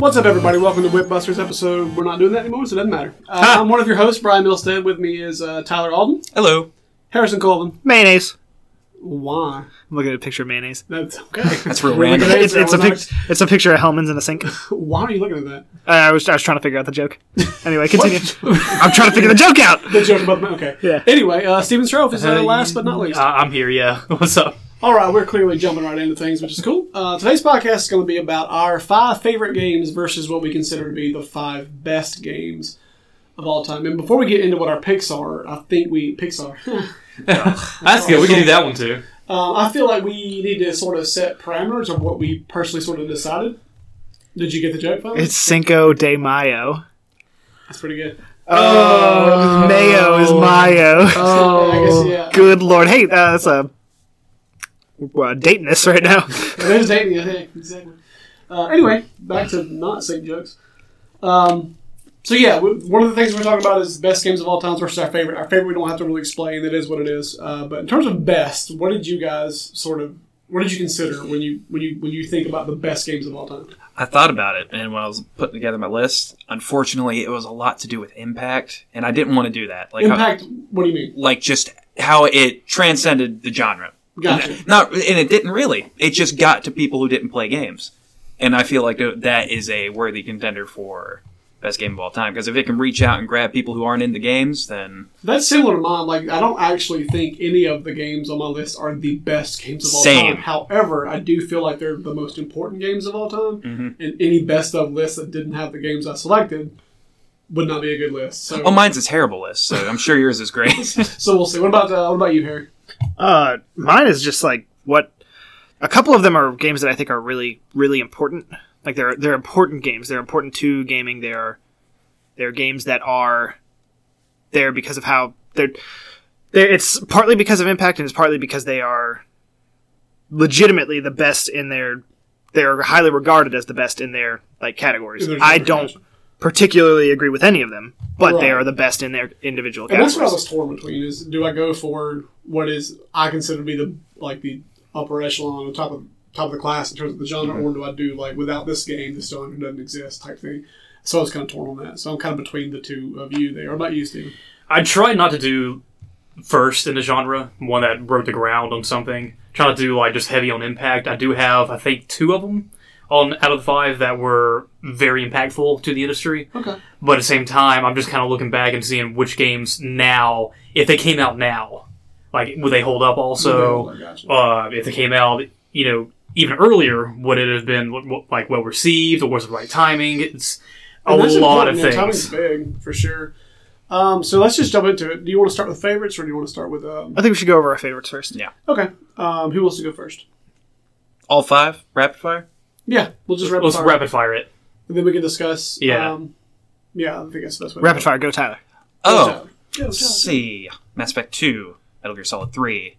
What's up, everybody? Welcome to Whipbusters episode. We're not doing that anymore, so it doesn't matter. Uh, I'm one of your hosts, Brian Milstead. With me is uh, Tyler Alden, Hello. Harrison Colvin. Mayonnaise. Why? I'm looking at a picture of mayonnaise. That's okay. That's real We're random. gonna- It's, it's a we're pic- it's a picture of Hellman's in a sink. Uh, Why are you looking at that? I was I was trying to figure out the joke. Anyway, continue. I'm trying to figure the joke out. The joke about the okay. Yeah. Anyway, uh, Steven Strofe is uh, last but not Ah. least. I'm here, yeah. What's up? All right, we're clearly jumping right into things, which is cool. Uh, today's podcast is going to be about our five favorite games versus what we consider to be the five best games of all time. And before we get into what our picks are, I think we Pixar. That's good. We can do that one too. Um, I feel like we need to sort of set parameters of what we personally sort of decided. Did you get the joke, folks? It's Cinco de Mayo. That's pretty good. Mayo is Mayo. Oh, I guess, yeah. Good lord. Hey, uh, that's a we're uh, dating this right now. It is dating, yeah, yeah, exactly. Uh, anyway, back to not saying jokes. Um, so yeah, w- one of the things we're talking about is best games of all times versus our favorite. Our favorite we don't have to really explain. It is what it is. Uh, but in terms of best, what did you guys sort of? What did you consider when you when you when you think about the best games of all time? I thought about it, and when I was putting together my list, unfortunately, it was a lot to do with impact, and I didn't want to do that. Like, how, Impact. What do you mean? like just how it transcended the genre. Gotcha. Not, and it didn't really. It just got to people who didn't play games, and I feel like th- that is a worthy contender for best game of all time. Because if it can reach out and grab people who aren't into games, then That's similar to mine. Like I don't actually think any of the games on my list are the best games of all Same. time. However, I do feel like they're the most important games of all time. Mm-hmm. And any best of list that didn't have the games I selected would not be a good list. So, oh, mine's a terrible list. So I'm sure yours is great. so we'll see. What about uh, what about you, Harry? Uh, mine is just like what a couple of them are games that I think are really really important. Like they're they're important games. They're important to gaming. They're they're games that are there because of how they're, they're it's partly because of impact and it's partly because they are legitimately the best in their they're highly regarded as the best in their like categories. In their I genre, don't gotcha. particularly agree with any of them, but they Right. are the best in their individual And categories. that's what I was torn between: is do I go for what is I consider to be the like the upper echelon, the top of top of the class in terms of the genre, Mm-hmm. or do I do like without this game, this genre doesn't exist type thing? So I was kind of torn on that. So I'm kind of between the two of you there. What about you, Steven? I try not to do first in the genre, one that broke the ground on something. Try not to do like just heavy on impact. I do have, I think, two of them on out of the five that were very impactful to the industry. Okay. But at the same time, I'm just kind of looking back and seeing which games now, if they came out now, like would they hold up? Also, Oh, Okay, gotcha. uh, if they came out, you know, even earlier, would it have been w- w- like well received or was it the right timing? It's a And that's lot of important, yeah, Timing's things. big for sure. Um, so let's just jump into it. Do you want to start with favorites, or do you want to start with? Um, I think we should go over our favorites first. okay, um, who wants to go first? all five rapid fire. Yeah, we'll just rapid Let's fire, rapid fire it. and then we can discuss. Yeah. um, yeah, I think that's the best way. Rapid fire, go Tyler. Oh, yeah, Let's see. Mass Effect 2, Metal Gear Solid 3,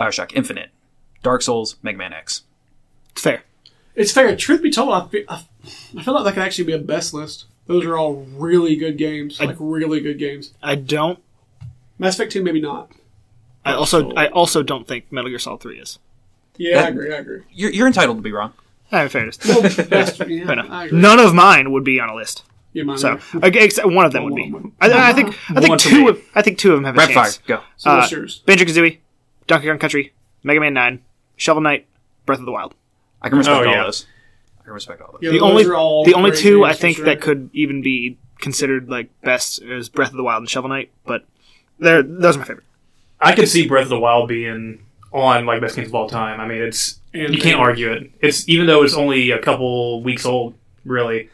Bioshock Infinite, Dark Souls, Mega Man X. It's fair. it's fair. Truth be told, I feel, I I feel like that could actually be a best list. Those are all really good games, like really good games. I don't. Mass Effect Two, maybe not. I also. I also don't think Metal Gear Solid Three is. Yeah, I That- agree. I agree. You're, you're entitled to be wrong. I mean, fairness. Best, yeah, I agree. None of mine would be on a list. Yeah, mine So are. okay, except one of them would be. I, I think. I One think to two. me. Of, I think two of them have a Rapid fire, chance. go. So what's uh, yours? Banjo Kazooie, Donkey Kong Country, Mega Man Nine, Shovel Knight, Breath of the Wild. I can respect Oh, all yeah. those. I can respect all those. Yeah, The those only. are all The only great two games I for think sure. that could even be considered like best is Breath of the Wild and Shovel Knight, but they're those are my favorite. I could see Breath of the Wild being on like best games of all time. I mean, it's And- you can't argue it. It's even though it's only a couple weeks old, really,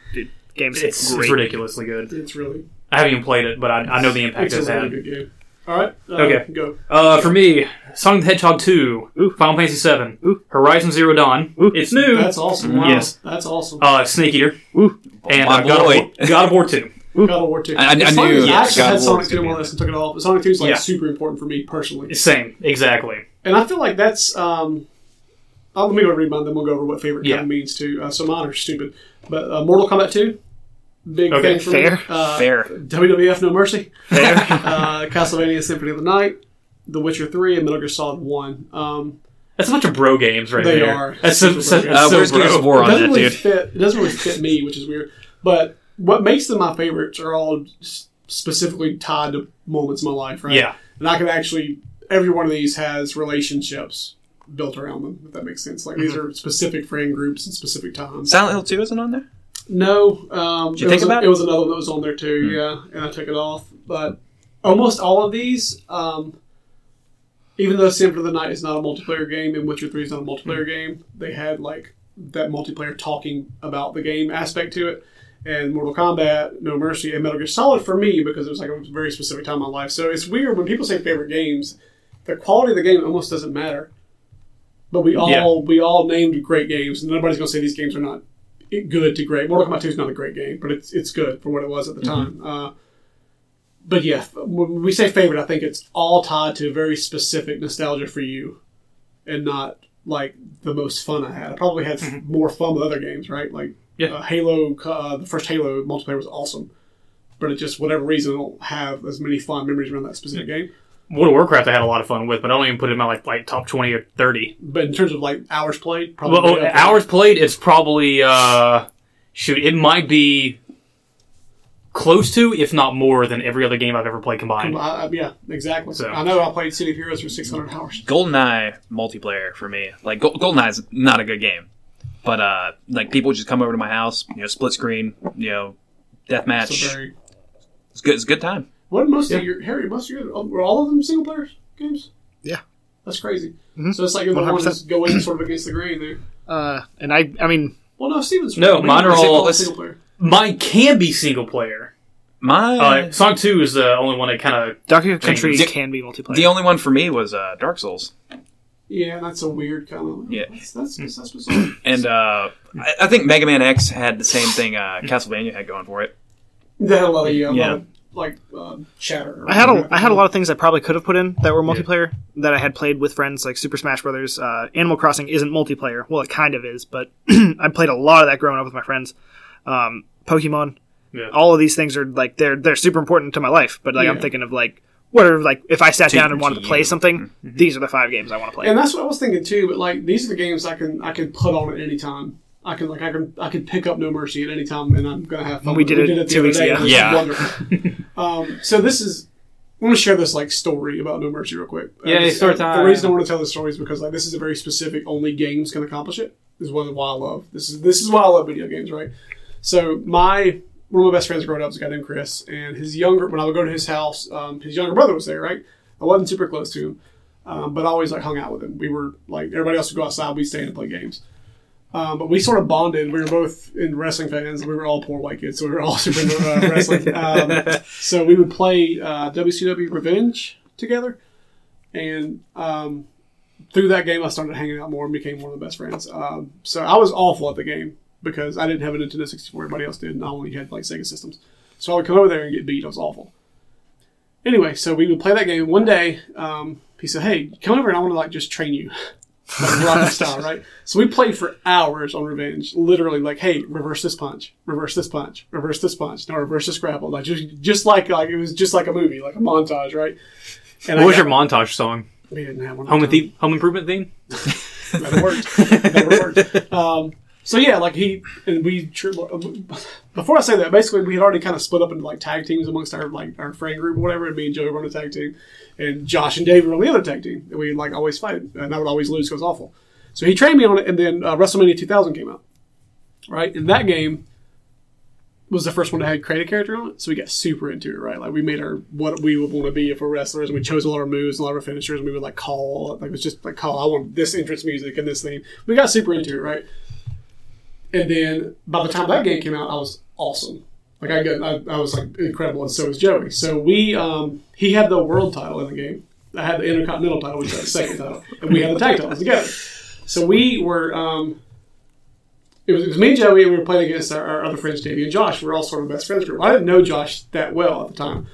Games. it's, it's great. ridiculously good. It's really I haven't even played it, but I, I know the impact it's it's a really had. good game. All right. Uh, Okay. Go. Uh, for me, Sonic the Hedgehog two, Final Fantasy seven, Ooh. Horizon Zero Dawn, Ooh. it's new. That's awesome. Wow. Yes. That's awesome. uh, Snake Eater and My uh, God, of boy. War, God of War two. God of War Two. I- I It's knew funny, I actually God had of War Sonic was Two on gonna my be list and took it off. But Sonic Two is like Yeah. super important for me personally, Same, exactly. and I feel like that's. Um, I'll, let me go read mine. Then we'll go over what favorite Yeah. kind means to. Uh, so mine are stupid, but uh, Mortal Kombat Two, big Okay, thing for fair. me. Uh, Fair. WWF No Mercy, uh, Castlevania Symphony of the Night, The Witcher Three, and Metal Gear Solid One. Um, That's a bunch of bro games right They there. are. That's so, so, Uh, so where's Gears bro. of War It it on doesn't doesn't that, really dude? fit. It doesn't really fit me, which is weird. But what makes them my favorites are all s- specifically tied to moments in my life, right? Yeah. And I can actually every one of these has relationships built around them. If that makes sense, like Mm-hmm. these are specific friend groups and specific times. Silent Hill 2 isn't on there? No, um, you it think was a- about it? Hmm. it was another one that was on there too. Yeah, and I took it off. But almost all of these, um, even though Symphony of the Night is not a multiplayer game and Witcher Three is not a Hmm. multiplayer game, they had like that multiplayer talking about the game aspect to it. And Mortal Kombat, No Mercy, and Metal Gear Solid for me because it was like a very specific time in my life. So it's weird when people say favorite games, the quality of the game almost doesn't matter. But we all Yeah. we all named great games, and nobody's gonna say these games are not it- good to great. Mortal Kombat 2 is not a great game, but it's it's good for what it was at the time. Uh, but yeah, f- when we say favorite, I think it's all tied to very specific nostalgia for you, and not like the most fun I had. I probably had f more fun with other games, right? Like Yeah. uh, Halo, uh, the first Halo multiplayer was awesome, but it just whatever reason I don't have as many fond memories around that specific game. World of Warcraft I had a lot of fun with, but I don't even put it in my like, like top twenty or thirty. But in terms of like hours played, probably Well, oh, up there. hours played, it's probably uh, shoot, it might be close to, if not more, than every other game I've ever played combined. I- I- yeah, exactly. So. I know I played City of Heroes for 600 hours. GoldenEye multiplayer for me. Like Gol- GoldenEye's not a good game, but uh, like people just come over to my house, you know, split screen, you know, So deathmatch. very It's good. It's a good time. What most Yeah. of your Harry? Most of your oh, were all of them single player games? Yeah. that's crazy. Mhm. So it's like you're the one 100%. that's going sort of against the grain there. Uh, and I, I mean, Well, no, Steven's No, right. mine are It's all- single player. Mine can be single player. My Uh, Song two is the only one that kind of Donkey Kong Country The- can be multiplayer. the only one for me was uh, Dark Souls, Yeah, that's a weird kind of. Yeah. that's that's, that's Mm. bizarre. and uh, I, I think Mega Man X had the same thing uh, Castlevania had going for it. they had a lot of yeah, a Yeah. lot of like uh, chatter. I had a, I had mm-hmm. a lot of things I probably could have put in that were multiplayer that I had played with friends, like Super Smash Brothers. Uh, Animal Crossing isn't multiplayer. Well, it kind of is, but I played a lot of that growing up with my friends. Um, Pokemon. Yeah. All of these things are like they're they're super important to my life. But like I'm Yeah. thinking of like what are like if I sat down and wanted to routine. play something, Mm-hmm. these are the five games I want to play. and that's what I was thinking too. But like these are the games I can I can put on at any time. I can like I can I can pick up No Mercy at any time, and I'm gonna have fun. We with did it we did it the two other weeks day. ago. It was Yeah. wonderful. um, so this is. I want to share this like story about No Mercy real quick. Yeah, this- story The time. reason I want to tell this story is because like this is a very specific. Only games can accomplish it. Is what why I love this is this is why I love video games, right? So my one of my best friends growing up is a guy named Chris, and his younger when I would go to his house, um, his younger brother was there, right? I wasn't super close to him, um, but I always like hung out with him. We were like everybody else would go outside, we'd stay and play games. Um, but we sort of bonded. We were both in wrestling fans. and We were all poor white kids, so we were all super into uh, wrestling. Um, so we would play uh, WCW Revenge together, and um, through that game, I started hanging out more and became one of the best friends. Um, so I was awful at the game because I didn't have a Nintendo 64. Everybody else did, and I only had like Sega systems. So I would come over there and get beat. I was awful. Anyway, so we would play that game. One day, um, he said, "Hey, come over and I want to like just train you." like rocket style, right? So we played for hours on Revenge, literally like, hey, reverse this punch, reverse this punch, reverse this punch, no, reverse this grapple, like just just like like it was just like a movie, like a montage, right? And what was got- your montage song? we didn't have one. Home at the time. theme, home improvement theme. That worked. that worked. Um, so yeah, like he and we. tr- Before I say that, basically we had already kind of split up into like tag teams amongst our like our friend group or whatever. And me and Joey were on a tag team, and Josh and Dave were on the other tag team. And we like always fight, and I would always lose because awful. So he trained me on it, and then uh, WrestleMania 2000 came out, right? And that game was the first one that had create a character on it, so we got super into it, right? Like we made our what we would want to be if we're wrestlers, and we chose a lot of our moves, and a lot of our finishers, and we would like call, like it was just like call, I want this entrance music and this thing. We got super into it, right? And then by the time that game came out, I was awesome. Like I got, I, I was like incredible, and so was Joey. So we, um, he had the world title in the game. I had the intercontinental title, which was the second title, and we had the tag titles together. So we were. Um, it was, it was me and Joey, and we were playing against our, our other friends, Davey and Josh. We were all sort of best friends group. I didn't know Josh that well at the time.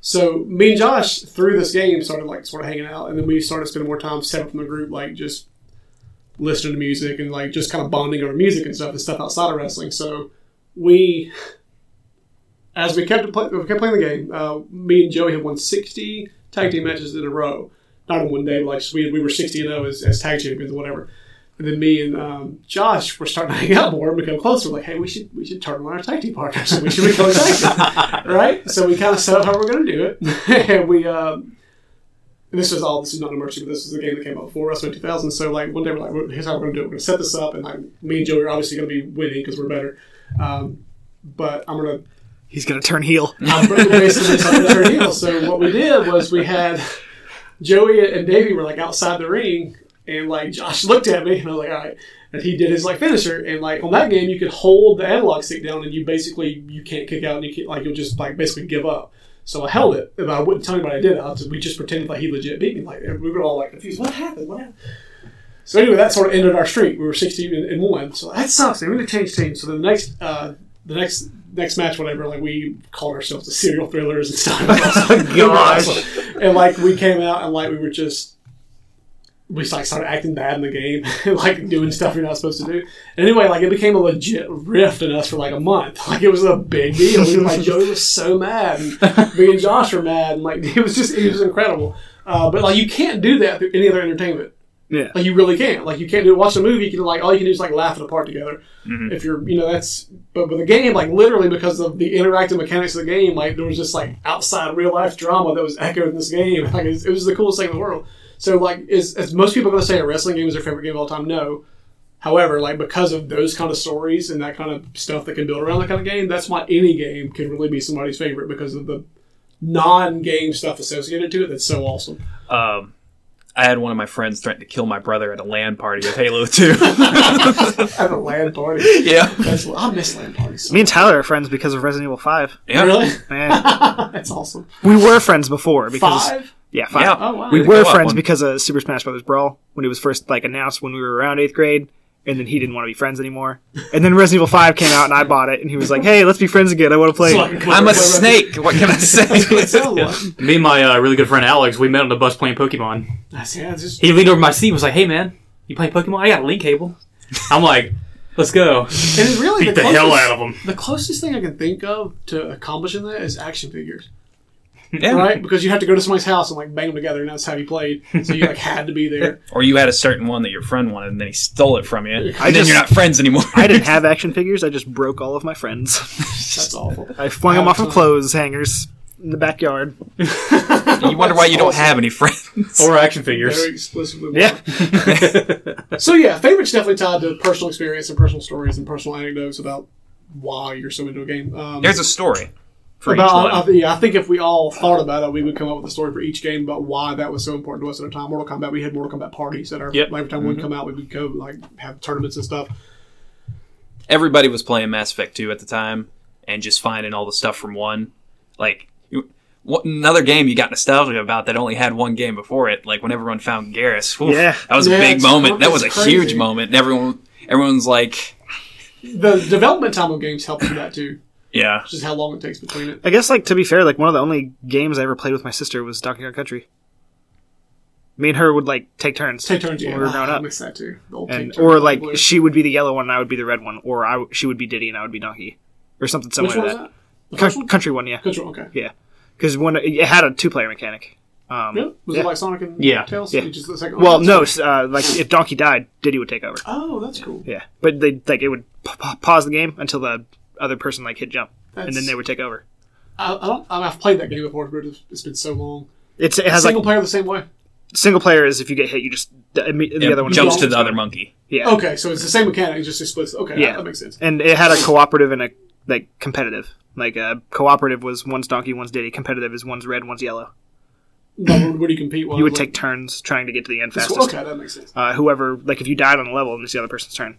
So me and Josh, through this game, started like sort of hanging out, and then we started spending more time separate from the group, like just listening to music and like just kind of bonding over music and stuff and stuff outside of wrestling. So we, as we kept, play, we kept playing the game, uh, me and Joey had won 60 tag team matches in a row. not in one day, but like we, we were 60 and 0 as, as tag champions or whatever. And then me and um, Josh were starting to hang out more and become closer. Like, hey, we should we should turn on our tag team partners. We should become a tag team, right? So we kind of set up how we're going to do it, and we. Um, and this is all. This is not emergency, but this is the game that came out before WrestleMania 2000. So like one day we're like, well, here's how we're going to do it. We're going to set this up, and like me and Joey are obviously going to be winning because we're better. Um, but I'm going to He's gonna turn heel. I'm bringing basically something to her heel. So what we did was we had Joey and Davey were like outside the ring, and like Josh looked at me, and I was like, all right. And he did his like finisher, and like on that game, you could hold the analog stick down, and you basically you can't kick out, and you can't, like you'll just like basically give up. So I held it, but I wouldn't tell anybody I did. it. I just, we just pretended like he legit beat me. Like we were all like confused. What happened? What happened? So anyway, that sort of ended our streak. We were sixteen and, and one. So that sucks. They really changed teams. So the next, uh, the next, next match, whatever, like we called ourselves the serial thrillers and stuff. Gosh. and like we came out and like we were just, we like started acting bad in the game and like doing stuff you're not supposed to do. And anyway, like it became a legit rift in us for like a month. Like it was a big deal. We, like Joey was so mad, and me and Josh were mad, and like it was just it was incredible. Uh, but like you can't do that through any other entertainment. Yeah. Like you really can't. Like you can't do watch a movie. You can like all you can do is like laugh it apart together. If you're you know that's but with a game like literally because of the interactive mechanics of the game, like there was just like outside real life drama that was echoed in this game. Like it was, it was the coolest thing in the world. So like is, is most people going to say a wrestling game is their favorite game of all time? No. However, like because of those kind of stories and that kind of stuff that can build around that kind of game, that's why any game can really be somebody's favorite because of the non-game stuff associated to it. That's so awesome. Um, I had one of my friends threaten to kill my brother at a LAN party with Halo 2. At a land party, yeah. that's I miss land parties. Me and Tyler are friends because of Resident Evil Five. Yeah. Really? Man, That's awesome. we were friends before because Five? yeah, five. Yeah. Oh, wow. We We go were up friends on- because of Super Smash Brothers Brawl when it was first like announced when we were around eighth grade, and then he didn't want to be friends anymore. And then Resident Evil Five came out, and I bought it, and he was like, "Hey, let's be friends again. I want to play." So, it." like, I'm whatever- a snake. What can I It say? sounds like- Me and my uh, really good friend Alex, we met on the bus playing Pokemon. That's, yeah, it's just, He leaned over my seat and was like, hey, man, you play Pokemon? I got a link cable. I'm like, let's go. and it's really Beat the the closest, hell out of them. The closest thing I can think of to accomplishing that is action figures, yeah. right? Because you have to go to somebody's house and like bang them together, and that's how you played. So you like had to be there. Or you had a certain one that your friend wanted, and then he stole it from you, and I then just- you're not friends anymore. I didn't have action figures. I just broke all of my friends. That's awful. I flung them off of Absolutely. clothes hangers in the backyard. you wonder why you don't have any friends. Or action figures. Very explicitly. wrong. Yeah, So yeah, favorites definitely tied to personal experience and personal stories and personal anecdotes about why you're so into a game. Um, There's a story for each about, one. I, yeah, I think if we all thought about it, we would come up with a story for each game about why that was so important to us at a time. Mortal Kombat, we had Mortal Kombat parties at our Yep. like, every time we'd come out, we would go like have tournaments and stuff. Everybody was playing Mass Effect 2 at the time, and just finding all the stuff from one. Like, you, what, another game you got nostalgia about that only had one game before it. Like when everyone found Garrus. Oof, Yeah. that was Yeah, a big it's- moment. That it's was a crazy. huge moment. And everyone, everyone's like, The development time of games helps with that too, yeah, just how long it takes between it. I guess like to be fair, like one of the only games I ever played with my sister was Donkey Kong Country. Me and her would like take turns. Take turns, when yeah. we were growing I up. miss that too. The old and take turn, or like probably. she would be the yellow one and I would be the red one, or I w- she would be Diddy and I would be Donkey, or something which similar one to was that. that? The first Coun- one? Country one, yeah, Control. Okay. because one it had a two player mechanic. Um, Really? Was Yeah. it like Sonic and Yeah. Tails? Yeah. You Just the second one? Well, That's no, cool. s- uh, like if Donkey died, Diddy would take over. Oh, that's cool. Yeah, but they like it would p- p- pause the game until the other person like hit jump, and then That's- they would take over. I, I don't. I mean, I've played that game before, but it's, it's been so long. It's, it has Single like player the same way. single player is if you get hit, you just the, imme- the Yeah, other one jumps is- to the other monkey. Yeah, Okay, so it's the same mechanic, just it splits. Okay, Yeah. that makes sense. and it had a cooperative and a like competitive. Like uh, cooperative was one's Donkey, one's Diddy. Competitive is one's red, one's yellow. Like, where, where do you compete? Well, You would like- take turns trying to get to the end That's- fastest. okay, that makes sense. uh, whoever like if you died on a level, then it's the other person's turn.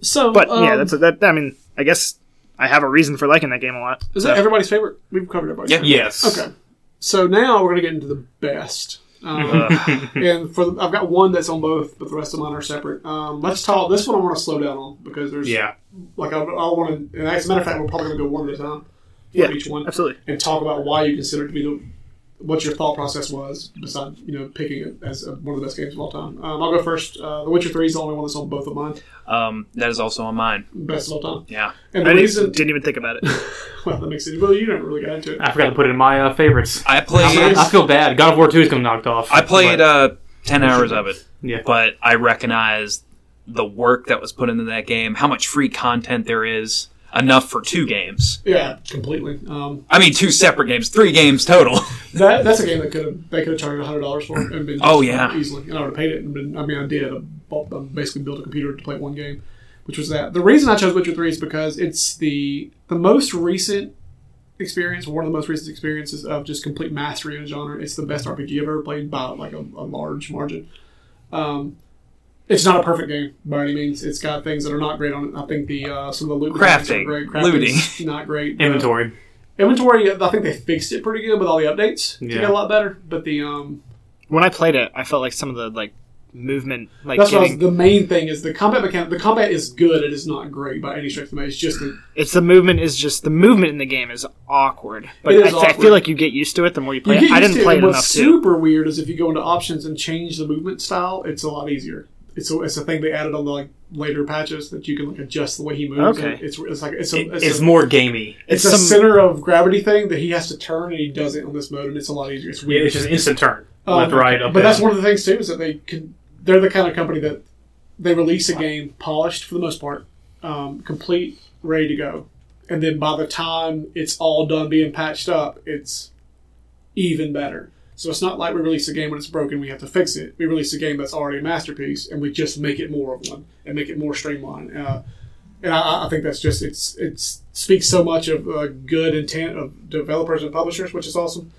So, But um, yeah, that's that. I mean, I guess I have a reason for liking that game a lot. is that everybody's favorite? We've covered everybody's Yeah. favorite. Yes. Okay. So now we're going to get into the best. Um, Mm-hmm. and for the, I've got one that's on both, but the rest of mine are separate. Um, let's talk. This one I want to slow down on because there's Yeah. like I, I want to. And as a matter of fact, we're probably going to go one at a time. for Yeah, each one Absolutely. and talk about why you consider it to be the what your thought process was besides you know picking it as uh one of the best games of all time. Um, I'll go first. Uh, the Witcher Three is the only one that's on both of mine, Um, that is also on mine. best of all time. Yeah. And the I didn't, reason, didn't even think about it. well, that makes sense. Well, you never really got into it. I forgot to put it in my uh, favorites. I played. I feel bad. God of War Two is gonna knocked off. I played but- uh, ten hours of it. Yeah. But I recognized the work that was put into that game. How much free content there is. Enough for two games. Yeah, completely. Um, I mean, two separate games, three games total. that that's a game that could have they could have charged hundred dollars for and been Oh, yeah. easily, and I would have paid it. And been, I mean, I did. I, bought, I basically built a computer to play one game, which was that. The reason I chose Witcher Three is because it's the the most recent experience, one of the most recent experiences of just complete mastery in a genre. It's the best RPG I've ever played by like a, a large margin. Um, it's not a perfect game by any means. It's got things that are not great on it. I think the uh, some of the loot mechanics aren't Crafting, great. looting. Crafting's not great. Uh, inventory. Inventory, I think they fixed it pretty good with all the updates. It Yeah. got a lot better, but the um, when I played it, I felt like some of the like movement, like that's what I was, getting, the main thing is the combat mechanic. The combat is good. It is not great by any stretch of the imagination. It's just the, it's the movement is just the movement in the game is awkward. But It I, is I awkward. feel like you get used to it the more you you play. get it. I used didn't to play it. it and enough What's to. super weird is if you go into options and change the movement style, it's a lot easier. It's a, it's a thing they added on the like later patches that you can like adjust the way he moves. Okay. and it's it's like it's a, It- it's, it's a, more gamey. it's it's a some- center of gravity thing that he has to turn and he does it on this mode and it's a lot easier. It's Yeah, weird. it's just Oh, instant turn. Um, left, right, up, But that's down. one of the things too is that they can. They're the kind of company that they release a game polished for the most part, um, complete, ready to go, and then by the time it's all done being patched up, it's even better. So it's not like we release a game when it's broken, we have to fix it. We release a game that's already a masterpiece, and we just make it more of one and make it more streamlined. Uh, and I- I, I think that's just it's it speaks so much of uh, good intent of developers and publishers, which is awesome.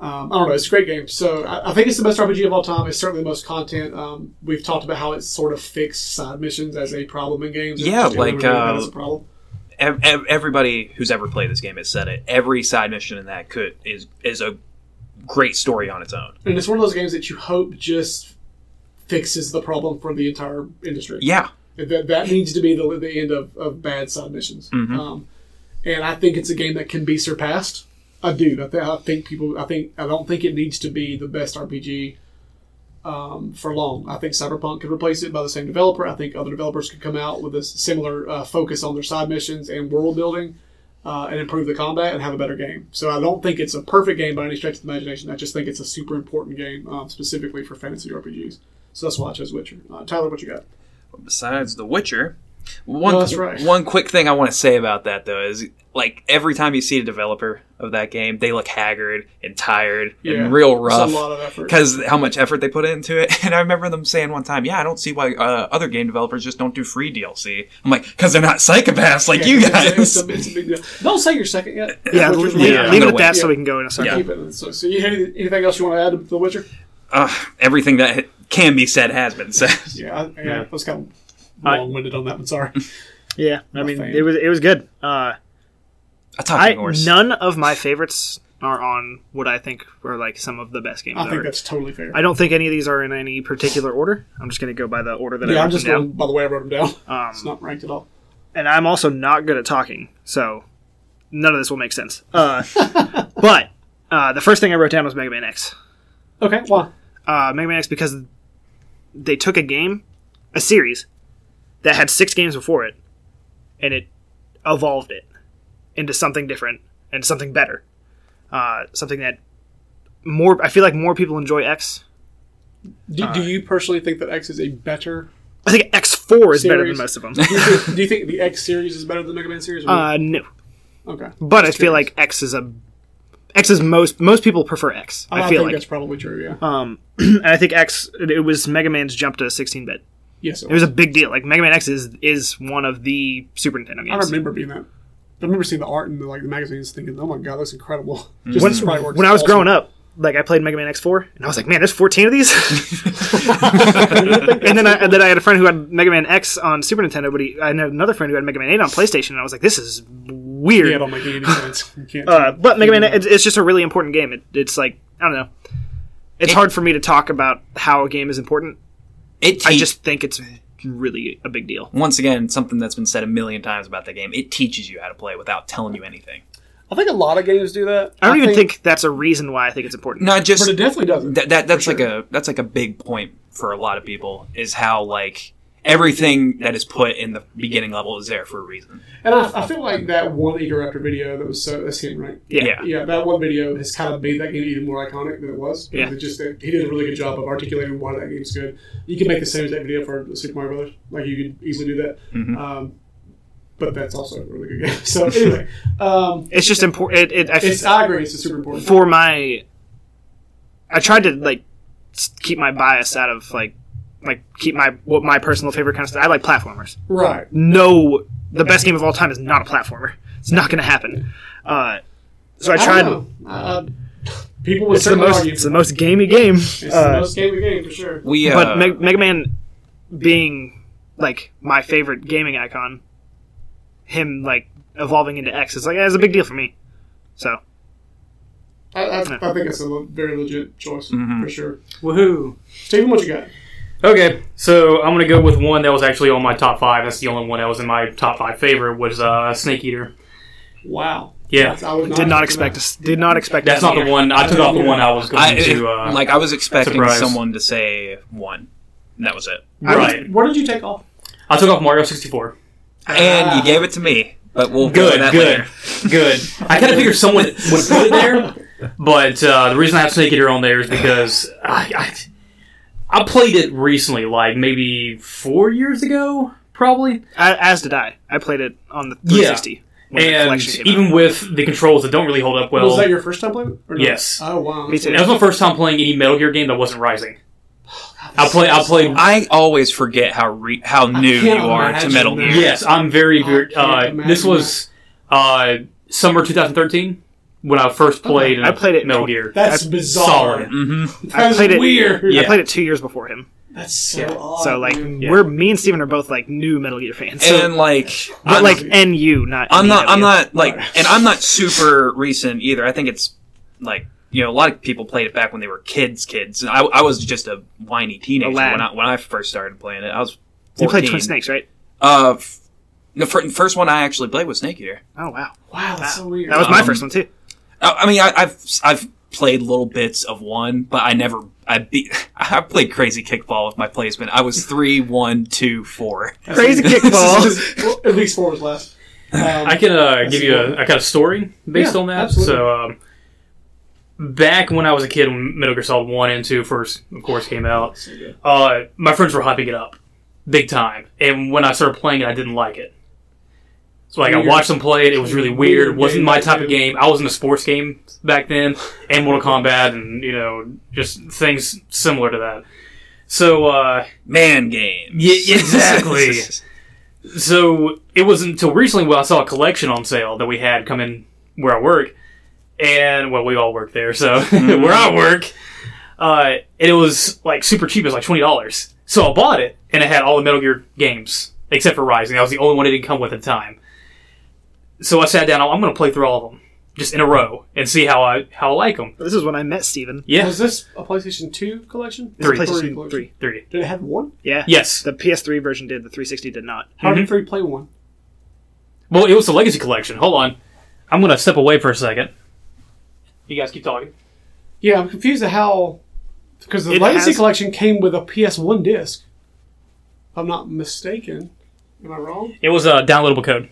Um, I don't know, it's a great game. So I, I think it's the best RPG of all time. It's certainly the most content. Um, we've talked about how it's sort of fixed side missions as a problem in games. It's Yeah, just like, eliminated that uh, as a problem. ev- ev- everybody who's ever played this game has said it. Every side mission in that could is is a great story on its own. And it's one of those games that you hope just fixes the problem for the entire industry. Yeah, That, that needs to be the, the end of, of bad side missions. Um, and I think it's a game that can be surpassed. I do. I, th- I think people. I think I don't think it needs to be the best RPG um, for long. I think Cyberpunk could replace it by the same developer. I think other developers could come out with a s- similar uh, focus on their side missions and world building. Uh, and improve the combat and have a better game. So I don't think it's a perfect game by any stretch of the imagination. I just think it's a super important game, um, specifically for fantasy RPGs. So that's why I chose Witcher. Uh, Tyler, what you got? besides The Witcher. One, No, that's right. one quick thing I want to say about that though is like every time you see a developer of that game, they look haggard and tired Yeah. and real It's rough. a lot of effort. because how much effort they put into it. And I remember them saying one time, "Yeah, I don't see why uh, other game developers just don't do free DLC." I'm like, "Cause they're not psychopaths like Yeah, you it's a- guys." it's a- it's a big deal. Don't say your second yet. Yeah, Which leave, was- leave Yeah. it at Yeah. that so we can go in a second. Keep it. So, so you had anything else you want to add to The Witcher? uh, everything that can be said has been said. Yeah, I, yeah, I was kind of I- long-winded on that one. Sorry. Yeah, I a mean, fan. it was it was good. Uh, A talking I horse. none of my favorites are on what I think are like some of the best games I think ever. that's totally fair. I don't think any of these are in any particular order. I'm just going to go by the order that I yeah, wrote I'm just them going by the way I wrote them down. down. Um, It's not ranked at all. and I'm also not good at talking, so none of this will make sense. Uh, but uh, the first thing I wrote down was Mega Man X. Okay, why? Uh, Mega Man X because they took a game, a series that had six games before it, and it evolved it into something different and something better, uh, something that more I feel like more people enjoy X. Do, do you personally think that X is a better? I think X four is better than Series. most of them. Do you, think, do you think the X series is better than the Mega Man series? or Uh, no, not? okay, but I feel like X is a X is most most people prefer X. Oh, I I, feel think like that's probably true. Yeah. Um, and I think X. It it was Mega Man's jump to 16-bit. yes, it It was a big deal. Like Mega Man X is is one of the Super Nintendo I games. remember being that. I remember seeing the art in the, like the magazines, thinking, "Oh my god, that's incredible!" Hmm. Just when, the sprite works when I was awesome. growing up, like I played Mega Man X four, and I was like, man, there's 14 of these. and then I and then I had a friend who had Mega Man X on Super Nintendo, but he, I had another friend who had Mega Man eight on PlayStation, and I was like, this is weird. yeah, it don't make any sense. You can't. Uh, but Mega Man, it's, it's just a really important game. It, it's like I don't know. It's hard for me to talk about how a game is important. it te- I just think it's really a big deal. once again something that's been said a million times about that game. It teaches you how to play without telling you anything. I think a lot of games do that. I don't even think, that's a reason why I think it's important. No, just but it definitely doesn't. that, that that's like a that's like a big point for a lot of people is how like everything that is put in the beginning level is there for a reason. And I, I feel like that one Interrupter video that was so that's him, right? Yeah. Yeah. Yeah, that one video has kind of made that game even more iconic than it was. Yeah. It just it, he did a really good job of articulating why that game's good. You could make the same exact video for Super Mario Brothers. Like you could easily do that. Mm-hmm. Mhm. Um, but that's also a really good game. So anyway, um, It's just important. It, it, I f- it's I agree. It's a super important. for my i tried to like s- keep my bias out of like like keep my what my personal favorite kind of stuff i like platformers Right. no the best game of all time is not a platformer it's not gonna happen uh so i don't tried know. Uh, people would it's the certainly most argue. it's the most gamey game It's the Uh, most game game for sure. We uh, but Meg- mega man being like my favorite gaming icon him like evolving into x is like eh, it's a big deal for me so I, I, I think it's a lo- very legit choice Mm-hmm. for sure. Woohoo! Stephen, what you got? Okay, so I'm gonna go with one that was actually on my top five. That's the only one that was in my top five favorite was uh, Snake Eater. Wow. Yeah, I was did not expect us did not expect that's that not the either. one. I took off the one I was going I, to. Uh, like I was expecting surprise. someone to say one. And that was it. I was- right. What did you take off? I took off Mario 64. Ah. And you gave it to me. But we'll go to Good, that good, later. good. I kind of figured someone would put it there, but uh, the reason I have Snake Eater on there is because I, I I played it recently, like maybe four years ago, probably. I, as did I. I played it on the Yeah. 360. when the and collection came even with the controls that don't really hold up well. was that your first time playing it? or no? Yes. Oh wow. Me too. that was my first time playing any Metal Gear game that wasn't Rising. I play. I played. I always forget how re- how new can't you are to imagine Metal that. Gear. Yes, I'm very. Mm. Oh, I very can't uh, imagine this was uh, summer 2013 when I first played. uh, I played it in Metal tw- Gear. That's I- bizarre. hmm That's played it- weird. out. yeah. I played it two years before him. That's so Yeah. odd. so like man. we're me and Steven are both like new Metal Gear fans. So, and like but I'm- like NU, not E I'm not. I'm NEW. not like, and I'm not super recent either. I think it's like you know, a lot of people played it back when they were kids. Kids. I, I was just a whiny teenager lad. when I when I first started playing it. I was. 14. You played Twin Snakes, right? Uh, f- the fir- first one I actually played was Snake Eater. Oh wow, wow. That's so weird. that was my Um, first one too. I, I mean, I, I've I've played little bits of one, but I never. I beat. I played Crazy Kickball with my placement. I was three, one, two, four. Crazy this kickball. well, at least four was last. Um, I can uh, give you a, cool. a kind of story based Yeah, on that. absolutely. So, um, back when I was a kid, when Metal Gear Solid 1 and 2 first, of course, came out, so good. uh, my friends were hyping it up big time. And when I started playing it, I didn't like it. So, like, Weird. I watched them play it. It was really Weird weird. It wasn't my game, type of too. game. I was in a sports game back then, and Mortal Kombat, and, you know, just things similar to that. So, uh, Man games. Yeah, exactly. so it wasn't until recently when I saw a collection on sale that we had come in where I work, and well, we all work there, so where I work, uh, and it was like super cheap, it was like twenty dollars. So I bought it, and it had all the Metal Gear games except for Rising. That was the only one it didn't come with at the time. So I sat down. I'm going to play through all of them just in a row and see how I how I like them. This is when I met Steven. Yeah, Was this a PlayStation Two collection? Three. It's a PlayStation collection. three. three. Did it have one? Yeah. Yes. The PS3 version did. The 360 did not. How did three play one? Well, it was the Legacy Collection. Hold on. I'm going to step away for a second. You guys keep talking. Yeah, I'm confused at how because the It Legacy has- collection came with a PS1 disc. If I'm not mistaken, am I wrong? It was a downloadable code.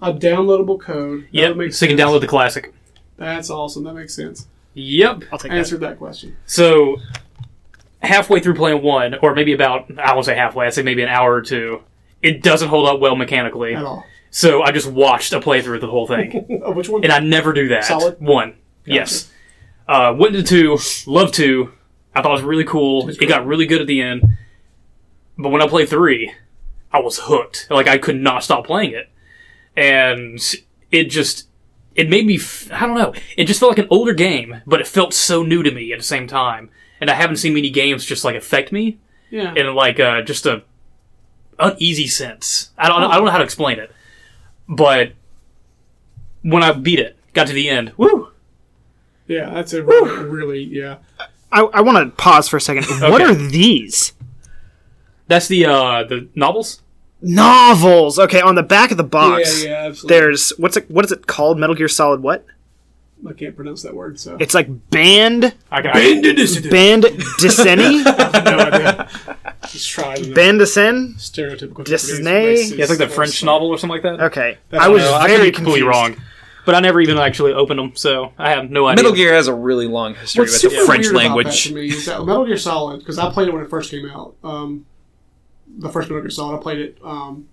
A downloadable code. That Yep. would make So you can sense. download the classic. That's awesome. That makes sense. Yep. I'll take I answered that question. So halfway through playing one, or maybe about I won't say halfway, I'd say maybe an hour or two, it doesn't hold up well mechanically. At all. So I just watched a playthrough of the whole thing. Oh, which one? and I never do that. Solid? One. Yes. Uh, went to two, loved two. I thought it was really cool. It's It got really good at the end. But when I played three, I was hooked. Like I could not stop playing it. And it just it made me f- i don't know it just felt like an older game but it felt so new to me at the same time and i haven't seen many games just like affect me yeah. in like uh, just a uneasy sense i don't know i don't know how to explain it but when i beat it got to the end woo Yeah, that's a really, really yeah. I, I want to pause for a second. What are these? that's the uh the novels novels. Okay, on the back of the box, yeah, yeah, absolutely. there's what's it? What is it called? Metal Gear Solid. What? I can't pronounce that word, so It's like band I, I, I, band Disseny? I have no idea. Just try to band Disseny? stereotypical. Disney? Japanese racist yeah, it's like that French stuff. novel or something like that. Okay, That's I was what I- I could very be completely confused. wrong, but I never even actually opened them, so I have no idea. Metal Gear has a really long history What's with super the French weird about that language. to me is that Metal Gear Solid, because I played it when it first came out. Um, the first Metal Gear Solid, I played it. Um,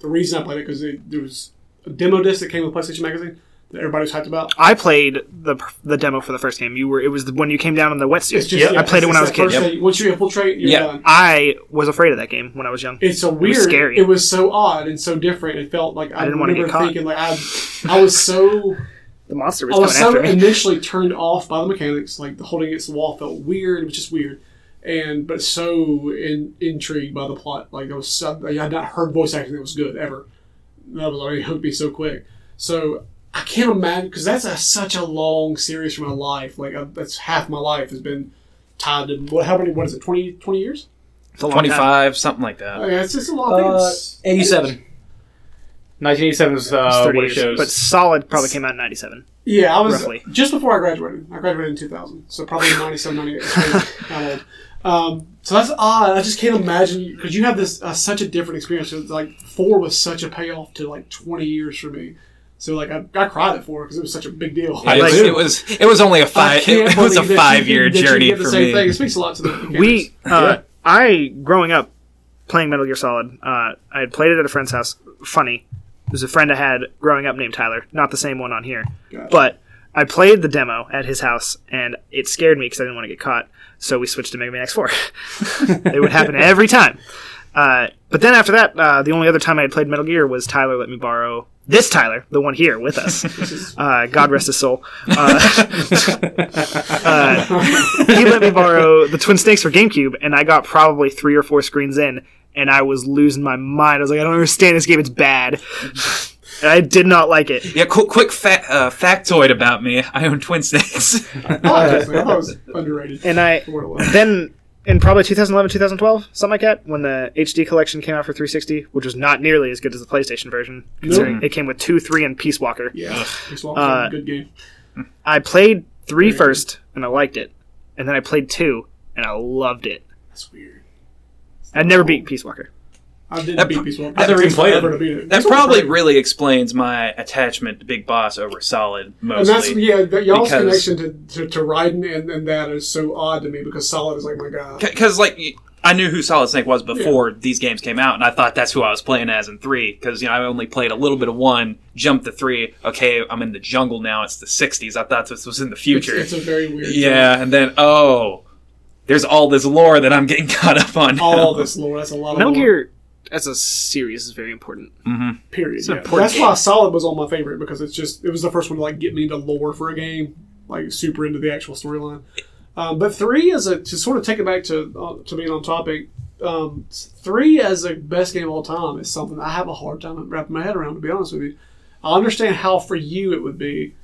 the reason I played it because there was a demo disc that came with PlayStation Magazine that everybody was hyped about. I played the the demo for the first game. You were it was the, when you came down on the wetsuit. It's just Yep. yeah, I played it's it when I was a that kid. first Yep. thing. Once you infiltrate, you're Yeah. done. I was afraid of that game when I was young. It's a weird. It was, scary. so odd and so different. It felt like I, didn't wanna remember get caught. thinking like I, I was so The monster was I was coming so after me. initially turned off by the mechanics, like the holding against the wall felt weird. It was just weird, and but so in, intrigued by the plot. Like I was, so, I had not heard voice acting that was good ever. That was already hooked me so quick. So I can't imagine because that's a, such a long series for my life. Like I, that's half my life has been tied to what? How many? What is it? 20, 20 years? It's a long time. 25, something like that. Oh, yeah, it's just a lot. Uh, of 87. 1987 is It's uh, 30 what it years, shows. but Solid probably came out in '97. Yeah, I was Roughly. just before I graduated. I graduated in 2000, so probably 97, 98. How old? Um, so that's odd. I just can't imagine because you have this uh, such a different experience. It's like four was such a payoff to like 20 years for me. So like I, I cried at four because it was such a big deal. It, was, like- it was it was only a I five can't it was a believe that you five year did- that you journey did the for same Thing. me. It speaks a lot to the mechanics. We, uh, I growing up playing Metal Gear Solid. Uh, I had played it at a friend's house. Funny, there's a friend I had growing up named Tyler, not the same one on here, Gotcha. but I played the demo at his house, and it scared me because I didn't want to get caught. So we switched to Mega Man X Four. it would happen every time. Uh, but then after that, uh, the only other time I had played Metal Gear was Tyler let me borrow this Tyler, the one here with us. Uh, God rest his soul. Uh, uh, he let me borrow the Twin Snakes for GameCube, and I got probably three or four screens in, and I was losing my mind. I was like, I don't understand this game; it's bad. And I did not like it. Yeah, quick, quick fa- uh, factoid about me. I own twin snakes. I thought it was- I thought it was underrated. And I for what it was. then in probably 2011, 2012, something like that, when the HD collection came out for 360, which was not nearly as good as the PlayStation version, considering it came with two, three, and Peace Walker. Yeah, it's Uh, a good game. I played three Very good. first, and I liked it, and then I played two, and I loved it. That's weird. I never beat Peace Walker. I didn't That beat pro- Peace Walker. that- It took that- forever to beat it. That Peace Walker's probably great. really explains my attachment to Big Boss over Solid And that's mostly. yeah, that y'all's Because- connection to, to, to Raiden and, and that is so odd to me because Solid is like my god. Because like y- I knew who Solid Snake was before these games came out, and I thought that's who I was playing as in three. Because you know I only played a little bit of one, jumped to three. Okay, I'm in the jungle now. It's the '60s. I thought this was in the It's, future. it's a very weird. yeah, and then oh, there's all this lore that I'm getting caught up on. now. all this lore. That's a lot of Metal lore. Gear as a series is very important. Period. an yeah. important That's game. why Solid was all my favorite because it's just it was the first one to like get me into lore for a game, like super into the actual storyline. Um, but three is a to sort of take it back to uh, to being on topic. Um, three as the best game of all time is something I have a hard time wrapping my head around. To be honest with you, I understand how for you it would be,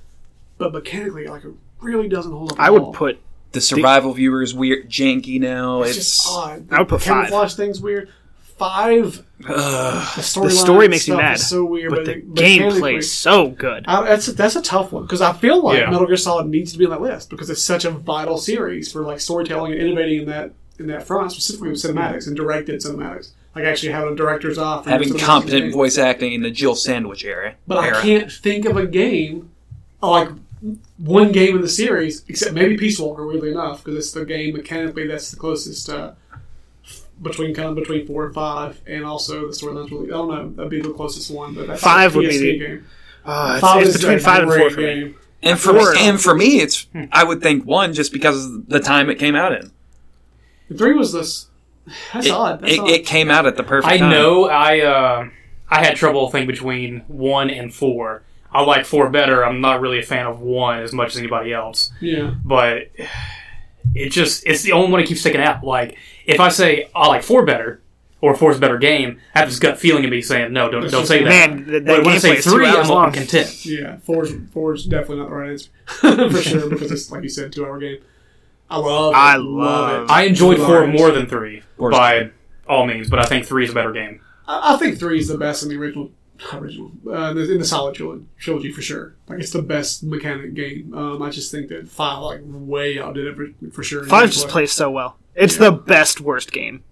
but mechanically, like it really doesn't hold up. I at would all. put the survival viewer is weird, janky now. It's, It's just odd. I would put The camouflage things weird. Five. Ugh. The story, The story makes me mad, so weird, but but, the it- mechanically- gameplay's so good. I, that's a, that's a tough one because I feel like Yeah. Metal Gear Solid needs to be on that list because it's such a vital series for like storytelling and innovating in that in that front, specifically with cinematics and directed cinematics. Like actually having a director's off, for your having cinematics competent and- voice acting in the Jill Sandwich era. But I era. can't think of a game like one game in the series except maybe Peace Walker. Weirdly enough, because it's the game mechanically that's the closest. Uh, between kind of between four and five, and also the storyline's really I don't know that'd be the closest one, but that's a Five would be PSP the- game. Uh, it's- Five it's, is a between five and four great for me. game. And for Four. and for me, it's Hmm. I would think one just because of the time it came out in. Three was this. That's It, odd. That's it, odd. it came out at the perfect I time. know I uh, I had trouble thinking between one and four. I like four better. I'm not really a fan of one as much as anybody else, yeah. but it just it's the only one that keeps sticking out. Like if I say I like four better or four's a better game, I have this gut feeling of me saying no, don't It's don't just- say that. Man, th- that But when I gameplay say is two three, hours I'm, long. I'm content. Yeah. Four's four's definitely not the right answer for sure because it's like you said, two hour game. I love. it. I love love- it. I enjoyed four Large. more than three Four's by all means, but I think three is a better game. I, I think three is the best in the original, not original, uh, in the- in the solid tril- trilogy for sure. Like it's the best mechanic game. Um, I just think that five like way outdid it for, for sure. Five just plays so well. It's the best worst game.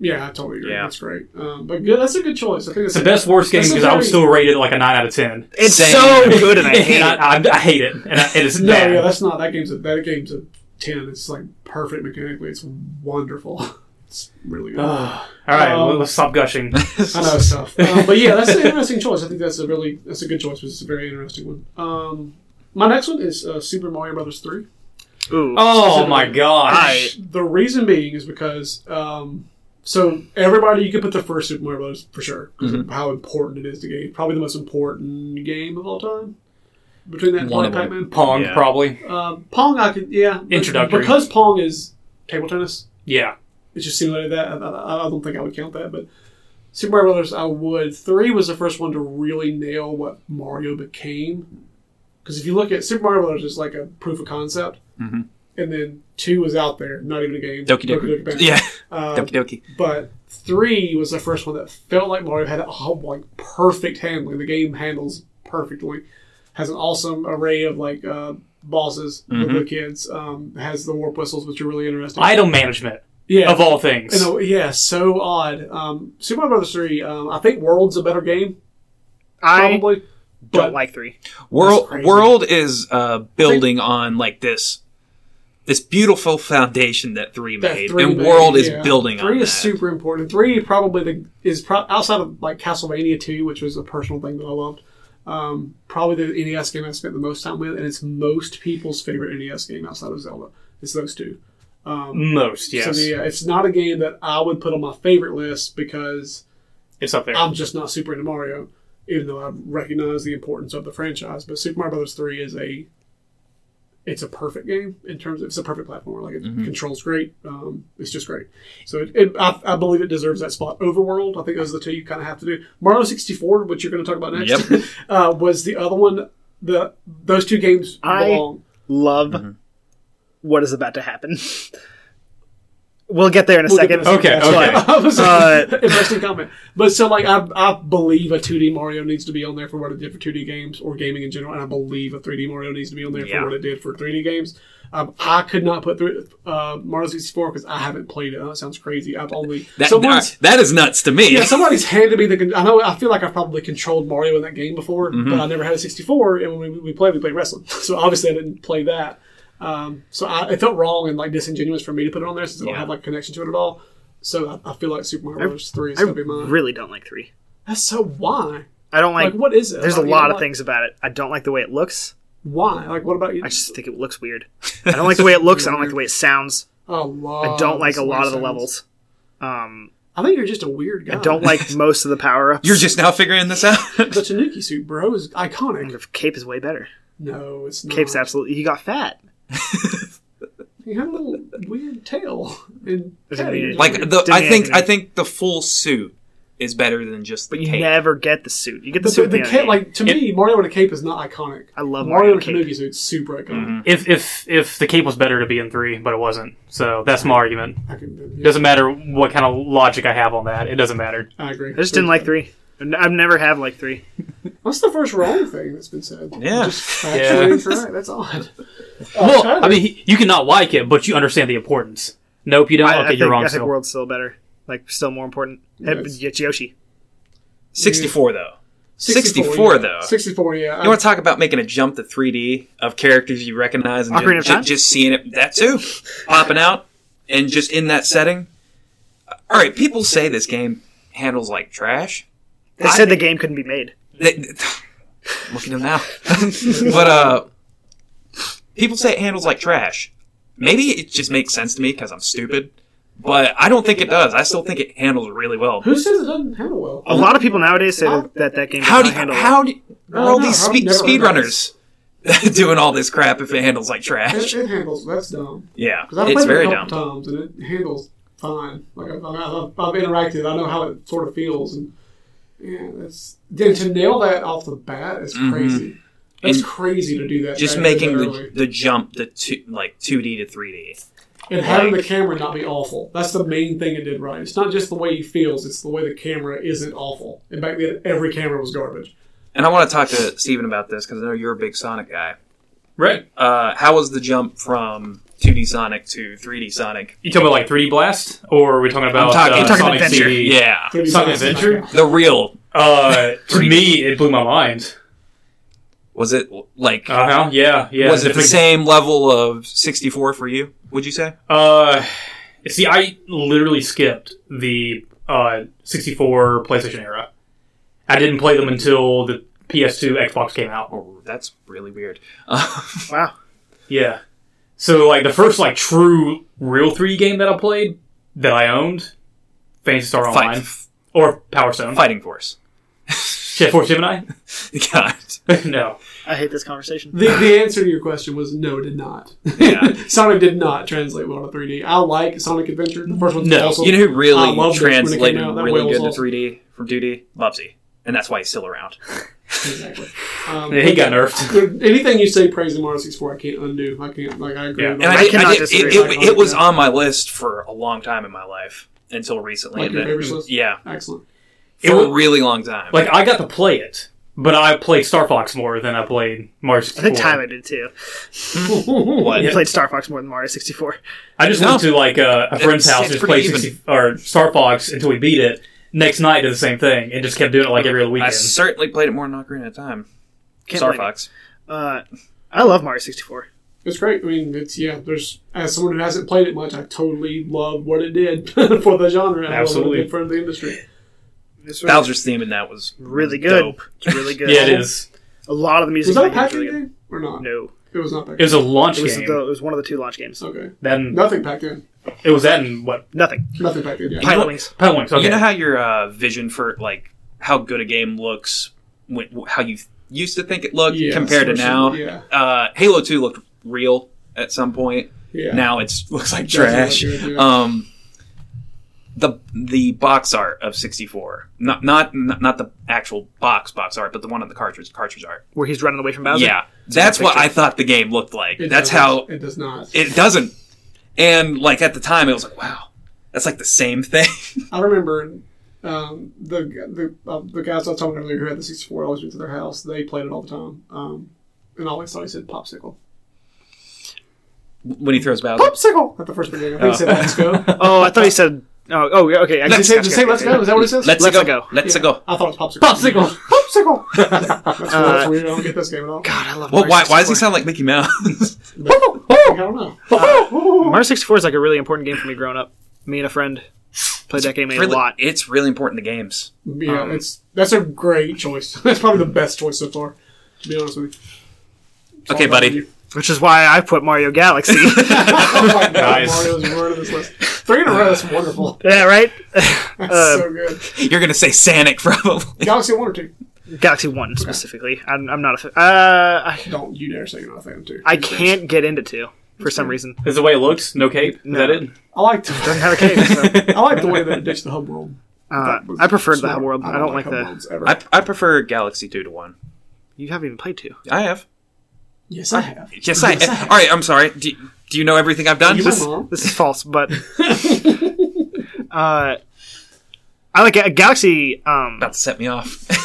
Yeah, I totally agree. Yeah. That's great. Um, but good, that's a good choice. I think It's the best worst game That's a because I would very- still rate it like a nine out of ten. It's Same. so good, and I hate And it. I, I, I hate it, and I, it is No, bad. yeah, that's not that game's a that game's a ten. It's like perfect mechanically. It's wonderful. It's really good. Ugh. all right, Um, let's stop gushing. I know it's tough, um, but yeah, that's an interesting choice. I think that's a really that's a good choice. But it's a very interesting one. Um, my next one is uh, Super Mario Brothers three. Ooh. Oh my gosh! The reason being is because um, so everybody you could put the first Super Mario Brothers for sure because of Mm-hmm. how important it is to game. Probably the most important game of all time. Between that and One Pac of them. Man, Pong Yeah. probably. Um, Pong, I could yeah. Introductory. because Pong is table tennis. Yeah, It just simulated that. I, I, I don't think I would count that, but Super Mario Brothers, I would. Three was the first one to really nail what Mario became. Because if you look at Super Mario Brothers, is like a proof of concept, Mhm. and then two was out there, not even a game. Doki Doki. Band. Yeah. Um, Doki Doki. but three was the first one that felt like Mario had a whole, like perfect handling. The game handles perfectly. Has an awesome array of like uh, bosses Mm-hmm. with the kids. Um, has the warp whistles, which are really interesting. idle management yeah, of all things. And, uh, yeah, so odd. Um, Super Mario Brothers three. Um, I think World's a better game, I probably. don't but- like three. World crazy. World is uh, building on like this this beautiful foundation that three That made, three and made, World yeah. is building Three on is that. super important. Three probably the is pro- outside of like Castlevania two, which was a personal thing that I loved. Um, probably the NES game I spent the most time with, and it's most people's favorite NES game outside of Zelda. It's those two. Um, Most yes, So the, uh, it's not a game that I would put on my favorite list because it's up there. I'm just not super into Mario, even though I recognize the importance of the franchise. But Super Mario Brothers three is a it's a perfect game in terms of it's a perfect platformer. Like it controls great. Um, it's just great. So it, it, I, I believe it deserves that spot. Overworld, I think those are the two you kind of have to do. Mario sixty four, which you're going to talk about next, uh, was the other one. The those two games I- belong. Love what is about to happen. we'll get there in a We'll get second. there in a Okay, That's okay. why- That was Uh, an interesting comment. But so, like, I, I believe a 2D Mario needs to be on there for what it did for 2D games or gaming in general, and I believe a 3D Mario needs to be on there Yeah. for what it did for 3D games. Um, I could not put through uh, Mario 64 because I haven't played it. Oh, that sounds crazy. I've only That, someone's that is nuts to me. yeah, somebody's handed me the. con- I know. I feel like I've probably controlled Mario in that game before, Mm-hmm. but I never had a 64. And when we, we played, we played wrestling. So obviously, I didn't play that. Um, so I, it felt wrong and like disingenuous for me to put it on there since I don't Yeah. have like connection to it at all. So I, I feel like Super Mario Brothers Three is I gonna be mine. really don't like three. That's so why? I don't Like, like. what is it? there's a Like, you lot know, of like, things about it. I don't like the way it looks. Why? Like, what about you? I just think it looks weird. I don't like the way it looks. I don't like the way it sounds. a lot. I don't like a of lot of the sounds. levels. Um, I think you're just a weird guy. I don't like most of the power ups. You're just now figuring this out. the Tanuki suit, bro. Is iconic. Cape is way better. No, it's not. Cape's absolutely. He got fat. He had a little weird tail and Doesn't mean patty. it- like the, Didn't I think answer. I think the full suit is better than just the But you cape. never get the suit. You get the, The, suit. the, at the end of the cape, game. like to me, Mario in a cape is not iconic. E. I love Mario Mario in a cape. Kanuki suit's super iconic. if if if the cape was better to be in three, but it wasn't, so that's my argument. I, can, It yeah, doesn't matter what kind of logic I have on that. It doesn't matter. I agree. I just didn't like three. I've I've never had like three. That's the first wrong thing that's been said. Yeah. Just factually Yeah. incorrect. That's odd. well, I mean, he- you cannot like it, but you understand the importance. Nope, you don't. I, I okay, think, you're wrong. I think Still. World's still better. Like still more important. Yes. It's it's Yoshi. Sixty four though. 64, 64, yeah. though. 64, yeah. You want to talk about making a jump to 3D of characters you recognize and Ocarina ju- of ju- Time? just, seeing it that too, popping out and just in that setting. All right, people say this game handles like trash. They said the game couldn't be made. They, look at him now. but uh, people say it handles like trash. Maybe it just makes sense to me because I'm stupid, but I don't think it does. I still think it handles really well. Who says it doesn't handle well? A lot of people nowadays say that that, that game How do does you, not handle how do you, there are all No, these I've spe- never heard of speedrunners doing all this crap if it handles like trash? It, it handles. That's dumb. Yeah, Because I've it's played very it a dumb. couple times and it handles fine. Like I've, I've, I've interacted. I know how it sort of feels. And yeah, that's then to nail that off the bat is crazy. That's And crazy to do that. Just that- making that the, early. the jump to two, like 2D to 3D. and having the camera not be awful. That's the main thing it did right. It's not just the way he feels; it's the way the camera isn't awful. And back then, every camera was garbage. And I want to talk to Steven about this because I know you're a big Sonic guy. Right. Uh, how was the jump from 2D Sonic to 3D Sonic? You talking about like 3D Blast, or are we talking about talking- uh, I'm talking Sonic Adventure. CD? Yeah, Pretty Sonic fast. Adventure. the real Uh, to me, it blew my mind. was it like Uh huh. Yeah. Yeah. was it the Definitely- same level of 64 for you? Would you say? Uh, see, I literally skipped the uh, 64 PlayStation era. I didn't play them until the PS2 Xbox came out. Oh, that's really weird. Uh, Wow. Yeah. So like the first like true real 3 game that I played that I owned, Fantasy Star Online Fight, or Power Stone. fighting Force. Shit Force Gemini? God. no. I hate this conversation. The, the answer to your question was no, it did not. Yeah. Sonic did not translate well to 3D. I like Sonic Adventure. The first one's No, awesome. You know who I really loved it when it came translated out. That really whale was good to awesome. 3D from 2D? Bubsy. And that's why he's still around. exactly. Um, Yeah, he got nerfed. There- Anything you say praising Mario 64, I can't undo. I can't, like, I agree Yeah. with And that. I, I did- cannot I did- disagree. it, it, it was Yeah. on my list for a long time in my life until recently. Like and your then- favorites list? yeah, Excellent. It for a was- really long time. Like I got to play it, but I played Star Fox more than I played Mario I 64. think Tyler did too. what? He played Star Fox more than Mario 64. I just went to like uh, a, a friend's It's- house it's and just played pretty 60, or Star Fox until we beat it. Next night did the same thing and just kept doing it like every other I weekend. certainly played it more than Ocarina of Time. Can't Star blame you. Fox. Uh, I love Mario 64. It's great. I mean, it's, yeah, there's, as someone who hasn't played it much, I totally love what it did for the genre. and I love what it Absolutely. did For the industry. It's Bowser's theme in that was really good. dope. It's really good. yeah, it is. A lot of the music Was that a in that pack game's really game or good. not? No, It was not that. It was a launch it was, game. the, it was one of the two launch games. okay. Then Nothing packed in. it was that and what Nothing. Nothing packed in, yeah. Pilot Wings. Pilot Wings. Okay. You know how your uh, vision for like how good a game looks, when, how you used to think it looked Yeah, compared to especially- now. Yeah. Uh, Halo Two looked real at some point. Yeah. Now it's looks like Doesn't look trash. good, yeah. Um, the the box art of sixty four, not not not the actual box box art, but the one on the cartridge cartridge art. Where he's running away from Bowser. yeah, that's what picture. I thought the game looked like. It that's doesn't. how It does not. it doesn't. And like at the time, it was like, wow, that's like the same thing. I remember um, the the, uh, the guys I was talking to earlier who had the 64, I always went to their house. They played it all the time. Um, and I always thought he said popsicle. when he throws Bowser. Popsicle! At the first beginning. I think he said let's go. Oh, I thought he said. Oh, oh, yeah, okay. I Did he say, did he say let's go? Is that what it says? Let's, Let's-a go. go. Let's Yeah. go. I thought it was popsicle. Popsicle! popsicle! that's, that's weird. Uh, I don't get this game at all. God, I love. Well, Mario why, why does he 64. sound like Mickey Mouse? I don't know. Uh, Mario 64 is like a really important game for me growing up. Me and a friend played that game a Really- lot. It's really important to games. yeah, it's, that's a great choice. That's probably the best choice so far, to be honest with you. It's all Okay, about buddy. you. Which is why I put Mario Galaxy. oh my god, Nice. Mario's word of this list. Three in a row, that's wonderful. yeah, right. That's Uh, so good. You're gonna say Sonic probably. Galaxy 1 or 2? Galaxy One specifically. I'm, I'm not a. fa- Uh, I, Don't you dare say you're not a fan of 2. I can't get into two for some reason. Is the way it looks? No cape? Is that it? I like Doesn't the, have a case. So. I like the way that it ditched the hub world. Uh, That was I preferred the smart. hub world. I don't, like, hub the. worlds ever. I, I prefer Galaxy Two to One. You haven't even played two. I have. yes, I have. Yes, I. All right. I'm sorry. Do, do you know everything I've done? You Just- were wrong. This is false, but. uh, I like Ga- Galaxy. Um, about to set me off.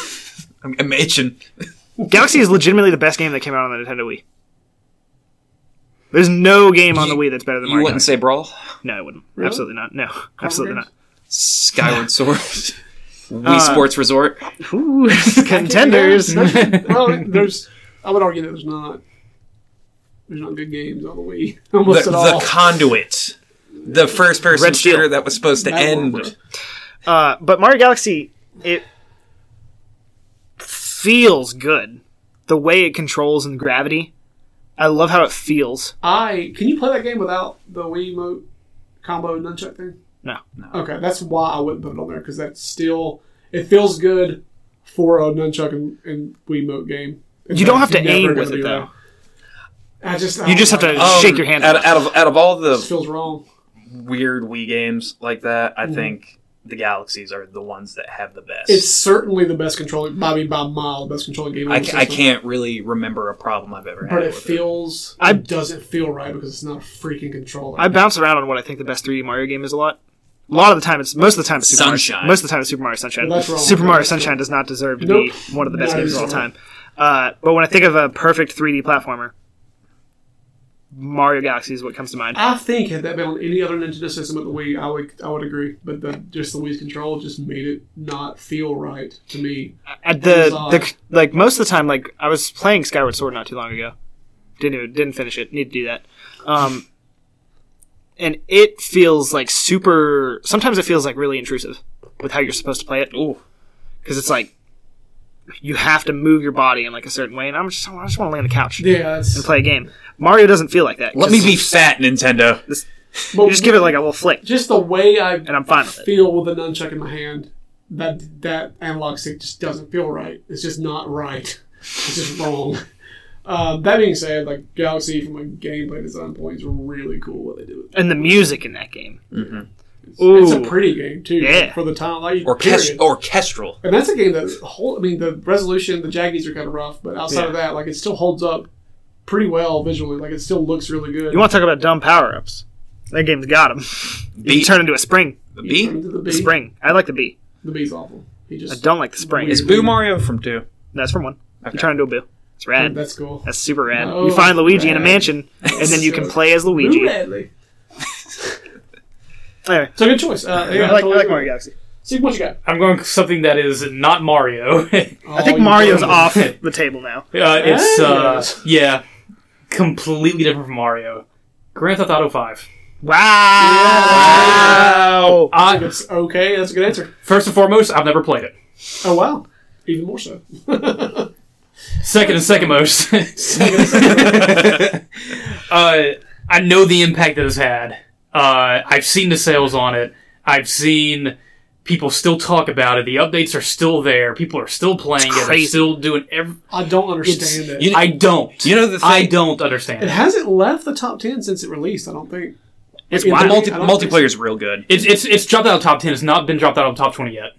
I'm I'm itching. Galaxy is legitimately the best game that came out on the Nintendo Wii. There's no game on the Wii that's better than You Mario. wouldn't Galaxy. say Brawl, no, I wouldn't. Really? Absolutely not. No, absolutely not. Skyward Sword, Uh, Wii Sports Resort. Ooh, contenders. well, there's. I would argue that there's not. There's not good games on the Wii. The, Almost at all. the conduit, the first person Red Steel. shooter that was supposed to That end. one, Uh, but Mario Galaxy, it feels good. The way it controls and gravity, I love how it feels. I can you play that game without the Wii mote combo nunchuck thing? No. Okay, that's why I wouldn't put it on there because that's still it feels good for a nunchuck and, and Wii mote game. In You don't fact, have to you're never aim gonna with it, do though. that. I just I You don't just have like to it. shake your hand Um, out, off. Oh. out of out of all It the feels wrong. weird Wii games like that. I think the galaxies are the ones that have the best. Mm-hmm. It's certainly the best controlling, I mean, by mile, the best controlling game. on I, the ca- I system. can't really remember a problem I've ever had. But it with it. feels. I- it doesn't feel right because it's not a freaking controller. I bounce around on what I think the best 3D Mario game is a lot. A lot of the time, it's most of the time it's Super Sunshine. Mario, most of the time it's Super Mario Sunshine. Well, that's wrong. Super Mario That's Sunshine wrong. does not deserve to Nope. be one of the best Not games of all anymore. time. Uh, but when I think of a perfect 3D platformer, Mario Galaxy is what comes to mind. I think had that been on any other Nintendo system but the Wii, I would I would agree. But the, just the Wii's control just made it not feel right to me. At the, Bizarre. the like most of the time, like I was playing Skyward Sword not too long ago. Didn't even, didn't finish it. Need to do that. Um, and it feels like super. Sometimes it feels like really intrusive with how you're supposed to play it. Ooh. because it's like you have to move your body in like a certain way, and I'm just I just want to lay on the couch Yeah, that's, and play a game. Mario doesn't feel like that. Let 'cause me be fat, Nintendo. but You just give it like a little flick, just the way I and I'm fine with it. feel with the nunchuck in my hand. That that analog stick just doesn't feel right. It's just not right. It's just wrong. Um, that being said, like Galaxy from a gameplay design point is really cool what they do. with it. And the music in that game, It's, Ooh. it's a pretty game too. Yeah. For the time, like Orchest- period. orchestral. And that's a game that whole. I mean, the resolution, the jaggies are kind of rough, but outside of that, like it still holds up pretty well visually. Like it still looks really good. you want to talk about dumb power ups? That game's got him. You Bee. turn into a spring. The bee? And the The bee? spring. I like the bee. The bee's awful. He I just don't like the spring. Is It's- Boo Mario from 2? That's from one. Okay. You turn into a boo. It's rad. that's cool. That's super rad. Oh, you find Luigi in a rad. mansion, and then you can play as Luigi. Lou Anyway, Radley. I So good choice. Uh, yeah, like, I totally like agree. Mario Galaxy. See what you got. I'm going something that is not Mario. I uh, think Oh, you Mario's don't. off the table now. it's uh, Yes. yeah, completely different from Mario. Grand Theft Auto Five. Wow! I think I, it's okay. That's a good answer. first and foremost, I've never played it. Oh wow, even more so. Second and second most. uh, I know the impact that it's had. Uh, I've seen the sales on it. I've seen people still talk about it. The updates are still there. People are still playing it. They're crazy. still doing every. I don't understand it. you- I don't. You know the thing? I don't it understand. hasn't left the top ten since it released. I don't think. It's In the the wild. multi- I don't think so. multiplayer's real good. It's it's it's dropped out of top ten. It's not been dropped out of top twenty yet.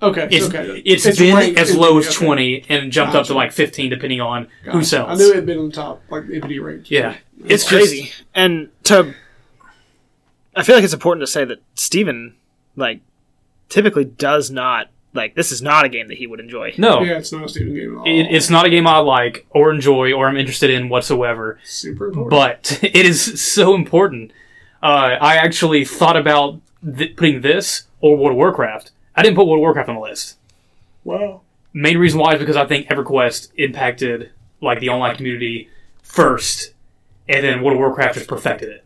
Okay, It's okay. it's been ranked as in low the- as okay. twenty and jumped up to Gotcha. like fifteen, depending on who Gotcha. sells. I knew it had been on top, like MPD range. Yeah, It's crazy. And to, I feel like it's important to say that Steven, like, typically does not, like, this is not a game that he would enjoy. No, Yeah, it's not a Steven game at all. it, it's not a game I like or enjoy or I'm interested in whatsoever. super important. but it is so important. Uh, I actually thought about th- putting this or World of Warcraft. I didn't put World of Warcraft on the list. wow. Main reason why is because I think EverQuest impacted like the online community first, and then World of Warcraft just perfected it.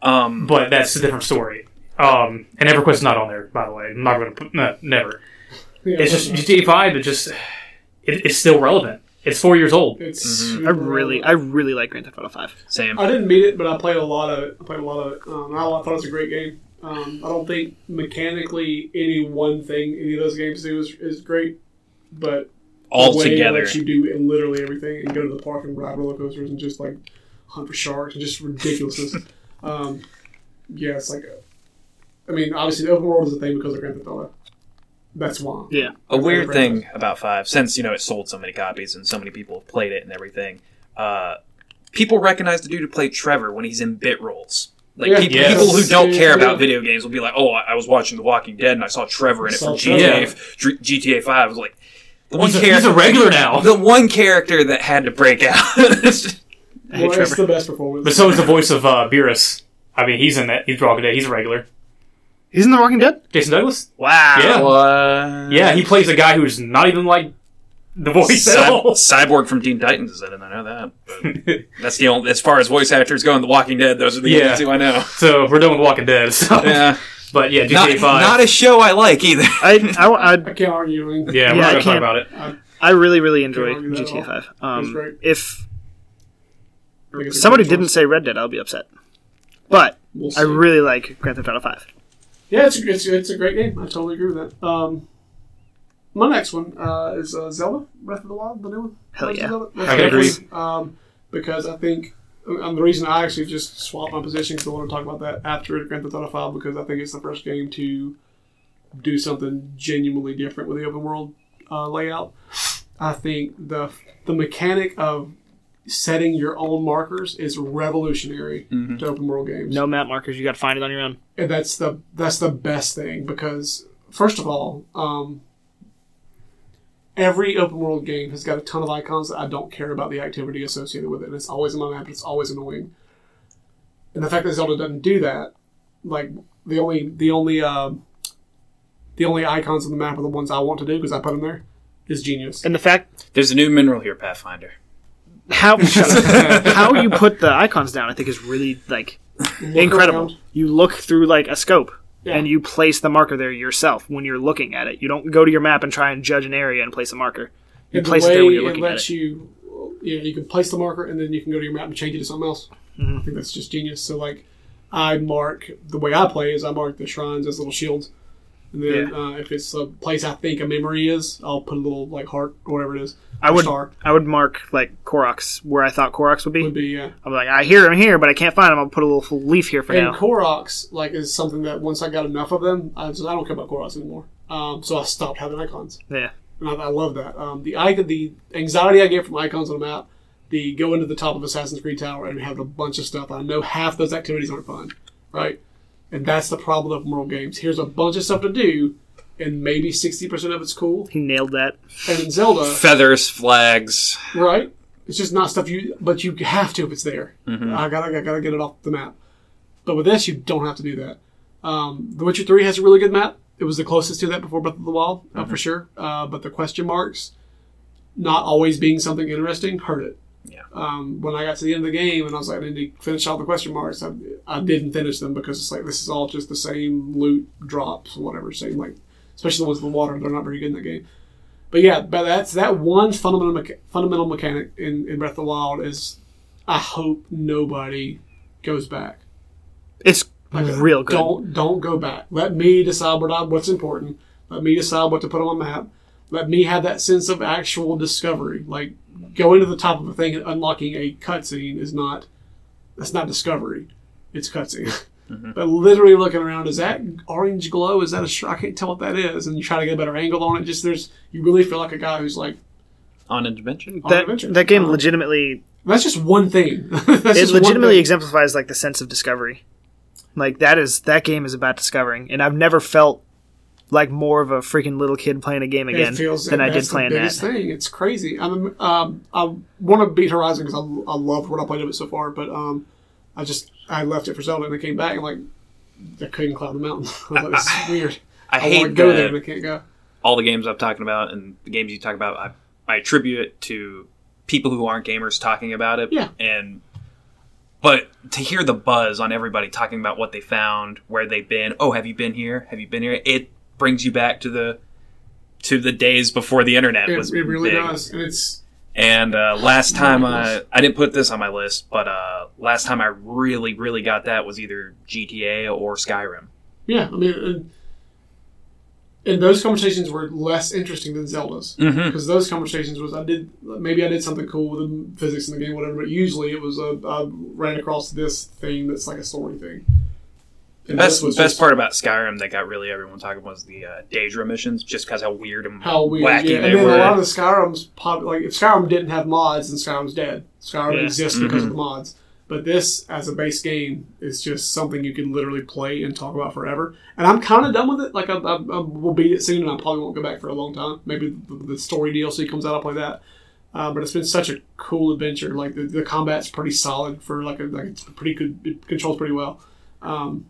Um, But that's a different story. Um, and EverQuest's not on there, by the way. I'm not going to put no, never. Yeah, It's just GTA Five, but just it, it's still relevant. It's four years old. It's Mm-hmm. I really, I really like Grand Theft Auto Five. Sam. I didn't meet it, but I played a lot of it. I played a lot of it. Um, I thought it was a great game. Um, I don't think mechanically any one thing any of those games do is, is great, but All the way it together. lets you do in literally everything and go to the park and ride roller coasters and just like hunt for sharks and just ridiculousness. um, yeah, it's like, a, I mean, obviously the open world is a thing because of Grand Theft Auto. That's why. Yeah. a weird Franchise. thing about five since you know it sold so many copies and so many people have played it and everything uh, people recognize the dude who played trevor when he's in bit roles like Yeah. peop- people, Yes. who don't Yeah. care about video games will be like oh i I was watching the walking dead and i saw trevor in it Saw from Trevor. gta, f- Dr- GTA 5 I was like the one He's a, he's a character regular now, the one character that had to break out It's just- I hate Well, it's Trevor. the best performance. but so is the voice of uh, Beerus. I mean, he's in that. He's Rocket He's a regular. He's in The Walking Dead. Jason Douglas? Wow. Yeah. What? Yeah, he plays a guy who's not even like the voice at Cy- all. cyborg from Teen Titans is in it. I know that. But that's the only, as far as voice actors go in The Walking Dead, those are the Yeah. only two I know. So we're done with Walking Dead. So. Yeah. But yeah, GTA not, Five. not a show I like either. I, I, I, I can't argue. I mean, yeah, we're Yeah, I not gonna talk can't- about it. I really, really Can't enjoy argue that at GTA all. Five. It's great. Um, if I think it's a somebody great didn't choice. say Red Dead, I'll be upset. But We'll see. I really like Grand Theft Auto Five. Yeah, it's, it's, it's a great game. I totally agree with that. Um, my next one uh, is uh, Zelda Breath of the Wild, the new one. Hell Breath of yeah. Zelda. That's I the agree. one, Um, because I think um, the reason I actually just swapped my position because I want to talk about that after Grand Theft Auto Five because I think it's the first game to do something genuinely different with the open world uh, layout. I think the the mechanic of setting your own markers is revolutionary to open world games. No map markers. You got to find it on your own. And that's the that's the best thing because first of all, um, every open world game has got a ton of icons that I don't care about the activity associated with it, and it's always in my map. It's always annoying, and the fact that Zelda doesn't do that, like the only the only uh, the only icons on the map are the ones I want to do because I put them there, is genius. And the fact There's a new mineral here, Pathfinder. how how you put the icons down, I think, is really like incredible. around. You look through like a scope. Yeah. And you place the marker there yourself when you're looking at it. You don't go to your map and try and judge an area and place a marker. You And the place it way there when you're looking at lets it. you, yeah, you can place the marker and then you can go to your map and change it to something else. Mm-hmm. I think that's just genius. So like, I mark the way I play is I mark the shrines as little shields, and then uh, if it's a place I think a memory is, I'll put a little like heart or whatever it is. I or would star I would mark like Koroks where I thought Koroks would be. would be uh, I'm like I hear him here, but I can't find him. I'll put a little leaf here for and now. Koroks like is something that once I got enough of them, I just I don't care about Koroks anymore. Um, so I stopped having icons. yeah, And I, I love that. Um, the icon, the anxiety I get from icons on a map, the go into the top of Assassin's Creed Tower and have a bunch of stuff. I know half those activities aren't fun, right? And that's the problem of open world games. Here's a bunch of stuff to do, and maybe sixty percent of it's cool. he nailed that. And in Zelda, Feathers, flags. right? It's just not stuff you, but you have to if it's there. I gotta, I gotta get it off the map. But with this, you don't have to do that. Um, the Witcher Three has a really good map. It was the closest to that before Breath of the Wild, uh, for sure. Uh, but the question marks, not always being something interesting, hurt it. Yeah. Um, when I got to the end of the game and I was like, I need to finish all the question marks. I, I didn't finish them because it's like this is all just the same loot drops, whatever. Same like, especially the ones with water. They're not very good in that game. But yeah, but that's that one fundamental mecha- fundamental mechanic in, in Breath of the Wild is I hope nobody goes back. It's real good. Don't don't go back. Let me decide what I, what's important. Let me decide what to put on my map. Let me have that sense of actual discovery. Like going to the top of a thing and unlocking a cutscene is not that's not discovery. It's cutscene. But literally looking around, is that orange glow? Is that a shr- I can't tell what that is. And you try to get a better angle on it. Just there's you really feel like a guy who's like On an adventure? on an that adventure. that game Um, legitimately that's just one thing. that's it just one legitimately thing. exemplifies like the sense of discovery. Like that is that game is about discovering, and I've never felt like more of a freaking little kid playing a game again it feels than I did that's playing the that. biggest Thing. It's crazy. I'm, um, I want to beat Horizon because I, I loved what I played of it so far, but um, I just I left it for Zelda and I came back and like I couldn't climb the mountain. That was weird. I, I, want to hate go the, there and I can't go. all the games I'm talking about and the games you talk about. I, I attribute it to people who aren't gamers talking about it. Yeah. And but to hear the buzz on everybody talking about what they found, where they've been. Oh, have you been here? Have you been here? It brings you back to the to the days before the internet It, was it really big. does, and it's And uh, last time I Marvelous. I didn't put this on my list, but uh, last time I really really got that was either GTA or Skyrim. yeah. I mean, and, and those conversations were less interesting than Zelda's. Mm-hmm. because those conversations was I did maybe I did something cool with the physics in the game, whatever. But usually it was a, I ran across this thing that's like a story thing. And best this was best just part about Skyrim that got really everyone talking was the uh, Daedra missions, just because how weird and how weird. wacky yeah. they And then were. a lot of the Skyrim's pop like if Skyrim didn't have mods, then Skyrim's dead. Skyrim Yeah. exists because of the mods. But this, as a base game, is just something you can literally play and talk about forever. And I'm kind of done with it. Like I, I, I will beat it soon, and I probably won't go back for a long time. Maybe the, the story DLC comes out, I'll play that. Uh, but it's been such a cool adventure. Like the, the combat's pretty solid for like a like it's pretty good. It controls pretty well, um,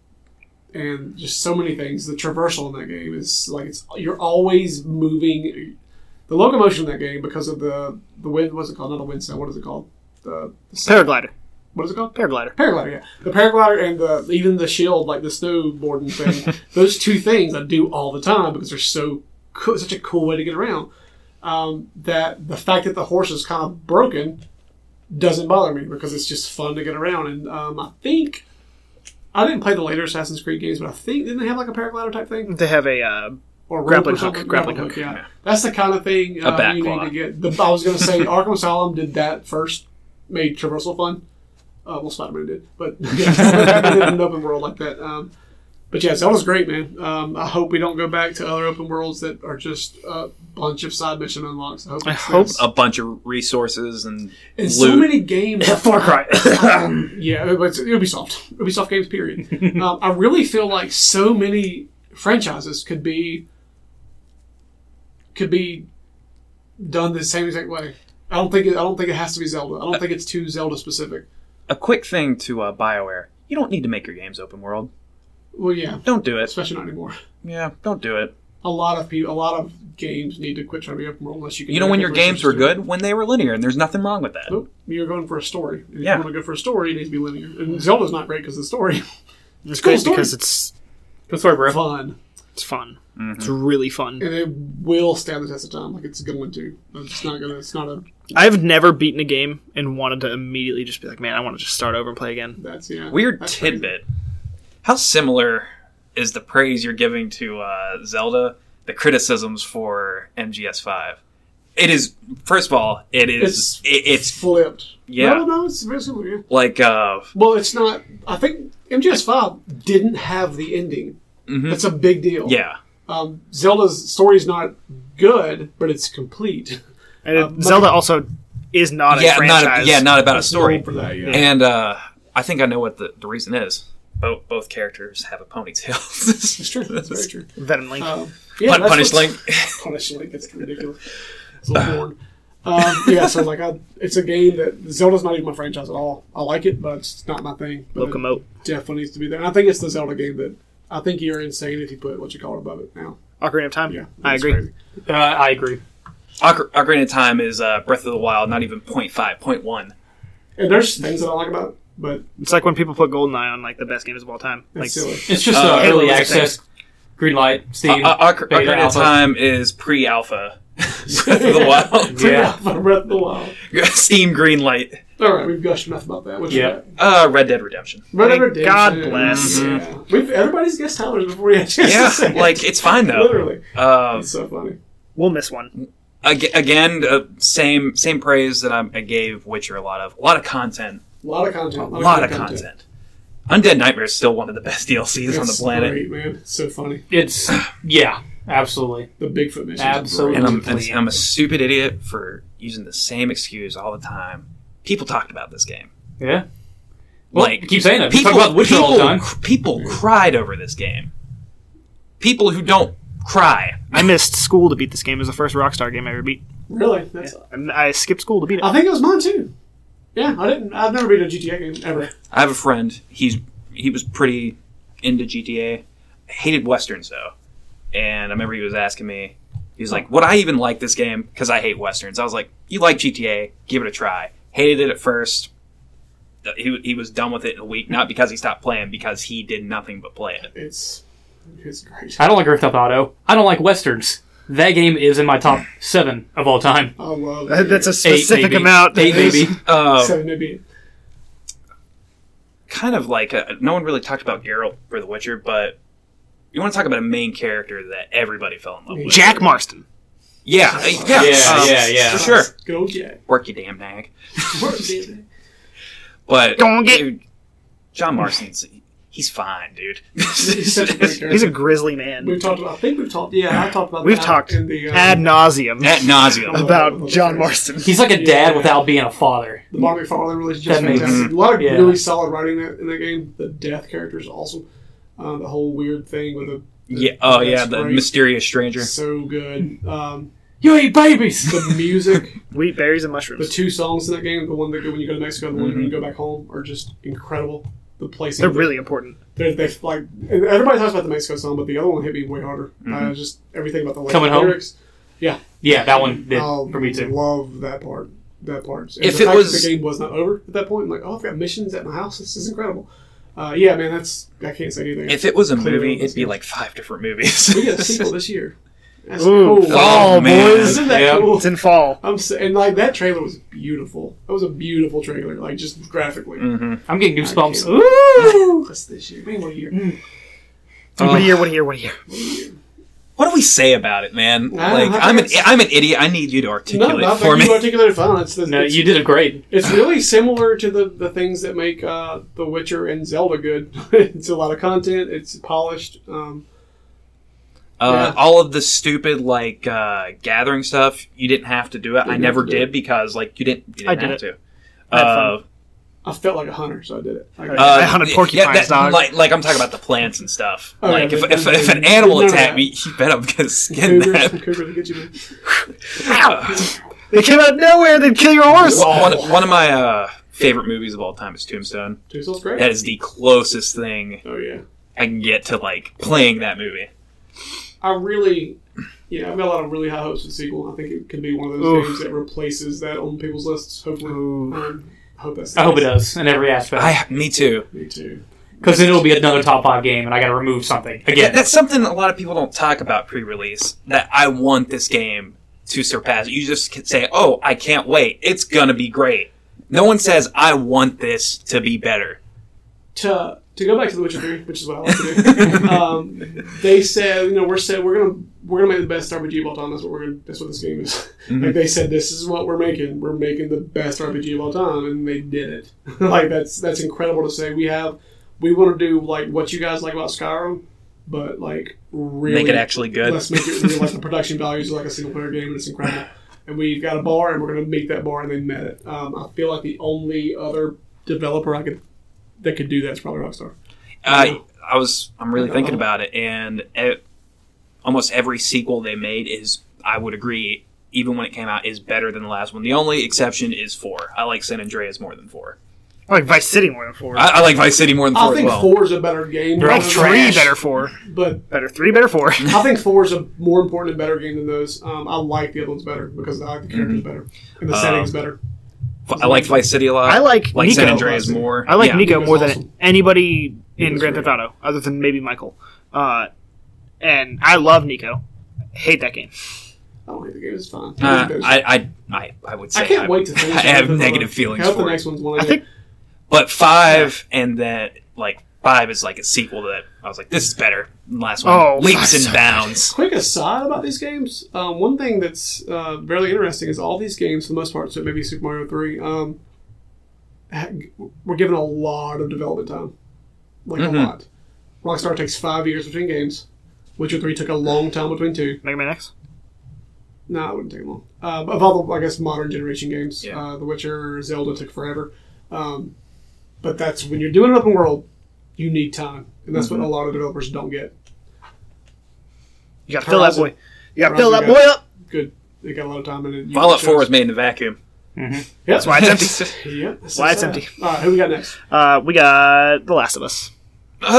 and just so many things. The traversal in that game is like it's you're always moving. The locomotion in that game because of the the wind. What's it called? Not a windsound. What is it called? The, Paraglider, what is it called? paraglider. Paraglider. Yeah, the paraglider and the even the shield, like the snowboarding thing. those two things I do all the time because they're so cool, such a cool way to get around. Um, that the fact that the horse is kind of broken doesn't bother me because it's just fun to get around. And um, I think I didn't play the later Assassin's Creed games, but I think didn't they have like a paraglider type thing They have a uh, or rope Grappling or something? hook, grappling hook, Yeah. that's the kind of thing A uh, you need backlog. to get. The, I was going to say Arkham Asylum did that first, made traversal fun. Uh, well, Spider Man did, but yeah, Spider-Man did an open world like that. Um, But yeah, Zelda's great, man. Um, I hope we don't go back to other open worlds that are just a bunch of side mission unlocks. I hope. I it's hope this. a bunch of resources and And so loot. many games. Far Cry. Um, yeah, but it's Ubisoft. Ubisoft games. Period. um, I really feel like so many franchises could be could be done the same exact way. I don't think it, I don't think it has to be Zelda. I don't think it's too Zelda specific. a quick thing to uh, BioWare. You don't need to make your games open world. Well, yeah, Don't do it. especially not anymore. Yeah, don't do it. A lot of people, a lot of games need to quit trying to be open world unless you can. You know make when it your for a games were system. good? When they were linear, and there's nothing wrong with that. Nope. You're going for a story. And If Yeah. you want to go for a story, it needs to be linear. And Zelda's not great because the story It's cool great story. because it's Good story, bro. fun. it's fun. It's really fun. And it will stand the test of time. Like it's going to. It's not gonna. It's not a. I've never beaten a game and wanted to immediately just be like, man, I want to just start over and play again. That's yeah. Weird That's crazy. tidbit. How similar is the praise you're giving to uh, Zelda, the criticisms for MGS5? It is, first of all, it It's- is, it, it's Flipped. Yeah. No, no, it's very similar. Yeah. like, uh, Well, it's not. I think MGS Five didn't have the ending. mhm. That's a big deal. yeah. Um, Zelda's story's not good, but it's complete. And Uh, my- Zelda also is not a Yeah franchise. not, a, yeah, not about a Known story. for that. Yeah. And uh, I think I know what the, the reason is. Both, both characters have a ponytail. It's true. That's very true. Venom Link. Um, yeah, Pun- that's what's- Punish Link. punish Link. It's ridiculous. It's a little bored. Um, yeah, so like, I, it's a game that Zelda's not even my franchise at all. I like it, but it's not my thing. But it Locomote. definitely needs to be there. And I think it's the Zelda game that I think you're insane if you put what you call it above it now. Ocarina of Time. Yeah, I it's agree. crazy. Uh, I agree. Ocar- Ocarina of Time is uh, Breath of the Wild, not even 0.5, 0.1. And there's things that I like about it, but It's like when people put GoldenEye on like the best games of all time. it's Like silly. It's just Uh, uh, early Halo is access, green light, Steam. Uh, Ocar- beta, Ocarina of alpha. Time is pre alpha. Breath of the Wild. Yeah. Breath of the Wild. Steam green light. All right, we've gushed enough about that. Which Yeah. Uh, Red Dead Redemption. Red Dead Thank Redemption. God bless. Yeah. We've, everybody's guessed Tyler's before we had a chance to Mm-hmm. Yeah, say it. like it's fine though. literally. Uh, It's so funny. we'll miss one. ag- again, uh, same same praise that I, I gave Witcher a lot of. A lot of content. A lot of content. A lot of content. Undead Nightmare is still one of the best DLCs on the It's planet. Great, man. It's so funny. It's yeah, absolutely. The Bigfoot mission. Absolutely. And I'm, and Please. I'm a stupid idiot for using the same excuse all the time. People talked about this game. Yeah. Well, Like, like keep saying that. People, people, talk about Witcher people, all the time. people cried over this game. People who don't cry. I missed school to beat this game. It was the first Rockstar game I ever beat. Really? That's, Oh, And I skipped school to beat it. I think it was mine too. Yeah, I didn't. I've never beaten a GTA game ever. I have a friend. He's he was pretty into GTA. Hated westerns though, and I remember he was asking me. He was like, "Would I even like this game? Because I hate westerns." I was like, "You like GTA? Give it a try." Hated it at first. He, he was done with it in a week, not because he stopped playing, because he did nothing but play it. It's it's great. I don't like Grand Theft Auto. I don't like westerns. That game is in my top seven of all time. I love That- it. That's a Oh. Eight, specific maybe. amount. Eight, maybe. Uh, so maybe kind of like a, no one really talked about Geralt for The Witcher, but you want to talk about a main character that everybody fell in love with. Jack Marston. Yeah, uh, yeah, Yeah, um, yeah, yeah. for sure. go Jack. Work you damn nag. Work, baby. But Don't get- dude, John Marston's he's fine, dude. He's such a great He's character. a grizzly man. We've talked about. I think we've talked. Yeah, I talked about. We've that talked in the uh, Ad nauseum At Oh, nauseum. about John Marston. He's like a Yeah. dad without being a father. the Mark McFarlane relationship. That makes- fantastic. A lot of yeah. really solid writing in that, in that game. The death character is awesome. Uh, the whole weird thing with the Yeah. Oh yeah, That's the great. mysterious stranger. so good. Um, You eat babies. the music, Wheat berries the and mushrooms. two songs in that game, the one that go when you go to Mexico, and the one when you Mm-hmm. go back home, are just incredible. The placing, They're of the- really important. They're, they like and everybody talks about the Mexico song, but the other one hit me way harder. Uh, just everything about the like, Mm-hmm. Coming Home? lyrics. yeah, that one did Um, for me too. Love that part. That part. And If the fact it that was- the game was not over at that point, I'm like, oh, I've got missions at my house. This is incredible. Uh, yeah, man, that's I can't say anything. If it was a Clearly movie, one of it'd be those like five different movies. we get a sequel this year. That's Ooh, cool. fall, Oh, man. boys. Isn't that Yeah. cool? It's in fall. I'm s and like that trailer was beautiful. That was a beautiful trailer, like just graphically. hmm I'm getting goosebumps. I Ooh. Mm, That's this year. Maybe one year. What year? What year? What year? What do we say about it, man? I Like don't know. I'm an I'm an idiot. I need you to No, articulate not it for that me. you articulated fine. It's, it's, No, you did it great. it's really similar to the, the things that make uh, The Witcher and Zelda good. it's a lot of content. It's polished. Um, Uh, Yeah. All of the stupid like uh, gathering stuff, you didn't have to do it. I never did because like you didn't. You didn't I did have to. I had fun. Uh, I felt like a hunter, so I did it. I- Uh, I hunted porcupines, dog. Like, like I'm talking about the plants and stuff. Oh, yeah, like if, but- if, but- if an animal no, no, attacked no. me, you bet I'm gonna skin Cougars, that. cougars, get you, man. They came out of nowhere. They'd kill your horse. one, one of my uh, favorite movies of all time is Tombstone. Tuchel's great. That is the closest thing Oh yeah, I can get to like playing that movie. I really, yeah, I've got a lot of really high hopes for the sequel. I think it could be one of those Oof. games that replaces that on people's lists. Hopefully, Um, I hope that's. the I hope it case. does in every aspect. I me too. Me too. Because then it'll be another top five game, and I got to remove something Yeah, again. that's something a lot of people don't talk about pre-release. That I want this game to surpass. You just can say, "Oh, I can't wait. It's gonna be great." No one says, "I want this to be better." To to go back to The Witcher Three, which is what I like to do. um, they said, you know, we're said we're gonna we're gonna make the best RPG of all time. That's what we're gonna, that's what this game is. Mm-hmm. Like they said, this is what we're making. We're making the best RPG of all time, and they did it. like that's that's incredible to say. We have we want to do like what you guys like about Skyrim, but like really Make it actually good. Let's make it real. like the production values like a single player game, and it's incredible. And we've got a bar, and we're going to meet that bar, and they met it. Um, I feel like the only other developer I could that could do that is probably Rockstar. I I was I'm really thinking about it, and e almost every sequel they made is I would agree, even when it came out, is better than the last one. The only exception is four. I like San Andreas more than four. I like Vice City more than four. I, I like Vice City more than four I as think well. four is a better game, They're all like rather than- three trash. better four. but Better three, better four. Uh, I think four is a more important and better game than those. Um, I like the other ones better because I like the characters better and the Um, settings better. F- I like Vice City a lot. I like, like Nico. San Andreas more. I like yeah. Nico Nico's more than awesome. anybody in Nico's Grand great. Theft Auto, other than maybe Michael. Uh, and I love Nico. Hate that game. I don't hate the game; it's fine. It's Uh, better. I, I, I I I would say can't wait to finish. I it. have negative feelings I hope the for it. next one's one. I I think But five and then like five is like a sequel to that. I was like, this is better. than the last one Oh, leaps and so bounds. Quick aside about these games. Um, one thing that's uh, really interesting is all these games, for the most part, so maybe Super Mario Three, um, ha- were given a lot of development time, like a Mhm. lot. Rockstar takes five years between games. Witcher Three took a long time between two. Mega Man X. No, it wouldn't take long. Um, of all the, I guess, modern generation games, Yeah. uh, The Witcher, Zelda took forever. Um, but that's when you're doing an open world, you need time, and that's Mm-hmm. what a lot of developers don't get. You gotta fill that Horizon. boy. You gotta fill that Horizon boy up. Good, they got a lot of time in it. You- Fallout Four was made in a vacuum. Yep. That's why it's empty. Yep. That's Why it's sad. empty. All right, who we got next? Uh, we got The Last of Us. Oh,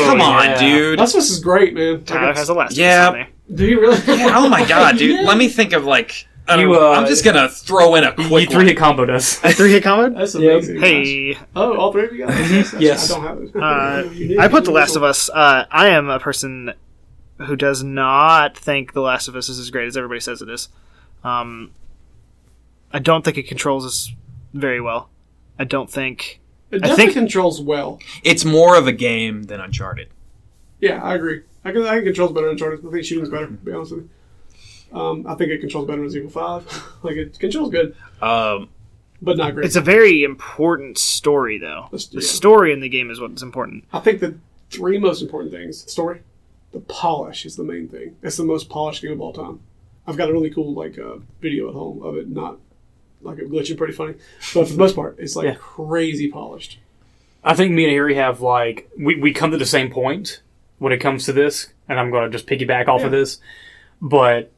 Oh, come on, yeah. dude. Last of Us is great, man. Tyler has The Last Yeah. of Us on there. Do you really? oh my god, dude. Yeah. Let me think of like. I don't You, know. uh, I'm just gonna throw in a You quick E three one. hit comboed us. A three hit combo. That's amazing. Hey, Oh, all three of you got this? Yes. I don't have it. Uh, You did. I put The Last of Us. Uh, I am a person who does not think The Last of Us is as great as everybody says it is. Um, I don't think it controls us very well. I don't think. It definitely think- controls well. It's more of a game than Uncharted. Yeah, I agree. I can, I think it controls better than Uncharted. I think shooting's better, to be honest with you. Um, I think it controls better than Evil 5. like, it controls good, Um, but not great. It's a very important story, though. Let's do The it. story in the game is what's important. I think the three most important things story, the polish is the main thing. It's the most polished game of all time. I've got a really cool like uh, video at home of it, not like it glitching pretty funny, but for the most part, it's like Yeah. crazy polished. I think me and Harry have like we, we come to the same point when it comes to this, and I'm going to just piggyback off of this. But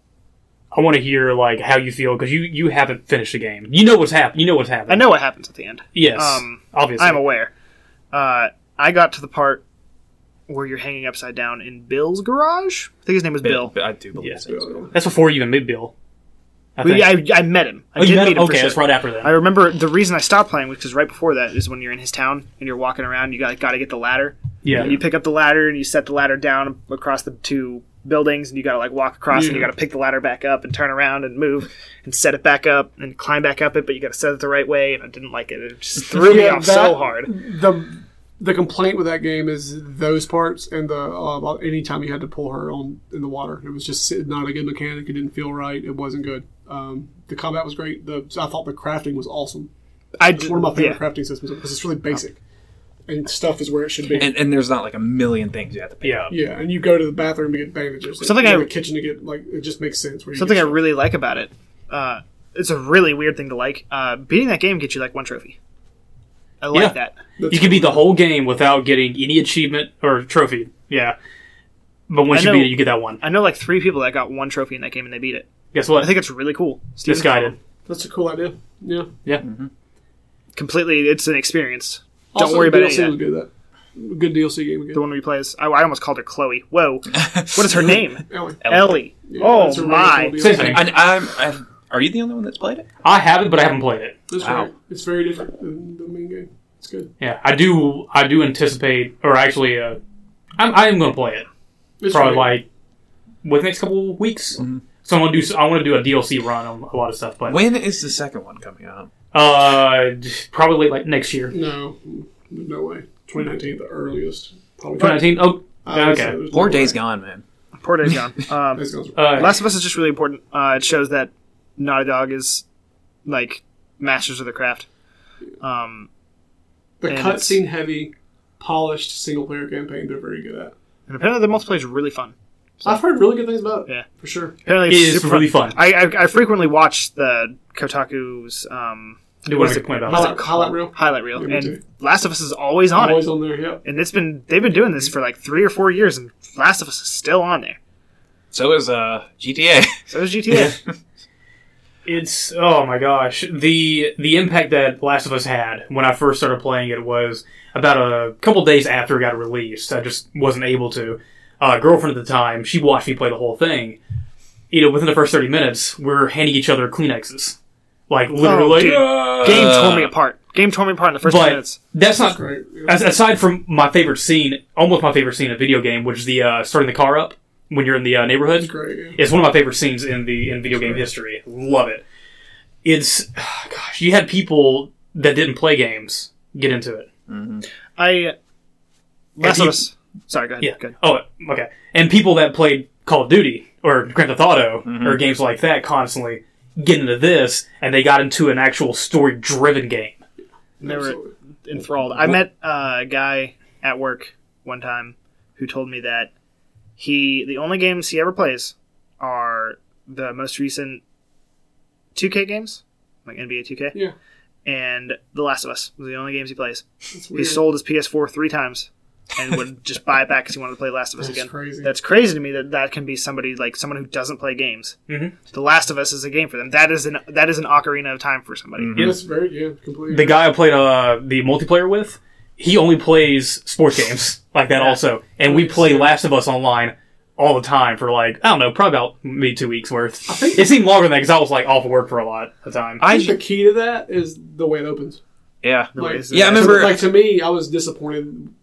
I want to hear like how you feel because you you haven't finished the game. You know what's happened. You know what's happened. I know what happens at the end. Yes, Um, obviously. I'm aware. Uh, I got to the part where you're hanging upside down in Bill's garage. I think his name was Bill. Bill. I do believe Yes, it. That's before you even mid Bill. I We, think. I, I met him. I oh, you did met meet him? him. for Okay, sure. that's right after that. I remember the reason I stopped playing was because right before that is when you're in his town and you're walking around. You got got to get the ladder. yeah, And you pick up the ladder and you set the ladder down across the two buildings and you got to like walk across and you Yeah. got to pick the ladder back up and turn around and move and set it back up and climb back up it, but you got to set it the right way. And I didn't like it. It just threw me Yeah, off that- so hard. The the complaint with that game is those parts and the uh, about any time you had to pull her on in the water, it was just not a good mechanic. It didn't feel right. It wasn't good. Um, the combat was great. The I thought the crafting was awesome. I It's d- one of my favorite yeah. crafting systems because it's really basic, and stuff is where it should be. And, and there's not like a million things you have to pick Yeah. up. yeah, and you go to the bathroom to get bandages. and Something you go I- to the kitchen to get like it just makes sense. Where you Something I get stuff. really like about it. Uh, it's a really weird thing to like. Uh, beating that game gets you like one trophy. I like Yeah. that. That's You can beat the whole game without getting any achievement or trophy. Yeah. But I once you know- beat it, you get that one. I know like three people that got one trophy in that game and they beat it. Guess what? I think it's really cool. Steven's Misguided. That's a cool idea. Yeah. Completely, it's an experience. Don't Also, worry the about DLC it. was good. That good DLC game The again. one we play is. I, I almost called her Chloe. Whoa, what is her name? Anyway, Ellie. yeah, that's a oh really my! cool DLC. Same thing. And I'm, i are you the only one that's played it? I haven't, but I haven't played it. It's, Wow. very, it's very different than the main game. It's good. Yeah, I do. I do anticipate, or actually, uh, I'm, I am going to play it It's probably great. like within the next couple of weeks. So I'm gonna do. I want to do a DLC run on a lot of stuff, but When is the second one coming out? uh, probably like next year, no, no way. 2019, the earliest. Probably 2019. Oh, I would Okay. say there's no Poor way. Days Gone, man. Poor Days Gone. Um, Days Gone's right. uh, Last of Us is just really important. Uh, it shows that Naughty Dog is like masters of their craft. Um, the and it's- cutscene heavy, polished single player campaign they're very good at. and apparently, the multiplayer is really fun. I've heard really good things about it. Yeah. for sure. Apparently, it it's is super really fun. I, I I frequently watch the Kotaku's um, I do want to make a point about Highlight, that. highlight reel. highlight reel, Yeah, me and too. Last of Us is always on Always it. on there. Yep. And it's been they've been doing this for like three or four years, and Last of Us is still on there. So is uh, GTA. So is GTA. It's oh my gosh the the impact that Last of Us had when I first started playing it was about a couple days after it got released. I just wasn't able to. Uh, girlfriend at the time, she watched me play the whole thing. You know, within the first thirty minutes, we're handing each other Kleenexes, like literally. dude. "Ah!" Game Uh, tore me apart. Game tore me apart in the first but- ten minutes. That's That's not great. Yeah. As, aside from my favorite scene, almost my favorite scene in a video game, which is the uh, starting the car up when you're in the uh, neighborhood. That's great. Yeah. It's one of my favorite scenes in the in video game history. Love it. It's gosh, you had people that didn't play games get into it. I Last you- of Us. Sorry, go ahead. Yeah. Go ahead. Oh, okay. And people that played Call of Duty or Grand Theft Auto or games like that constantly get into this, and they got into an actual story-driven game. They were Absolutely. enthralled. I met uh, a guy at work one time who told me that he the only games he ever plays are the most recent 2K games, like NBA 2K, Yeah. and The Last of Us was the only games he plays. That's He weird. sold his PS4 three times and would just buy it back because he wanted to play Last of Us That's again. crazy. That's crazy to me that that can be somebody like someone who doesn't play games. Mm-hmm. Mhm. The Last of Us is a game for them. That is an that is an ocarina of time for somebody. Mhm. That's very yeah. Completely. the guy I played uh, the multiplayer with, he only plays sports games like that Yeah. also, and we play Last of Us online all the time for like I don't know, probably about maybe two weeks worth. I think- it seemed longer than that because I was like off of work for a lot of the time. I think the key to that is the way it opens. yeah. The Like- ways that- Yeah, I remember. So, like to me, I was disappointed.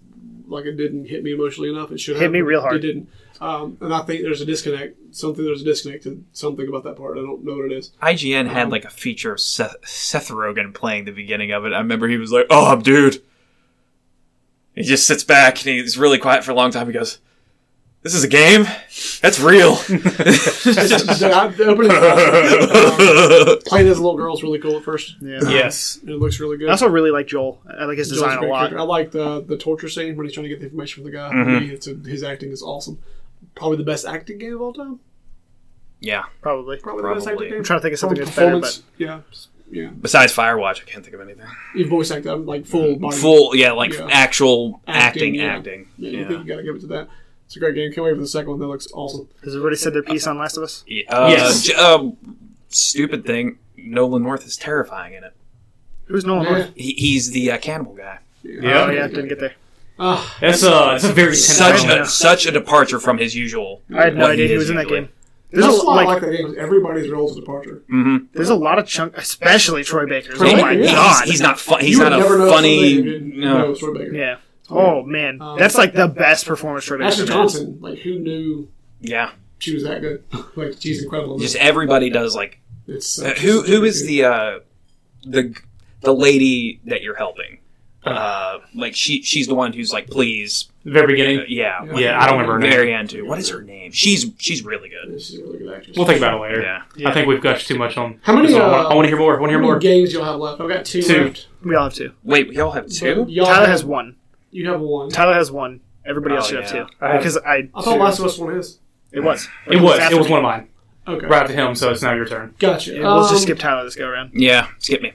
Like it didn't hit me emotionally enough. It should Hit have. me real hard. It didn't. Um, and I think there's a disconnect. Something there's a disconnect to something about that part. I don't know what it is. IGN Mm-hmm. had like a feature of Seth, Seth Rogen playing the beginning of it. I remember he was like, "Oh, I'm dude." He just sits back and he's really quiet for a long time. He goes, "This is a game. That's real." So I- the opening is awesome. Um, playing as a little girl is really cool at first. Um, Yeah. yes, It looks really good. I also really like Joel. I like his Joel's a design a great lot. character. I like the the torture scene when he's trying to get the information from the guy. Mm-hmm. He- it's a- his acting is awesome. Probably the best acting game of all time. yeah. Probably. Probably, the best Probably. acting game. I'm trying to think of From something that's better, performance, but yeah, yeah. Besides Firewatch, I can't think of anything. You voice act, I'm like full body. Full, yeah, like Yeah. actual acting, Acting, yeah. acting. Yeah, Yeah. You, think you gotta give it to that. It's a great game. Can't wait for the second one. That looks awesome. has everybody said their piece on Last of Us? Yeah. Uh, Yes. j- um, stupid thing. Nolan North is terrifying in it. Who's Nolan? Yeah. North? He, he's the uh, cannibal guy. Yeah. Oh yeah, didn't get there. Ah, that's uh, that's a very Such tender- Yeah. a such a departure from his usual. I had no Well, idea he he is was in that usually. game. There's a, that's why I like, like that game. 'cause Everybody's roles of departure. hmm there's a lot of chunk, especially Troy Baker's. Oh Troy my Baker, yeah. god, He's, he's not fun. He's You would not a never know funny. somebody who didn't no. know Troy Baker. Yeah. Oh man, Um, that's like the best performance Troy Baker's Ashley ever had. Johnson, like who knew Yeah, she was that good? like she's incredible. just everybody does like it's uh, such a- who who is the uh the the lady that you're helping? Uh, like she she's the one who's like, please, Very uh, beginning. yeah, Yeah. Yeah, I don't remember her name. Very end too. What is her name? She's she's really good. This is a really good actress. We'll think about it later. Yeah, I think we've gushed too much on. How many, I uh, wanna- I want to hear more. I want to How hear many more. games y'all have left? I've got two, Two. left. We all have two. wait, we all have But two. Y'all Tyler have, has one. You have one. Tyler has one. Everybody else Oh, should yeah. have two. I have- Because I, I thought Last of Us one is. it was. It was. after It was me. one of mine. Okay. Right to him, so it's now your turn. Gotcha. Yeah, we'll Um, just skip Tyler this go around. Yeah, skip me.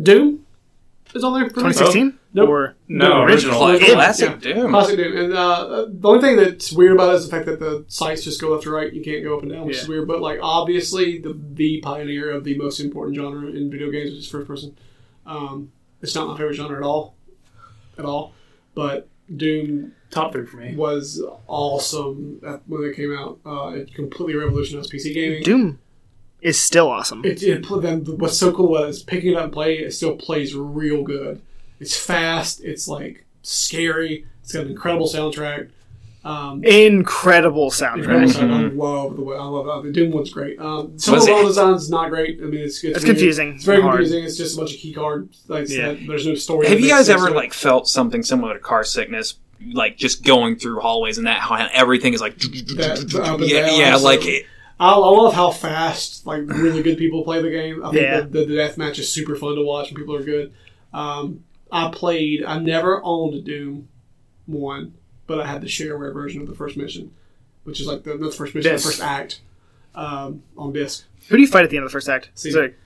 Doom is on there. for me? 2016 Nope. or No, original. Cla- Yeah. Classic Doom. Classic Doom. And uh, the only thing that's weird about it is the fact that the sites just go left to right. You can't go up and down, which is Yeah. weird. But like, obviously, the the pioneer of the most important genre in video games is first person. Um, it's not my favorite genre at all, at all. But Doom Top three for me. was awesome at- when it came out. Uh, it completely revolutionized PC gaming. Doom is still awesome. It, it pl- then what's so cool was picking it up and playing it, it still plays real good. It's fast. It's like scary. It's got an incredible soundtrack. Um, Incredible incredible soundtrack. soundtrack. I love the way I love that. The Doom one's great. Um, some Was of the it- level design's not great. I mean, it's, it's, It's weird. confusing. It's very and hard. confusing. It's just a bunch of key cards. Like, it's Yeah. not- there's no story. Have you that guys makes sense ever to it. like felt something similar to car sickness? Like just going through hallways and that, how everything is like, That- up and yeah, down, yeah, so- like it, I, I love how fast like really good people play the game. I think Yeah. the, the, the death match is super fun to watch and people are good. Um, I played. I never owned Doom one, but I had the shareware version of the first mission, which is like the, not the first mission, Disc. the first act um, on disc. Who do you fight at the end of the first act? Is Caesar. it-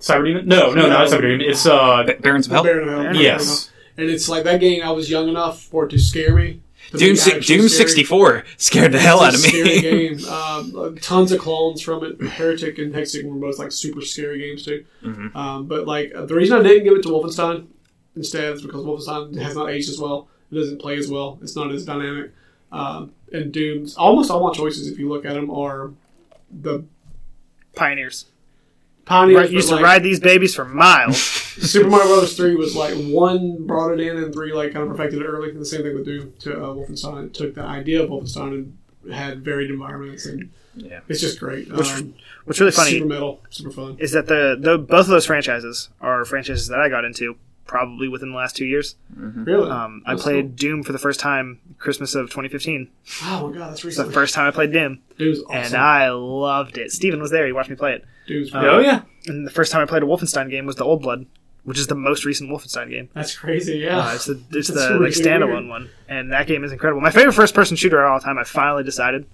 Cyberdemon? No, no, no, it's Cyberdemon. It's uh, Ba- Barons of Hell. Baron of Hell. yes. And it's like that game. I was young enough for it to scare me. to Doom, be si- actually Doom scary. 64 scared the hell out of It's a Scary me. game. Um, tons of clones from it. Heretic and Hexic were both like super scary games too. Mhm. Um, but like uh, the reason I didn't give it to Wolfenstein instead is because Wolfenstein has not aged as well. It doesn't play as well. It's not as dynamic. Um, and Doom's almost all my choices, if you look at them, are the Pioneers. pioneers. Right, used but, to like, ride these babies for miles. Super Mario Bros. Three was like one brought it in and three like kind of perfected it early. And the same thing with Doom to uh, Wolfenstein. It took the idea of Wolfenstein and had varied environments and Yeah. it's just great. Which- Um, What's really funny Super metal, super fun. is that the, the both of those franchises are franchises that I got into probably within the last two years. Really? Um, I Oh, That's played Doom for the first time Christmas of 2015. cool. Oh my god, that's It's the recent. first time I played Doom, Doom's and awesome. I loved it. Steven was there; he watched me play it. Doom's Uh, great. oh yeah. And the first time I played a Wolfenstein game was the Old Blood, which is the most recent Wolfenstein game. that's crazy. Yeah. Uh, it's the, it's That's the really like standalone weird. one, and that game is incredible. My favorite first person shooter of all time. I finally decided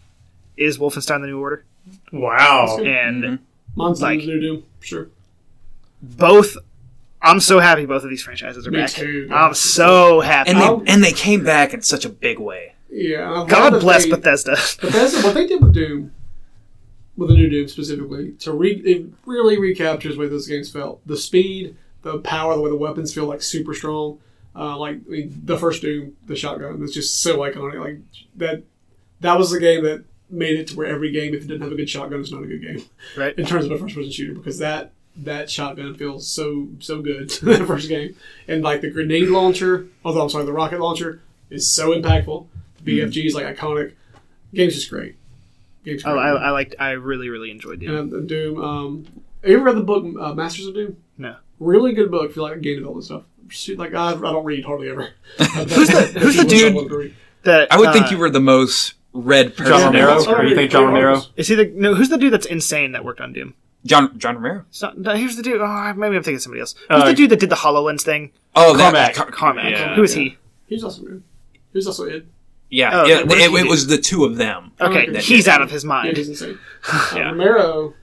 is Wolfenstein: The New Order, Wow. and Mhm. Monster like- New Doom. Sure. both. I'm so happy both of these franchises are Me back. too. I'm so happy. Oh, And I'll- they, and they came back in such a big way. Yeah. I'm glad God that bless they- Bethesda. Bethesda. What they did with Doom, with the new Doom specifically, to re- it really recaptures the way those games felt. The speed, the power, the way the weapons feel like super strong. Uh, like I mean, the first Doom, the shotgun was just so iconic. Like that, that was the game that made it to where every game, if it didn't have a good shotgun, it's not a good game. Right. In terms of a first-person shooter, because that that shotgun feels so so good to that first game, and like the grenade launcher, although I'm sorry, the rocket launcher is so impactful. Mm-hmm. BFG is like iconic. Game's just great. Game's Oh, I, great. I, I liked. I really, really enjoyed Doom. and uh, Doom. Um, have you ever read the book uh, Masters of Doom? No. Really good book if you like game development stuff. Shoot, like I, I don't read hardly ever. Who's the- who's the dude- The, I would uh, think you were the most read person. John Romero? John, Or you think John Romero? Is he the no? Who's the dude that's insane that worked on Doom? John, Romero. It's not, no, here's the dude. Oh, maybe I'm thinking of somebody else. Who's Uh, the dude that did the Hololens thing? Oh, Carmack. Car- Carmack. Yeah, Who is yeah. he? He's also good. He's also it. yeah, Oh, yeah, okay, what it, does he Oh. it do? was the two of them. Okay, Okay. he's out of his Yeah, he's mind. insane. Uh, Romero.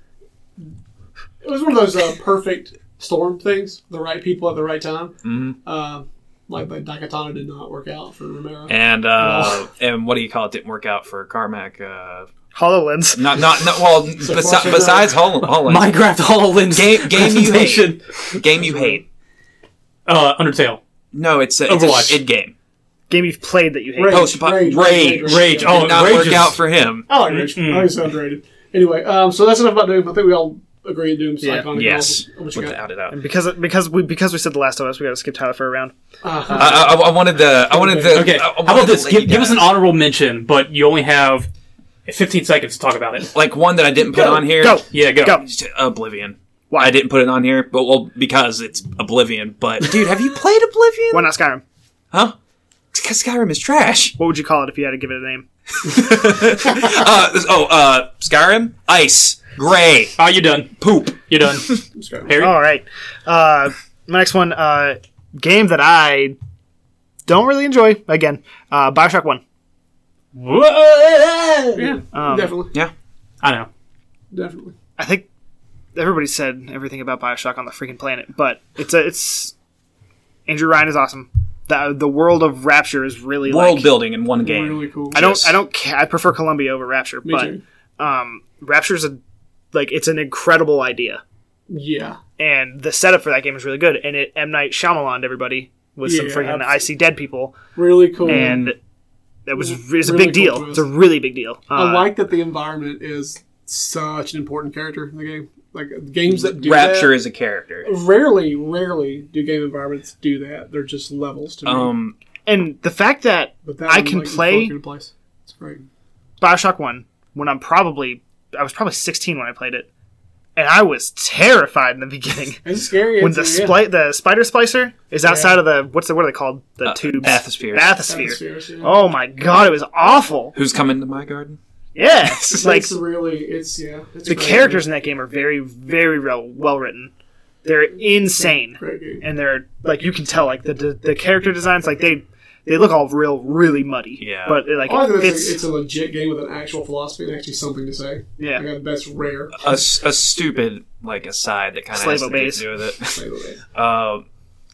It was one of those uh, perfect storm things. The right people at the right time. Mm-hmm. Mhm. Uh, like the Dakatana did not work out for Romero. And uh, Wow. and what do you call it? Didn't work out for Carmack. Uh, Hololens. not not, not well. So far, so besi- besides Holland, Holland Minecraft Hololens Game- game you hate. presentation. game you hate. Uh, Undertale. No, it's a, it's a Overwatch. shit game. Game you've played that you hate. Rage, Post- rage, Rage, Rage. yeah. Oh, Did not work Rage's- out for him. I like Rage. Mm. I think it's underrated. Anyway, um, so that's enough about Doom. I think we all agree Doom's Yeah. iconic. Yes, What you got? without a doubt. And because because we because we said the last of us, we got to skip Tyler for a round. Uh-huh. I, I, I wanted the. I wanted the. Okay. I- I How wanted about to this? let Give, you give us guys- an honorable mention, but you only have 15 seconds to talk about it. like one that I didn't put Go, on here. go. Yeah, go. Go. Just Oblivion. Why? I didn't put it on here, but well, because it's Oblivion. But dude, have you played Oblivion? Why not Skyrim? Huh? Because Skyrim is trash. What would you call it if you had to give it a name? Uh, this- oh, uh, Skyrim, ice, gray, Ah, you're done. poop. You're done. Harry? All right. Uh, my next one, uh, game that I don't really enjoy. Again, uh, Bioshock One. Whoa! Yeah, Um, definitely, I know. definitely. I think everybody said everything about Bioshock on the freaking planet, but it's a, it's Andrew Ryan is awesome. The the world of Rapture is really World like, building in one game. Really cool. I don't Yes. I don't ca- I prefer Columbia over Rapture, Me but too. um, Rapture's a like it's an incredible idea, Yeah, and the setup for that game is really good. And it M Night Shyamalan everybody with some Yeah, freaking absolutely. I see dead people, really cool. and that was it's a Really big cool deal. twist. It's a really big deal. Uh, I like that the environment is such an important character in the game. Like games that do Rapture that, is a character. rarely, rarely do game environments do that. They're just levels to me. Um, and the fact that but that I one, can like, is play- broken into place. It's great. Bioshock One when I'm probably I was probably 16 when I played it, and I was terrified in the beginning It's scary. when the it's- yeah. spli- the spider splicer is outside Yeah. of the what's the what are they called the Uh, tubes bathysphere. bathysphere. Atmospheres, yeah. Oh my god, it was awful. who's coming to my garden? Yeah, like it's really, it's yeah. It's the great. characters in that game are very very well well written. They're insane, Great game. and they're like you can tell like the the, the character designs like they. They look all real, really muddy. Yeah. but like I like that it it's, fits. a, it's a legit game with an actual philosophy and actually something to say. yeah, Like, that's rare. A, s- a stupid like aside that kind of has Slave nothing obeys. to do with it. by the way. Uh,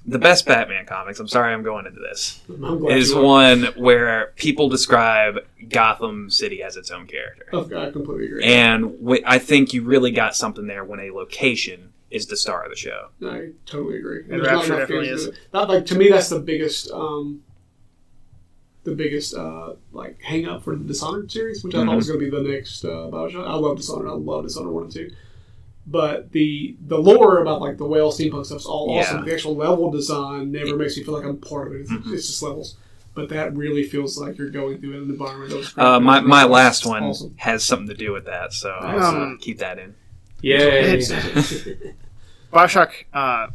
the best Batman comics. I'm sorry, I'm going into this. I'm glad Is you are. one where people describe Gotham City as its own character. Okay, I completely agree. And wh- I think you really got something there when a location is the star of the show. I totally agree. And There's not Rapture enough definitely games is. that- Not like to me, that's the biggest, um, the biggest uh, like hang up for the Dishonored series, which I thought was going to be the next uh, Bioshock. I love Dishonored. I love Dishonored one and two. But the the lore about like the whale steampunk stuff's all Yeah. awesome. The actual level design never makes me feel like I'm part of it. It's, it's just levels. But that really feels like you're going through an environment. That was Uh, my, my last It's one awesome. has something to do with that, so I'll Um, uh, keep that in. Yay. It's- Bioshock. Uh,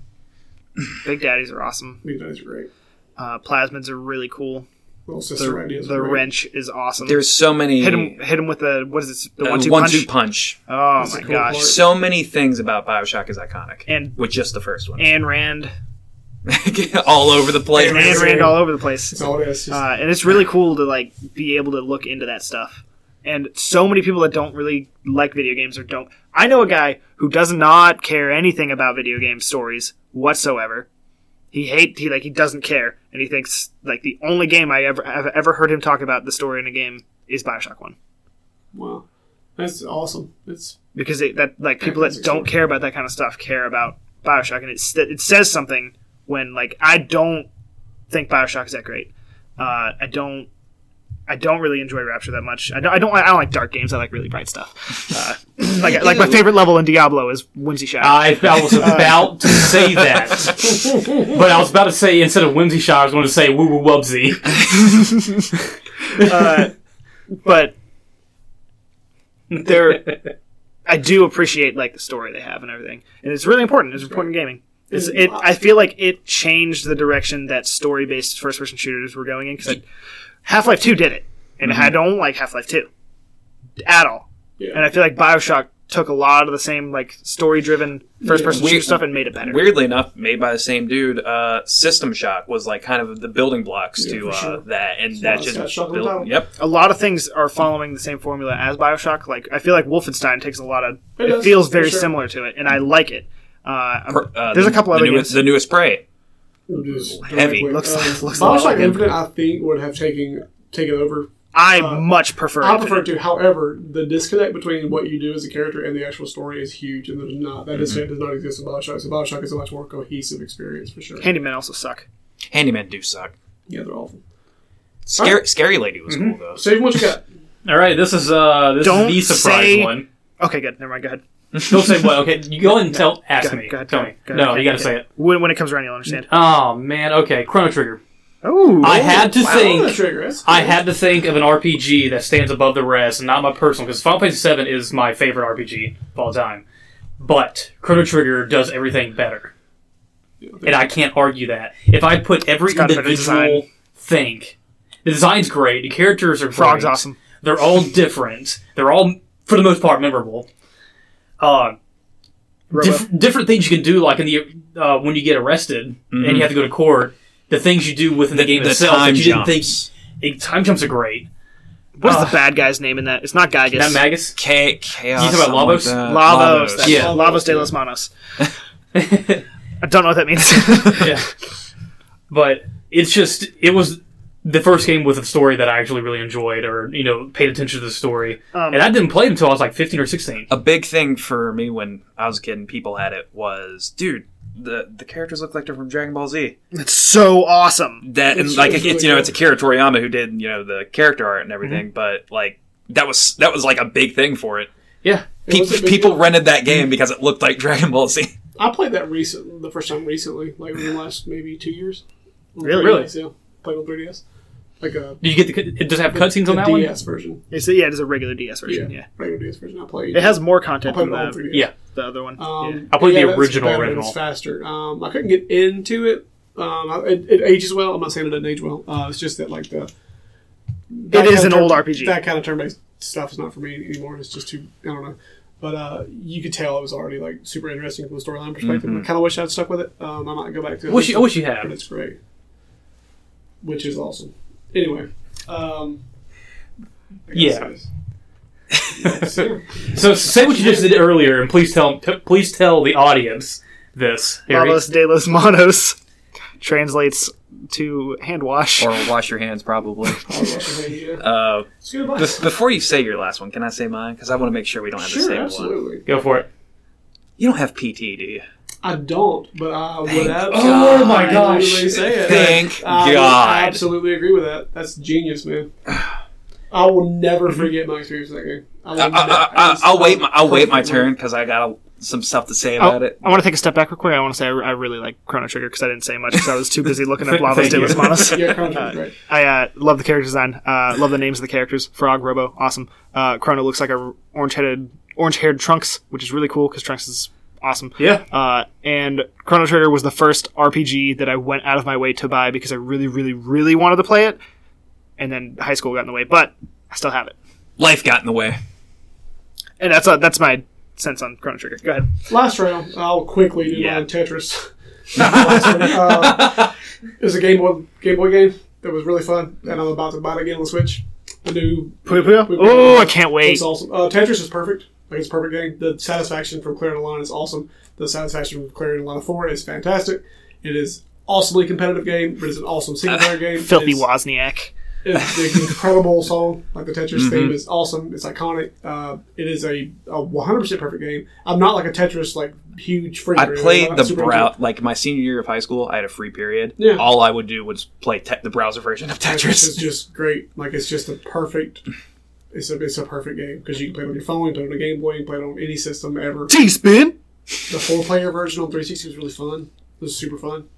Big Daddies are awesome. Big Daddy's great. Uh, plasmids are really cool. Little The, sister ideas. the are great. wrench is awesome. There's so many hit him, hit him with the what is it? The uh, one two punch. one-two punch. Oh That's my a cool gosh! part. So many things about Bioshock is iconic, And- with just the first one, Anne Rand, all over the place. Yes. Anne Rand all over the place. That's all it is. Just- Uh, and it's really cool to like be able to look into that stuff. And so many people that don't really like video games or don't. I know a guy who does not care anything about video game stories whatsoever. He hate he like he doesn't care, and he thinks like the only game I ever have ever heard him talk about the story in a game is Bioshock One. wow, that's awesome. That's because it, that like people that don't care about that kind of stuff care about Bioshock, and it s- it says something when like I don't think Bioshock is that great. Uh, I don't. I don't really enjoy Rapture that much. I don't, I don't. I don't like dark games. I like really bright stuff. Uh, like like my favorite level in Diablo is Whimsy Shadow. I, I was about to say that, but I was about to say instead of whimsy shot, I was going to say woo woo wubsy. Uh, but there, I do appreciate like the story they have and everything, and it's really important. It's important in gaming. It's, it, I feel like it changed the direction that story based first person shooters were going in because Half Life Two did it, and I don't like Half Life Two at all. Yeah. And I feel like Bioshock took a lot of the same like story driven first person Yeah. shooter stuff and made it better. Weirdly enough, made by the same dude, uh, System Shock was like kind of the building blocks Yeah, to for uh, sure. that, and it's that got just Shock and built. Battle. Yep, A lot of things are following the same formula as Bioshock. Like I feel like Wolfenstein takes a lot of It it, does, feels for very sure. similar to it, and I like it. Uh, I'm- Per- uh, There's the- a couple the other newest, games. the newest Prey. We'll do this very Heavy. quick. Looks like- looks Bioshock like- Infinite, I think, would have taken taken over. I Uh, much prefer. I Infinite. prefer to. However, the disconnect between what you do as a character and the actual story is huge, and there's not that disconnect does not exist in Bioshock. So Bioshock is a much more cohesive experience for sure. Handyman also suck. Handyman do suck. Yeah, they're awful. Scary, scary lady was cool though. Save what you got. All right, this is uh, this Don't is the surprise say- one. Okay, good. Never mind. Go ahead. Don't say what. Okay, you go ahead and tell. Ask Go ahead, me. go ahead, tell go me. ahead, go no, ahead, you got go to say it. When, when it comes around, you'll understand. Oh man. Okay, Chrono Trigger. Oh, I had to Oh, think. the trigger. That's I had to think of an RPG that stands above the rest, and not my personal, because Final Fantasy VII is my favorite RPG of all time. but Chrono Trigger does everything better, and I can't argue that. If I put every It's got a better individual thing, the design's great, the characters are Frog's great, awesome. They're all different. They're all, for the most part, memorable. Uh, diff- different things you can do, like in the uh, when you get arrested and Mm-hmm. you have to go to court. The things you do within the, game itself that you didn't jumps. think. eh, Time jumps are great. What's Uh, the bad guy's name in that? It's not Gygas. Not Magus. Ca- chaos. You talking about something Lavos. like that. that's- Yeah. Lavos de los Manos. yeah, I don't know what that means. but it's just it was the first game with a story that I actually really enjoyed, or you know, paid attention to the story. Um, and I didn't play it until I was like fifteen or sixteen. A big thing for me when I was a kid and people had it was, dude, the the characters look like they're from Dragon Ball Z. it's so awesome. That and It's- like it's it's, you really Mm-hmm. know it's Akira Toriyama who did you know the character art and everything, but like that was that was like a big thing for it. Yeah, It Pe- was a big people deal. rented that game because it looked like Dragon Ball Z. I played that recent, the first time recently, like within the last maybe two years. Really? Really? Yeah. Played on 3DS. Like a did you get the? cut- It does it have cutscenes the on that one. DS version. It's yeah, it's a regular DS version. Yeah, Regular DS version. I played. it has more I content played than it on the, 3DS. Yeah. the other one. yeah. Um, I played the that's original better, original. It's faster. Um, I couldn't get into it. Um, I- it, it ages well. I'm not saying it doesn't age well. Uh, it's just that like the that is kind of an turn- old RPG. That kind of turn-based stuff is not for me anymore. It's just too I don't know. But uh, you could tell it was already like super interesting from a storyline perspective. I kind of wish I'd stuck with it. Um, I might go back to it. Mm-hmm. Wish you, I wish you had. but it's great, which is awesome. Anyway, um, I guess Yeah. it is. Yes, sir. So say what you just did earlier, and please tell t- please tell the audience this. Harry. Lavos de los Manos translates to hand wash. Or wash your hands probably. I'll wash my hands, yeah. Uh, It's good advice. bef- before you say your last one, can I say mine? Because I want to make sure we don't have the Sure, same one. absolutely. Go for it. You don't have PT, do you? I don't, but I would absolutely Oh my gosh. say it. Thank I God. Would absolutely agree with that. That's genius, man. I will never Mm-hmm. forget my experience with that game. I will I, never- will wait. My, uh, I'll wait my Perfect. turn because I got some stuff to say Oh, about it. I want to take a step back real quick. I want to say I, I really like Chrono Trigger because I didn't say much because I was too busy looking up Lavos Thank de you. los Manos. Yeah, Chrono great. I uh, love the character design. Uh, love the names of the characters. Frog, Robo, awesome. Uh, Chrono looks like a orange-headed, orange-haired Trunks, which is really cool because Trunks is awesome. Yeah. Uh, and Chrono Trigger was the first RPG that I went out of my way to buy because I really, really, really wanted to play it. And then high school got in the way, but I still have it. Life got in the way. And that's uh, that's my sense on Chrono Trigger. Go ahead. Last round, I'll quickly do Yeah. mine Tetris. Last round. Uh, it was a Game Boy Game Boy game that was really fun, and I'm about to buy it again on the Switch. The new Puyo Puyo. Oh, I can't wait. It's awesome. Uh, Tetris is perfect. Like it's a perfect game. The satisfaction from clearing a line is awesome. The satisfaction from clearing a line of four is fantastic. It is awesomely competitive game, but it's an awesome single player game. Filthy it's, Wozniak. It's an incredible song. Like the Tetris Mm-hmm. theme is awesome. It's iconic. Uh, it is a, a 100% perfect game. I'm not like a Tetris like huge freak. I or anything. I'm played not the super brow into it. like my senior year of high school. I had a free period. Yeah. All I would do was play te- the browser version of Tetris is Tetris. just great. Like it's just a perfect. It's a, it's a perfect game because you can play it on your phone, you can play it on a Game Boy, you can play it on any system ever. T-spin. The four player version on 360 was really fun. It was super fun.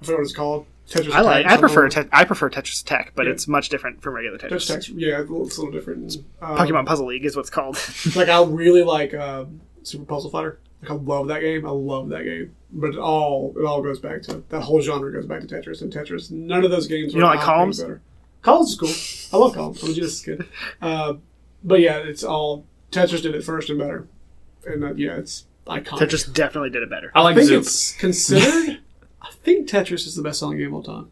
I forget what it's called. Tetris I like. Attack or I prefer. something. Te- I prefer Tetris Attack, but Yeah. it's much different from regular Tetris. Tetris Attack. Yeah, it's a little- it's a little different. Um, Pokemon Puzzle League is what's called. Like I really like uh, Super Puzzle Fighter. Like I love that game. I love that game. But it all it all goes back to that whole genre goes back to Tetris and Tetris. None of those games. You are don't not like any columns? Better. Columns is cool. I love columns. I'm just good. Uh, but yeah, it's all Tetris did it first and better. And uh, yeah, it's iconic. Tetris definitely did it better. I like I think Zoom. it's considered. I think Tetris is the best selling game of all time.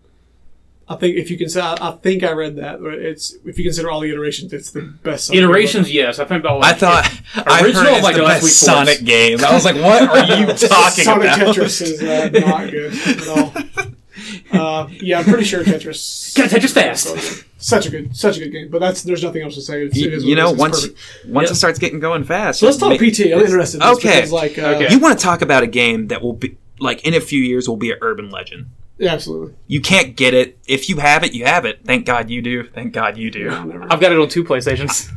I think if you can say, I, I think I read that. but It's if you consider all the iterations, it's the best. selling game of all time. Iterations, yes. I think about. I thought I heard Original, oh it's like, the last best week for us. Sonic game. I was like, what are you talking Sonic about? Tetris is uh, not good at all. Uh, yeah, I'm pretty sure Tetris. Get Tetris fast. Such a good, such a good game. But that's there's nothing else to say. It's, You, it is you what it know, is. It's once perfect. once Yep. it starts getting going fast. So let's talk ma- PT. I'm interested. In this Okay. Because, like, uh, Okay. You want to talk about a game that will be like in a few years will be an urban legend. Yeah, absolutely. You can't get it if you have it. You have it. Thank God you do. Thank God you do. I'll never- I've got it on two PlayStations.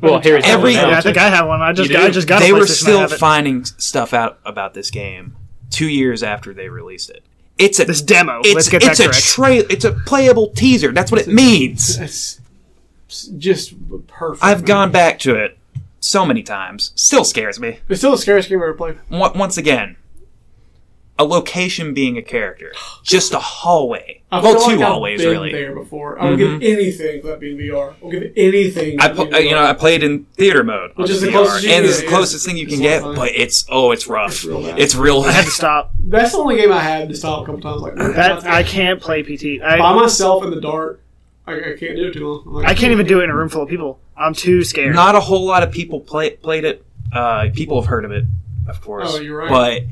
Well, Harry's Every- got it Yeah, I now. think I have one. I just Oh, You do? I just got. they a were PlayStation. I still have it. finding s- stuff out about this game two years after they released it. It's a This demo. It's, Let's get it's that a correct. tra- It's a playable teaser. That's what it means. It's just perfect. I've man. gone back to it so many times. Still scares me. It's still the scariest game I've ever played. Mo- Once again, a location being a character, just a hallway. I well, feel like two I've hallways been really. There Mm-hmm. before, I would give anything for that being VR. I'll give anything. I for pl- being I- you VR. know I played in theater mode, Which is the VR, closest you and can it's get, the yeah. closest thing you can It's a get. lot of fun. But it's oh, it's rough. It's real bad. It's real. I had to stop. that's the only game I had to stop a couple times. Like That I can't play PT. by I myself in the dark. I, I can't do it too long. I'm like, I can't even do it in a room full of people. I'm too scared. Not a whole lot of people play, played it. Uh, people have heard of it, of course. Oh, you're right. But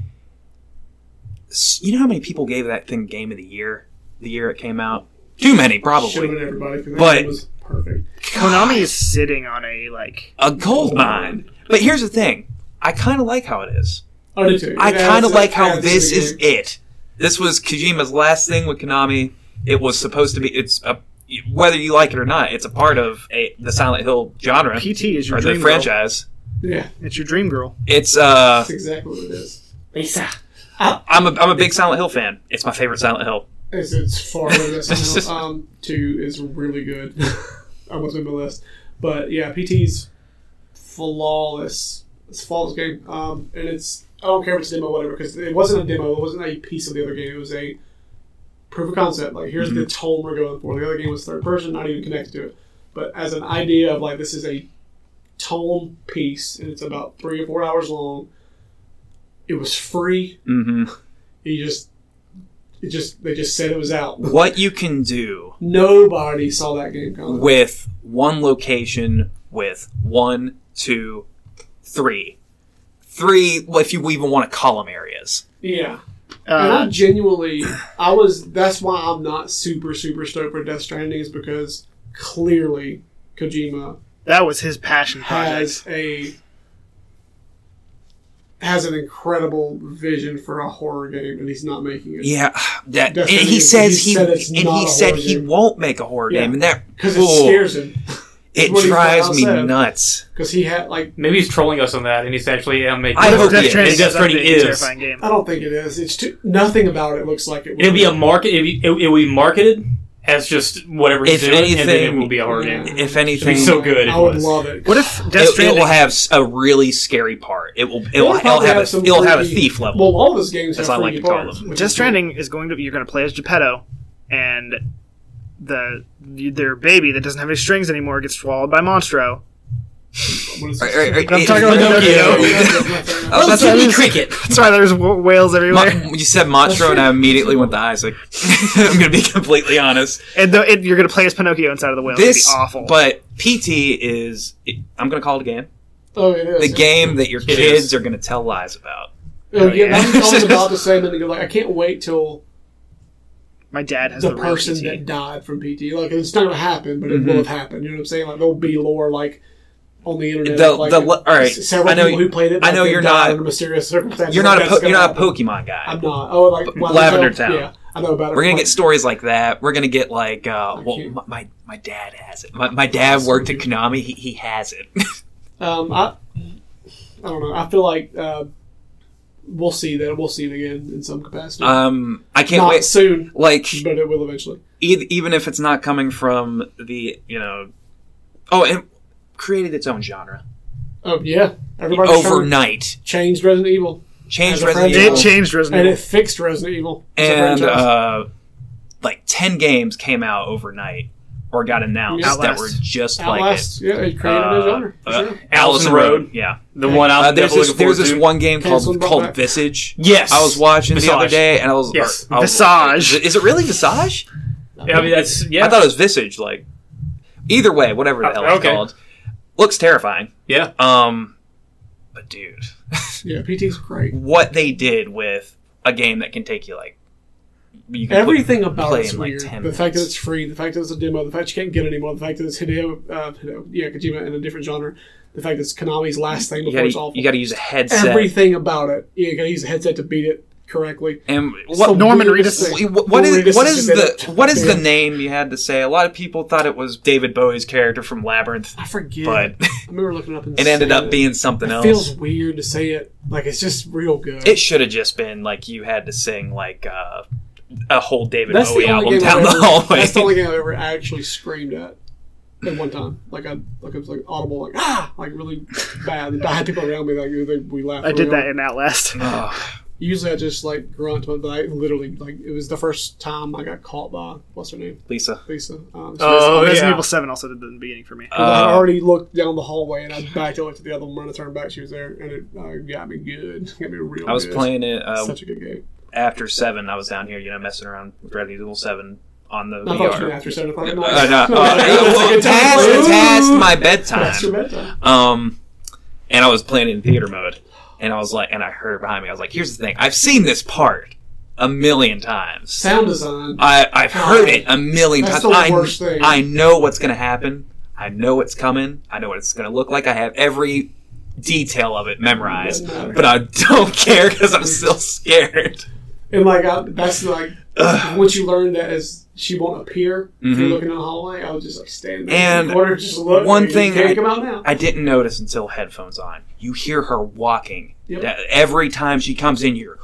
s- you know how many people gave that thing Game of the Year the year it came out? Too Should many, have probably. been everybody because But- that was perfect. Konami is sitting on a like. A gold mine. But here's the thing. I kind of like how it is. I do too. I Yeah, kind of it's- like how it's a this is game. it. This was Kojima's last thing with Konami. It was supposed to be. It's a whether you like it or not. It's a part of a, the Silent Hill genre PT is your or the dream girl. franchise. Yeah, It's your dream girl. It's uh, that's exactly what it is. Lisa. I'm a I'm a big Silent Hill fan. It's my favorite Silent Hill. It's, it's far better than Silent Hill. Um, two is really good. I was on my list, but yeah, PT's flawless. It's a flawless game, um, and it's I don't care if it's a demo, or whatever, because it wasn't a demo. It wasn't a piece of the other game. It was a proof of concept. Like here's the tone we're going for. The other game was third person, not even connected to it. But as an idea of like this is a tone piece, and it's about three or four hours long. It was free. hmm You just, it just they just said it was out. What you can do Nobody saw that game coming. with one location with one, two, three, three. well, If you even want to call them areas, yeah, and I Uh, genuinely, I was. That's why I'm not super super stoked for Death Stranding is because clearly Kojima that was his passion has project. a has an incredible vision for a horror game, and he's not making it. yeah. That and Definitely, he says he he, said it's and not he a said horror he game. won't make a horror Yeah. game, and that Because it oh, scares him. it what he drives flat me out said. nuts. Because he had like Maybe he's trolling us on that, and he's actually uh, making. I hope Death he is. Stranding Death Stranding absolutely a is. terrifying game. I don't think it is. It's too nothing about it looks like it. would It'd be a market. It'd be, it, it would be marketed as just whatever he's If doing, and then anything- it will be a horror game. If It'd be anything, so good. if I it would was. love it. What if Death it, it Stranding? will have s- a really scary part. It will. It It'll will it'll probably have have a. some It'll have a freaky- thief level. Well, all those games That's have what I like freaky to call parts, them. which Death is cool. Stranding is going to be you're going to play as Geppetto, and the their baby that doesn't have any strings anymore gets swallowed by Monstro. What is All this? right, all right, all I'm right. talking Oh, about Pinocchio. Oh, Pinocchio. I was about to I'm say, sorry. cricket. That's why there's w- whales everywhere. Mon- you said Monstro, and I immediately went to Isaac. I'm going to be completely honest. and the, it, you're going to play as Pinocchio inside of the whale. This, It'd be awful. but PT is. I'm going to call it a game. Oh, it is. The game that your is. kids are going to tell lies about. Oh, yeah. yeah, that's what I was about to say. Then they go like, I can't wait till my dad has the the, real E person PT. that died from PT. Like, it's not gonna happen, but Mm-hmm. it will have happened. You know what I'm saying? Like, there'll be lore like on the internet. The- of, like, the le- all right, s- Several I know people you- who played it. I like, know they you're died not- under mysterious circumstances. You're not a That's po- gonna you're not a happen. Pokemon guy. I'm not. Oh, like Lavender Town. Yeah, I know about it. We're gonna Like, get stories like that. We're gonna get like, uh, well, can't- my, my my dad has it. My, my dad worked at Konami. He, he has it. Um, I, I don't know. I feel like uh, we'll see that. We'll see it again in some capacity. um, I can't Not wait. soon, Like, but it will eventually. e- even if it's not coming from the you know, oh, and created its own genre Oh yeah, everybody overnight. changed Resident Evil, As Changed a Resident franchise. it Evil changed Resident and it Evil. fixed Resident Evil. as a and franchise. uh, like ten games came out overnight or got announced that Outlast. were just Outlast, yeah, it uh, like it. created a Uh, genre. for uh, sure. Allison Allison Road. Road. Yeah. The one I was Uh, there's definitely this, looking forward there's this to. one game Cancel and called brought called back. Visage. Yes, I was watching the Visage. other day, and I was Yes. or- I was- Visage. Is it really Visage? Yeah, I mean, that's yeah. Oh, I thought it was Visage. Like either way, whatever the hell it's Okay. called, looks terrifying. yeah. Um, but dude, yeah, PT's great. what they did with a game that can take you like you can Everything about play it's in, like, weird. 10 the fact that minutes. it's free, the fact that it's a demo, the fact you can't get it anymore, the fact that it's Hideo, uh, Hideo yeah, Kojima in a different genre, the fact that it's Konami's last thing put, before you it's gotta, awful. you gotta use a headset. Everything about it, you gotta use a headset to beat it correctly. And It's what the Norman weirdest Reedus- thing. Wh- what Norman is Reedus what is just in the it. what is the Damn. name you had to say? A lot of people thought it was David Bowie's character from Labyrinth, I forget. but I remember looking up and it ended saying up it. being something It else. feels weird to say it. Like it's just real good. it should have just been like you had to sing like uh, a whole David that's Bowie the only album game down I've the ever, hallway. That's the only game I ever actually screamed at. at one time. Like I like it was like audible like ah like really bad. And I had people around me like they, we laughed. I did really that in Outlast. Usually I just like grunt, but I literally like it was the first time I got caught by what's her name Lisa. Lisa. Um, so Oh, Resident yeah. Evil Seven also did that in the beginning for me. I Uh, already looked down the hallway and I backed to look at the other one. When I turned back, she was there, and it uh, got me good. Got me real. I was good. playing it uh, Such a good game. after seven. I was down here, you know, messing around with Resident Evil Seven on the I thought you were VR. after seven o'clock at Uh, no, night. uh, That was a well, good time. past, Ooh. past my That's your bedtime. bedtime. Um, and I was playing it in theater mode, and I was like, and I heard it behind me. I was like, here's the thing: I've seen this part a million times. Sound design. I, I've heard it a million That's times. the I, worst thing. I know what's going to happen. I know it's coming. I know what it's going to look like. I have every detail of it memorized, Doesn't matter. but I don't care because I'm still scared. And like I, that's like once you learn that as she won't appear, if you're Mhm. looking in the hallway. I was just like standing there And in the corner, just look, one you thing can't I- come out now. I didn't notice until headphones on. You hear her walking. Yep. That- Every time she comes in, you're.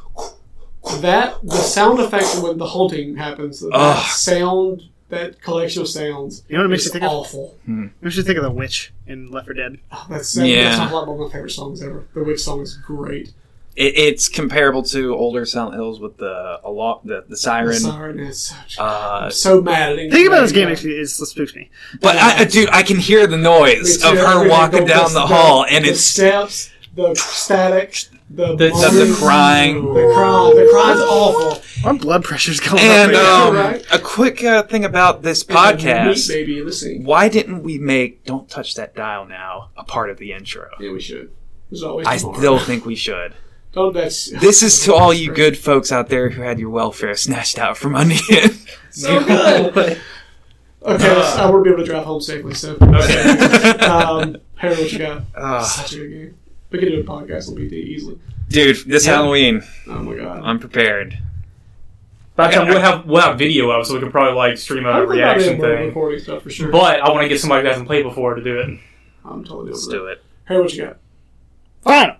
that the sound effect when the haunting happens, that Ugh. sound, that collection of sounds, You know what makes is me think of- awful. We should think of the witch in Left 4 Dead. That's Yeah. that's one of my favorite songs ever. The Witch song is great. It, it's comparable to older Silent Hills with the a lot the, the The siren. siren is such. Uh, I'm so mad at it. Think about this game. Actually, it's, it spooks me. but I, I- dude, I can hear the noise of her walking down the hall, and the it's steps, the static, the The- the moaning, crying. the crying, the crying's awful. My blood pressure's going And up. Yeah, um, right. a quick uh, thing about this And the meat podcast. baby in the sink. Why didn't we make "Don't Touch That Dial Now" a part of the intro? Yeah, we should. There's always I tomorrow. still think we should. Don't that's This is to all you good folks out there who had your welfare snatched out from under you. Um, so good. okay, Uh. so I want to be able to drive home safely. So, um, Harold, what you got? Ugh. Such a good game. We could do a podcast on BD easily. Dude, this Halloween, Oh my god. I'm prepared. By the time Okay. we'll have we'll have video up, so we can probably like stream out I'm a not reaction in we're thing. recording stuff for sure. But I want to get somebody who hasn't played before to do it. I'm totally Let's over it. do it. Harold, what you got? Final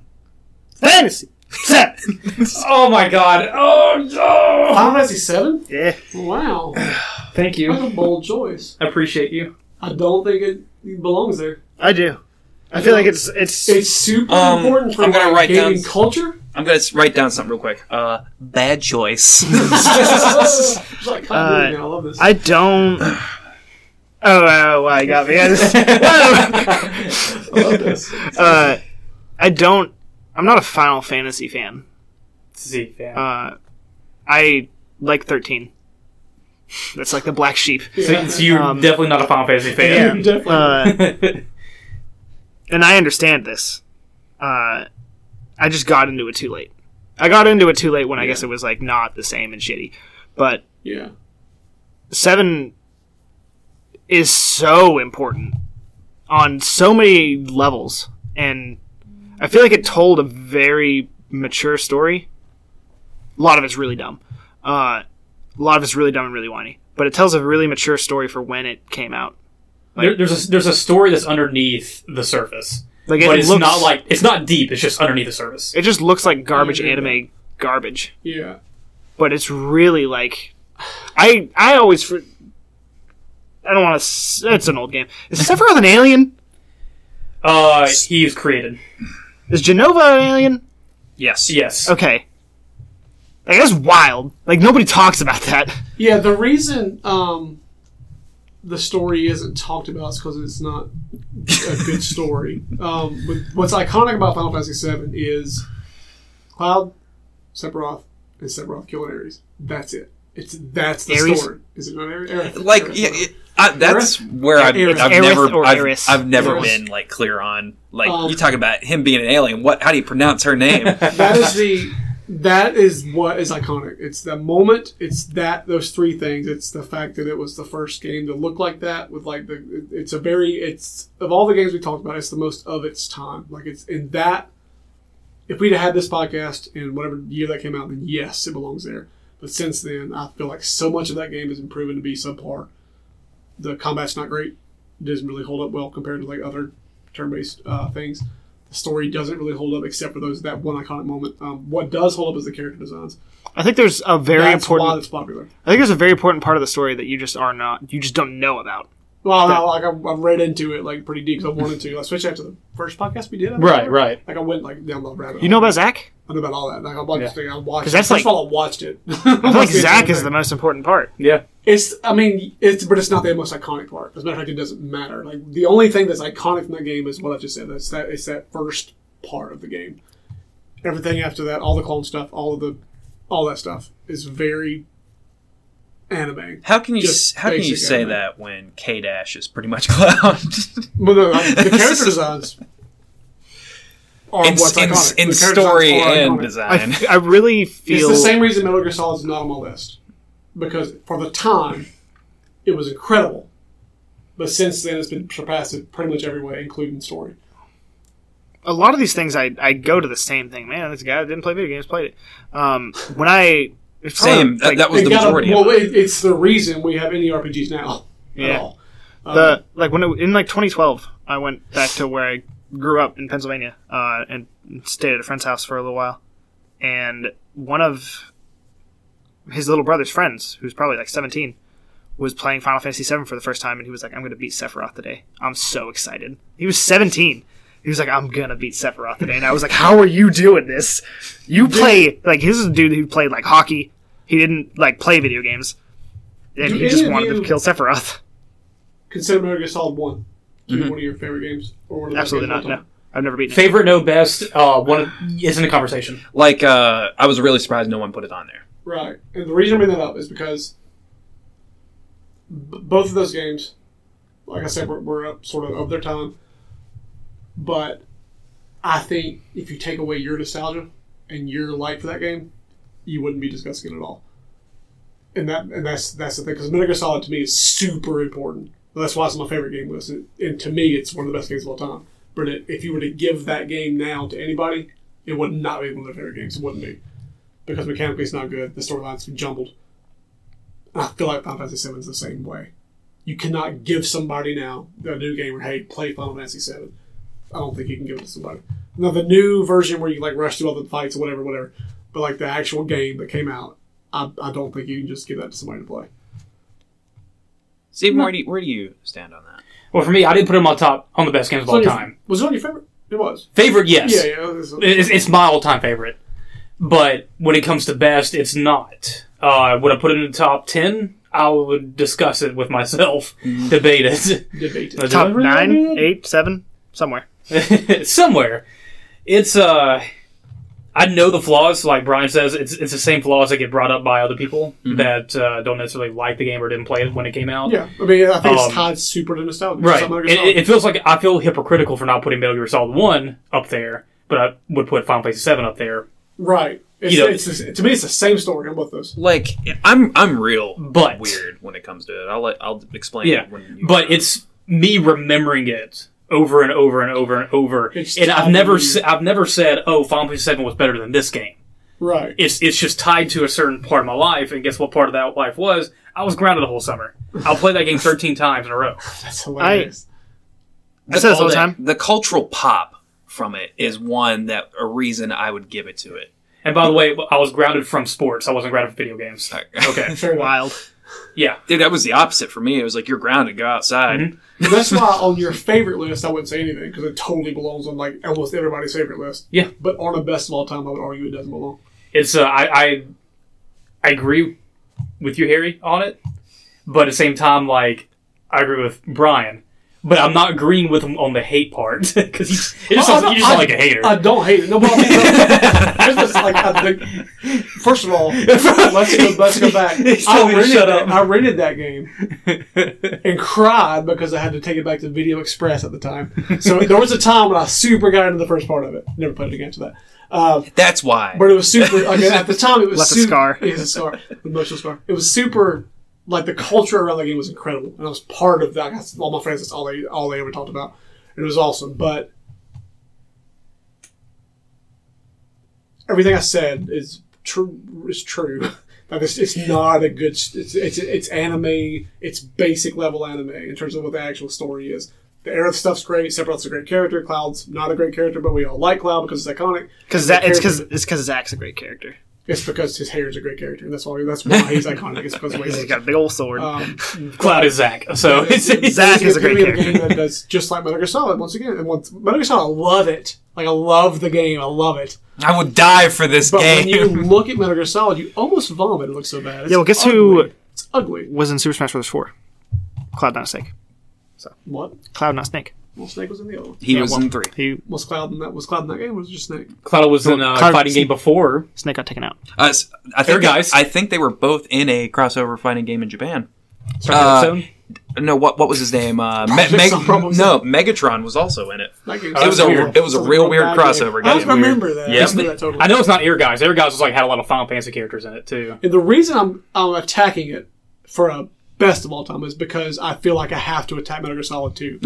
Fantasy Seven. Oh my god! Oh no! Final Fantasy Seven. yeah, Wow, Thank that's a you. bold choice. I appreciate you. I don't think it it belongs there. I do. I feel like it's it's It's super Um, important for I'm gonna like, write down- gaming culture. I'm going to write down something real quick. Uh, bad choice. it's like continuity Uh, now. I love this. I don't. Oh, oh, why you got me? I just- I love this. uh, I don't. I'm not a Final Fantasy fan. See, yeah. Uh, I like 13. That's like the black sheep. so, so you're Um, definitely not a Final Fantasy yeah, fan. definitely. Uh, and I understand this. Uh, I just got into it too late. I got into it too late when I guess it was like not the same and shitty. But yeah. seven is so important on so many levels and i feel like it told a very mature story a lot of it's really dumb uh, a lot of it's really dumb and really whiny but it tells a really mature story for when it came out there, there's a there's a story that's underneath the surface, like it but it's looks not like it's not deep. It's just underneath the surface. it just looks like garbage agree with anime garbage Yeah. but it's really like i i always fr- i don't want to it's an old game is sephiroth an alien Uh, he was created. is genova an alien yes. Yes. Okay. Like that's wild. Like nobody talks about that. Yeah, the reason um, the story isn't talked about is because it's not a good story. um, but what's iconic about Final Fantasy VII is Cloud, Sephiroth, and Sephiroth killing Ares. That's it. It's that's the Aerith? story. Is it not Ares? Aerith. like Aerith. yeah, it- I, that's where I've, Aerith. I've Aerith never or I've, Eris. I've never Eris. been like clear on like Um, you talk about him being an alien what how do you pronounce her name that is the that is what is iconic. It's the moment. It's that those three things. It's the fact that it was the first game to look like that with like the. It's a very it's of all the games we talked about. It's the most of its time. Like it's in that. If we'd had this podcast in whatever year that came out, then yes, it belongs there. But since then, I feel like so much of that game has been proven to be subpar. The combat's not great. It doesn't really hold up well compared to like other turn-based uh, things the story doesn't really hold up except for those that one iconic moment. Um, what does hold up is the character designs. I think there's a very That's why important. it's popular. I think there's a very important part of the story that you just are not. You just don't know about. Well, no, like I, I read into it like pretty deep because I wanted to. Like, especially after the first podcast we did. I think. Right, right. Like I went like down the rabbit. You know about Zach? I know about all that. Like I watched, yeah. I watched. 'Cause that's first like- of all, I watched it. I feel like Zach is the most important part. Yeah. It's, I mean, it's, but it's not the most iconic part. As a matter of fact, it doesn't matter. Like the only thing that's iconic from that game is what I just said. That's that. It's that first part of the game. Everything after that, all the clone stuff, all of the, all that stuff is very anime. How can you Just s how can you basic say anime. that when K Dash is pretty much cloud? But the, the character designs are in what's in, iconic. in The character story designs are and iconic. design. I, I really feel It's the same reason Metal Gear Solid is not on my list because for the time, it was incredible, but since then it's been surpassed in pretty much every way, including story. a lot of these things. I, I go to the same thing. Man, this guy that didn't play video games played it. Um, when I it's probably, Same. That, like, that was It the got a- majority. of well, it. it, it's the reason we have any RPGs now Yeah. at all. Uh, the like when it, in like 2012 i went back to where i grew up in pennsylvania uh, and stayed at a friend's house for a little while and one of his little brother's friends who's probably like 17 was playing final fantasy 7 for the first time and he was like i'm gonna beat sephiroth today i'm so excited he was 17 he was like, I'm gonna beat Sephiroth today, and I was like, "How are you doing this? You play like this is a dude who played like hockey. He didn't like play video games, and Do he just any of wanted to you- kill Sephiroth." Consider Metal Gear Solid One to be one of your favorite games, or one of the best Absolutely games not. of all No, time. I've never beaten Favorite, no best. Uh, one of, is in the conversation. Like uh, I was really surprised no one put it on there. Right, and the reason I bring that up is because b- both of those games, like I said, were, were up sort of of their time. But I think if you take away your nostalgia and your like for that game, you wouldn't be discussing it at all. And that and that's that's the thing because Metal Gear Solid to me is super important. That's why it's my favorite game list, and, and to me, it's one of the best games of all time. But it, if you were to give that game now to anybody, it would not be one of their favorite games. It wouldn't be because mechanically it's not good. The storyline's jumbled. And I feel like Final Fantasy VII is the same way. You cannot give somebody now a new game or hey, play Final Fantasy VII. I don't think you can give it to somebody. Now the new version where you like rush through all the fights or whatever, whatever. But like the actual game that came out, I, I don't think you can just give that to somebody to play. Steve, where do you, where do you stand on that? Well, for me, I didn't put him on top on the best games of all It's on your- time. Was it on your favorite? It was. Favorite, yes. Yeah, yeah. it was- It's, it's my all time favorite. But when it comes to best, it's not. Uh, would I put it in the top 10? I would discuss it with myself, debate it. Debate. Was it Top really nine, good? eight, seven, somewhere. somewhere. It's uh I know the flaws, like Brian says, it's it's the same flaws that get brought up by other people Mm-hmm. that uh, don't necessarily like the game or didn't play it when it came out. Yeah, I mean, I think Um, it's tied super to nostalgia. Right. Some other It, song. it- it feels like I feel hypocritical for not putting Metal Gear Solid One up there, but I would put Final Fantasy Seven up there. right. It's, you know- it's, the- to me, it's the same story on both those. Like I'm I'm real But- weird when it comes to it. I'll let, I'll explain. Yeah, it when you, but it's me remembering it over and over and over and over, It's and I've tied never to- s- I've never said, "Oh, Final Fantasy Seven was better than this game." Right. it's it's just tied to a certain part of my life, and guess what part of that life was? I was grounded the whole summer. I played that game thirteen times in a row. That's hilarious. I said this all that- the time. The cultural pop from it is one that a reason I would give it to it. And by the way, I was grounded from sports. I wasn't grounded from video games. Okay, Fair enough. Wild. yeah, Dude, that was the opposite for me. It was like you're grounded, go outside. Mm-hmm. But that's why on your favorite list, I wouldn't say anything because it totally belongs on like almost everybody's favorite list. Yeah. But on a best of all time, I would argue it doesn't belong. it's uh, I, I I agree with you, Harry, on it, but at the same time, like I agree with Brian. But I'm not agreeing with him on the hate part because you just, I- sound- I- you just sound I- like a hater. I don't hate it. No, but I mean, no. It's just like, I think- first of all, let's go, let's go back. He's I telling me to rented, shut that, up. I rented that game and cried because I had to take it back to Video Express at the time. So there was a time when I super got into the first part of it. Never played it again after that. That's why. But it was super. Like, at the time, it was Left a super, scar. It was a scar, an emotional scar. It was super. Like the culture around the game was incredible, and I was part of that. That's- All my friends, that's all they all they ever talked about. It was awesome, but everything I said is true. Is true. Like it's, it's not a good. s- It's, it's it's anime. It's basic level anime in terms of what the actual story is. The Aerith stuff's great. Sephiroth's a great character. Cloud's not a great character, but we all like Cloud because it's iconic. Because that it's character- because it's because Zach's a great character. It's because his hair is a great character, and that's why that's why he's iconic. It's because of the way He's he got a big old sword. um, Cloud is Zack, so it's Zack is a great epitome of character. game that does just like Metal Gear Solid once again. And once Metal Gear Solid, I love it. Like I love the game, I love it. I would die for this But game. when you look at Metal Gear Solid, you almost vomit. It looks so bad. It's Yeah, well, guess who- ugly. It's ugly. was in Super Smash Bros. Four. Cloud not Snake. What? Cloud not Snake. Well, Snake was in the other one. he Yeah, was well- in three. He Was Cloud in that? Was Cloud in that game? Or was it just Snake? Cloud was in a Cloud- fighting game before. Snake got taken out. Uh, s- I Hey, think guys. I think they were both in a crossover fighting game in Japan. Sorry, Uh, episode. No, what what was his name? Uh, Me- Project Meg- Sun, probably. no, Megatron was also in it. That game It was a awful. weird- it was a It's real real weird bad crossover Game. I game. remember that. Yep. I remember that totally. I know it's not Air Guys. Air Guys was like had a lot of Final Fantasy characters in it too. And the reason I'm I'm attacking it for a best of all time is because I feel like I have to attack Metal Gear Solid 2.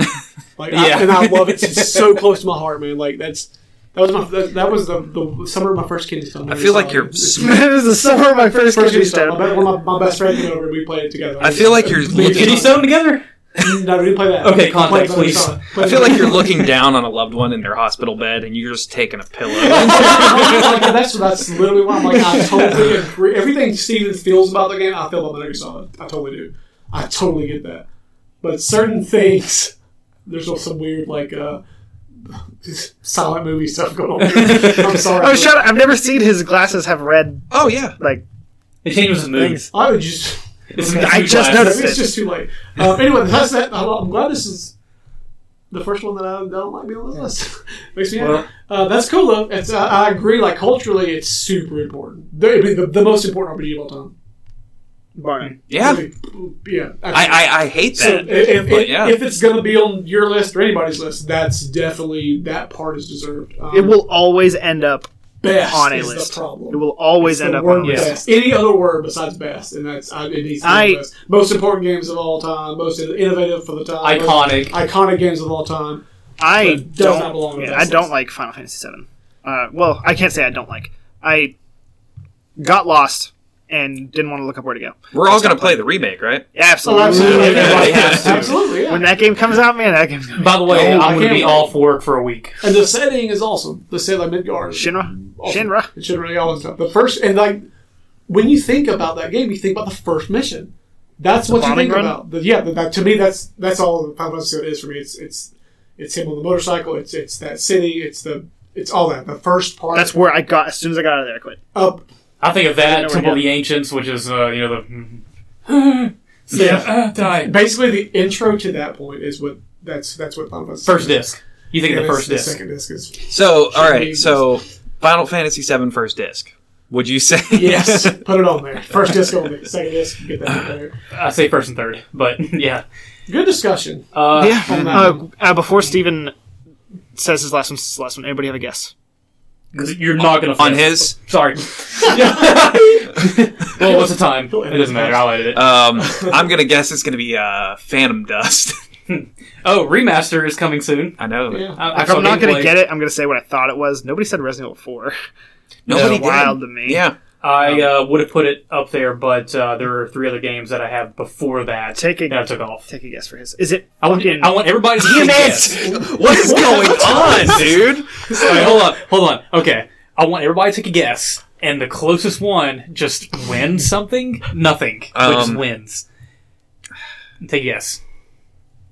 Like, I, Yeah. and I love it. It's so close to my heart, man. Like that's that was my that, that was the, the summer of my first Kingdom Stone. I feel like you're. sm- it was the summer of my first First kidney Kingdom Stone. My, stone. be- one of my, my best friend came over and we played it together. I feel like you're Kidney looking. Stone? together? No, we didn't play that. Okay, We played context, Metal Gear please. Solid. I feel like you're looking down on a loved one in their hospital bed, and you're just taking a pillow. Like, that's that's literally why I'm like I totally agree. Everything Steven feels about the game, I feel about Metal Gear Solid. I totally do. I totally get that. But certain things, there's also some weird like uh, silent movie stuff going on. Here. I'm sorry. Oh, shut up! I've never seen his glasses have red oh yeah, like It changes the mood. things. I would just. It's I mood just glasses. noticed Maybe it's it. just too late. Um, anyway, that's that. I'm, I'm glad this is the first one that I, that I don't like being on the list. Makes me happy. Well- uh, that's cool though. It's, I, I agree. Like culturally, it's super important. The, I mean, the, the most important RPG of all time. Barney. yeah. Like, yeah. I I, I hate so that. if, if, but yeah. if it's going to be on your list or anybody's list, that's definitely that part is deserved. Um, It will always end up. best on a is list. The problem. It will always The end up word on a list. best. Any other word besides best, and that's I, it needs to be I- best. Most important games of all time, most innovative for the time, most Iconic. iconic games of all time. I But does not belong on don't. yeah, that I list. don't like Final Fantasy VII. Uh, well, I can't say I don't like. I got lost and didn't want to look up where to go. We're all gonna play the remake, right? Yeah, Oh, absolutely. absolutely, Everybody yeah. has to. absolutely. Yeah. When that game comes out, man, that game's gonna By the way, Oh, I I'm going to can't be wait. off work for a week. and the setting is awesome. The set like Midgard, be Shinra. awesome. Shinra. and Oh, Shinra, all that stuff. The first and like when you think about that game, you think about the first mission. That's what you bombing think run? about. The- yeah, that, that- to me, that's that's all the Final Fantasy is for me. It's it's it's him on the motorcycle. It's it's that city. It's the it's all that. The first part. That's where I got. As soon as I got out of there, I quit. up. I think of know that we're Temple of done. the Ancients, which is uh, you know the Yeah. uh, die Basically, the intro to that point is what that's that's what Final Fantasy first is. disc. You think of And the first the disc? second disc is So all right, be- so Final Fantasy VII first disc. Would you say yes. Put it on there. First disc only. Second disc. Get that on there. I say first and third, but yeah. Good discussion. Uh, yeah. on that Uh, uh, before Steven says his last one, says his last one. Anybody have a guess? You're not gonna on fit. his? Sorry. well, what's the time? It doesn't matter. I'll edit it. Um, I'm gonna guess it's gonna be uh, Phantom Dust. oh, remaster is coming soon. I know. Yeah. I, If I'm not gonna get it, I'm gonna say what I thought it was. Nobody said Resident Evil Four. Nobody That's did. wild to me. Yeah. I um, uh, would have put it up there, but uh, there are three other games that I have before that Take a- that I took off. Take a guess for his. Is it? I want, fucking- I want everybody to take a guess. What is going on, dude? Wait, hold on, hold on. Okay, I want everybody to take a guess, and the closest one just wins something. Nothing, but just Um, wins. Take a guess.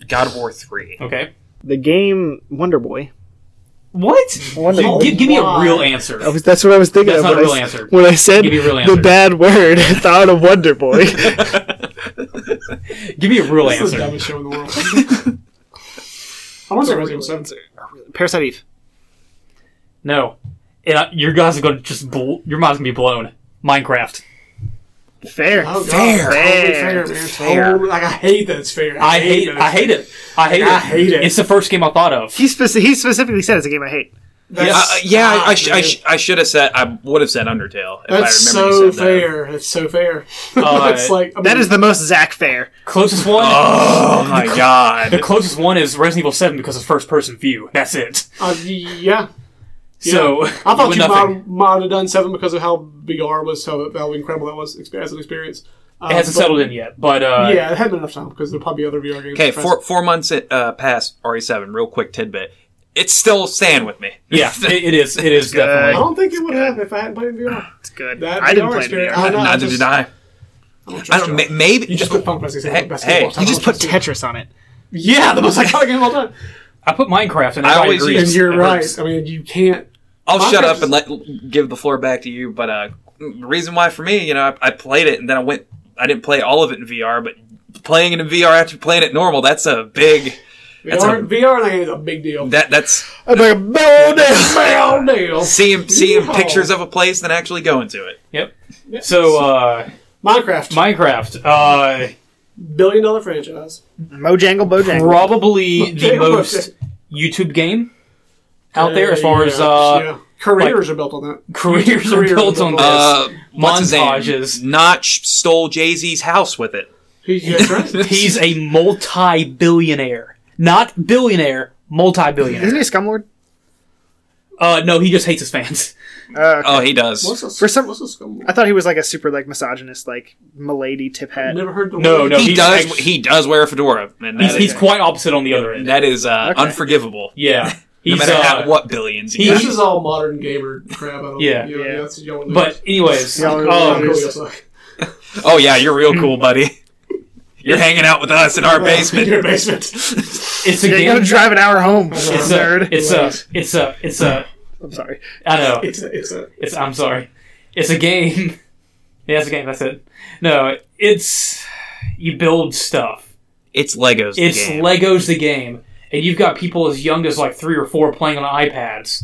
God of War Three. Okay. the game Wonder Boy. What? Wonder Oh, give, give me a why? real answer. I was, that's what I was thinking of That's not a when real I, s- answer. when I said Give me a real the answer. bad word. I thought of Wonder Boy. Give me a real This is the answer. dumbest show in the world. I want to say Resident Evil Seven. Parasite Eve. No, and I, your guys are going to just bl- your mind's gonna be blown. Minecraft. Fair. Oh, God. Fair. Totally Fair. fair, man. Fair. Totally- like I hate that it's fair. I hate. that I it's hate it. I hate it. I hate it. It's the first game I thought of. He, speci- he specifically said it's a game I hate. fair. Yeah, That's- uh, yeah. I, I, ah, sh- I, man. sh- I should have said. I would have said Undertale. If That's I remember so you said that. fair. That's so fair. Uh, That's like I That mean, is the most Zach fair. Closest one. Oh my The god. closest one is Resident Evil Seven because it's first person view. That's it. uh, yeah. So I thought win you nothing. might, might have done seven because of how VR was, how, how incredible that was exp- as an experience. Um, It hasn't but- settled in yet, but uh, Yeah, it hadn't been enough time because there'll probably be other VR games. Okay, for four four months uh, past RE7. Real E quick tidbit. it's still staying with me. Yeah, it, it is. It is Good. I definitely. don't think it would have if I hadn't played in VR. It's good. That I didn't VR play experience- VR. I I know. know. Neither just- did I. I don't. may- Maybe You just put Funk Fest. Oh. Hey, hey, You just put Tetris on it. yeah, the most iconic game of all time. I put Minecraft and I I always always agrees. And you're It right. hurts. I mean, you can't. I'll Minecraft shut up is- and let give the floor back to you. But uh, the reason why for me, you know, I, I played it and then I went. I didn't play all of it in VR, but playing it in VR after playing it normal, that's a big. That's VR, a- VR thing is a big deal. That that's It's like a big old That's a big deal. seeing seeing Yeehaw. pictures of a place than actually going to it. So uh, Minecraft, Minecraft, uh, billion dollar franchise. Mojangle Bojangle. probably Okay, the most YouTube game out there as far Yeah, as uh, yeah. careers are built on that. careers are Career built on this. Uh, what's his name? Montages. Notch stole Jay Z's house with it. He, that's right. He's a multi-billionaire, not billionaire, Isn't multi-billionaire. he a scumlord? Uh, no, he just hates his fans. Uh, Oh, he does. What's a, For some- what's a scum? I thought he was like a super like misogynist, like milady tip hat. Never heard the No, word. no. he he's does. actu- he does wear a fedora, and that He's, is he's quite opposite on the other end. that is uh, Okay. unforgivable. Yeah, No he's matter uh, how, what billions he he- This is all modern gamer crap. I don't, Yeah. you know, Yeah. That's y'all lose. But anyways, Yeah, Y'all um, really um, suck. Oh yeah, you're real cool, buddy. You're hanging out with us in our basement. Your basement. it's a yeah, you game. gotta drive an hour home, it's nerd. a, it's a, it's a, it's a. I'm sorry. I know. It's a, it's a, It's. I'm sorry. It's a game. Yeah, it's a game. That's it. No, it's you build stuff. It's Legos. the It's game. Legos the game, and you've got people as young as like three or four playing on iPads,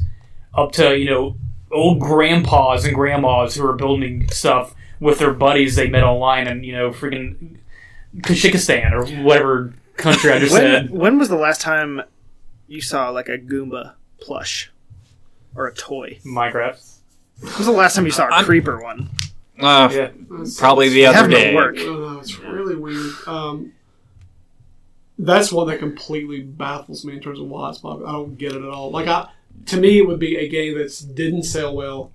up to you know old grandpas and grandmas who are building stuff with their buddies they met online and you know freaking Kazakhstan or whatever country I just When, said. when was the last time you saw like a Goomba plush or a toy? Minecraft. When was the last time you saw a I'm- creeper one? Uh, Yeah. it's Probably the Have other no day. work. I don't know, it's really weird. Um, that's one that completely baffles me in terms of why it's popular. I don't get it at all. Like, I, to me, it would be a game that's didn't sell well,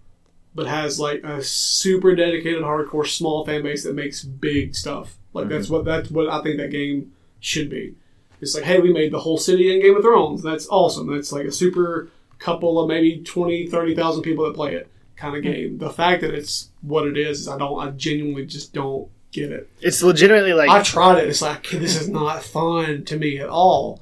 but has like a super dedicated hardcore small fan base that makes big stuff. Like that's Mm-hmm. what that's what I think that game should be. It's like, hey, we made the whole city in Game of Thrones. That's awesome. That's like a super couple of maybe 20, 30,000 people that play it kind of game. The fact that it's what it is, is I don't, I genuinely just don't get it. It's legitimately like I tried it. It's like this is not fun to me at all.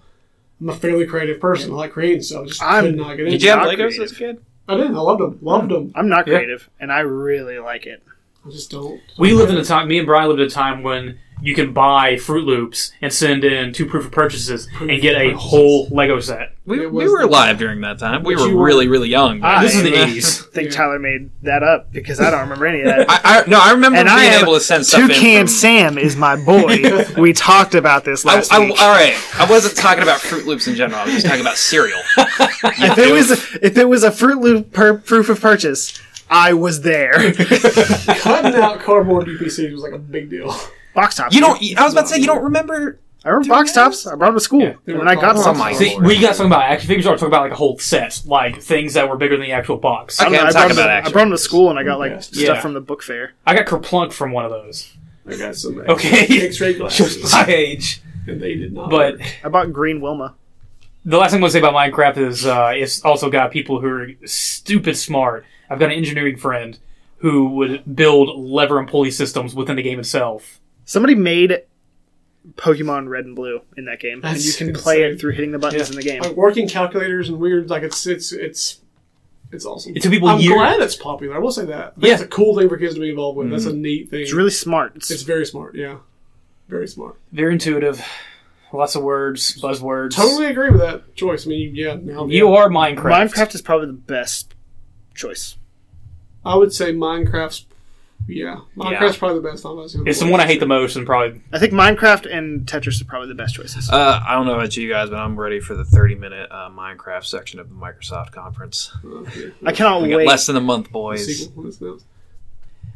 I'm a fairly creative person. I like creating stuff. I just I'm- could not get Did into you it. have Not Legos creative. as a kid? I didn't. I loved them. Loved them. I'm not Yeah. creative, and I really like it. I just don't. We lived in a time. Me and Brian lived in a time when you could buy Fruit Loops and send in two proof of purchases and get a whole Lego set. We, It we was- were alive during that time. We But you were were- really really young. I This is the Yeah. eighties. I think Yeah. Tyler made that up because I don't remember any of that. I, I no, I remember And being I am able to send stuff in. Toucan from- Sam is my boy. we talked about this I, last I, week. all right, I wasn't talking about Fruit Loops in general. I was just talking about cereal. if it was if it was a Fruit Loop per, proof of purchase, I was there. cutting out cardboard DPCs was like a big deal. box tops. You don't. I was about to say you don't remember. I remember box tops. I brought them to school, Yeah. and I got Oh some. my See, we got talking about action figures. Are talking about like a whole set, like things that were bigger than the actual box. I don't Okay, know, I'm I brought talking them- about I action brought them to school, and I got like Yeah. stuff Yeah. from the book fair. I got kerplunk from one of those. I got some Okay. X-ray glasses, My age, and they did not. but work. I bought Green Wilma. the last thing I'm gonna say about Minecraft is uh, it's also got people who are stupid smart. I've got an engineering friend who would build lever and pulley systems within the game itself. Somebody made Pokemon Red and Blue in that game, and That's you can play insane. it through hitting the buttons Yeah. Oh, in the game. like working calculators and weird. Like it's it's it's. It's awesome. It took people I'm years- glad it's popular. I will say that. Yeah. Hmm. That's a cool thing for kids to be involved with. That's a neat thing. It's really smart. It's- It's very smart, yeah. Very smart. Very intuitive, lots of words, buzzwords. Totally agree with that choice. I mean, yeah. Now, You are Minecraft. Minecraft is probably the best choice. I would say Minecraft's. Yeah, Minecraft's probably the best. I'm not saying It's the one I hate the Uh, most, and probably I think Minecraft and Tetris are probably the best choices. Uh, I don't know about you guys, but I'm ready for the 30 minute uh, Minecraft section of the Microsoft conference. Okay. I cannot We got wait. less than a month, The boys. sequel, what is that?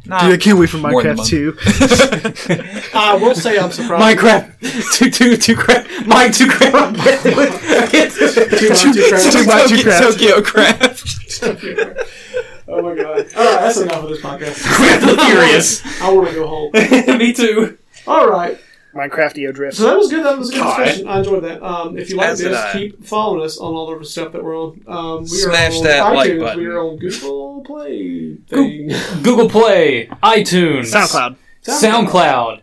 Nah. Dude, I can't wait for More than a Minecraft 2. I will say I'm surprised. Minecraft. Two, two, two, crap. Mine, two, crap. Too much, too Too crazy. much Tokyo, Minecraft. Tokyo Craft. Oh my god! All right, that's enough of this podcast. Furious. I want to go home. Me too. All right, Minecraft EO Drift. So that was good. That was a good God. discussion. I enjoyed that. Um, if you like As did this, I. keep following us on all the stuff that we're on. Um, we Smash are on that like iTunes, button. We are on Google Play thing. Google Play, iTunes, SoundCloud. SoundCloud.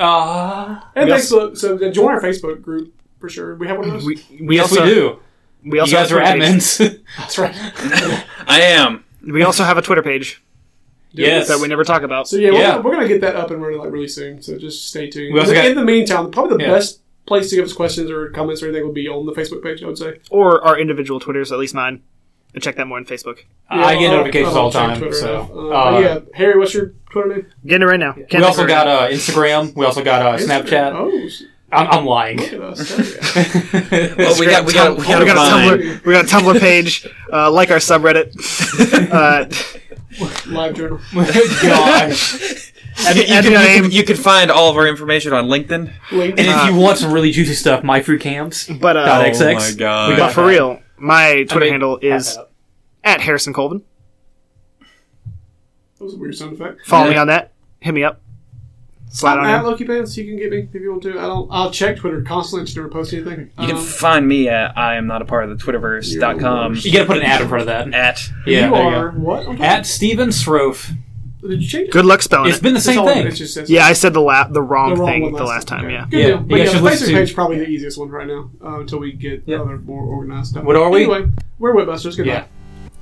Uh, and We also- Facebook. So uh, join our Facebook group for sure. We have one of those. We, we yes, also we do. we You also guys have are a Twitter page. admins. That's right. I am. We also have a Twitter page yes. that we never talk about. So yeah, we're, Yeah. Gonna, we're gonna get that up and running like really soon. So just stay tuned. We also in, got- the meantime, probably the Yeah. best place to give us questions or comments or anything would be on the Facebook page. I would say. or our individual Twitters, at least mine. I check that more on Facebook. I Yeah, get I'll- notifications I'll all the check time. Twitter So enough. Uh, uh, but yeah, Harry, what's your Twitter name? Getting it right now. we also got uh, Instagram. We also got uh, Snapchat. Oh, I'm, I'm lying. look at us. Well, we got we got we Oh, got we to got a find. Tumblr. We got a Tumblr page. Uh, like our subreddit. Uh, Live journal. Gosh. and, You, can, and you, name. can, you can find all of our information on LinkedIn. Link. And if you want some really juicy stuff, myfruitcams.xx. but uh, Got it. XX. god! We but got- for real, my Twitter mean, handle is at Harrison Colvin. That was a weird sound effect. Follow me on that. Hit me up. Slide I'm at on in. Loki Pants. You can get me if you want to. I don't. I'll check Twitter constantly. I just never post anything. you can Um, find me at I am not a part of the Twitterverse.com You gotta put an ad in front of that. at Yeah, you there you are what? I'm go. At Steven Srofe. talking- Did you change it? Good luck spelling It's it. been the same all- thing. It's just it's Yeah, I said the la- the wrong the wrong thing one the last time. Yeah. Good Yeah, deal. you But guys yeah, the should listen Facebook to- page is probably the easiest one right now uh, until we get Yeah. other more organized stuff. What are we? Anyway, we're Whipbusters. Good night.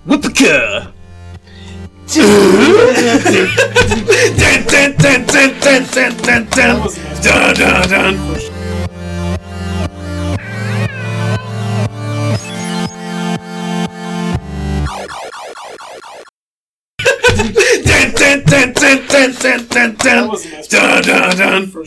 Yeah. Whipka. That was the best. That was the best. dun dun dun. For sure.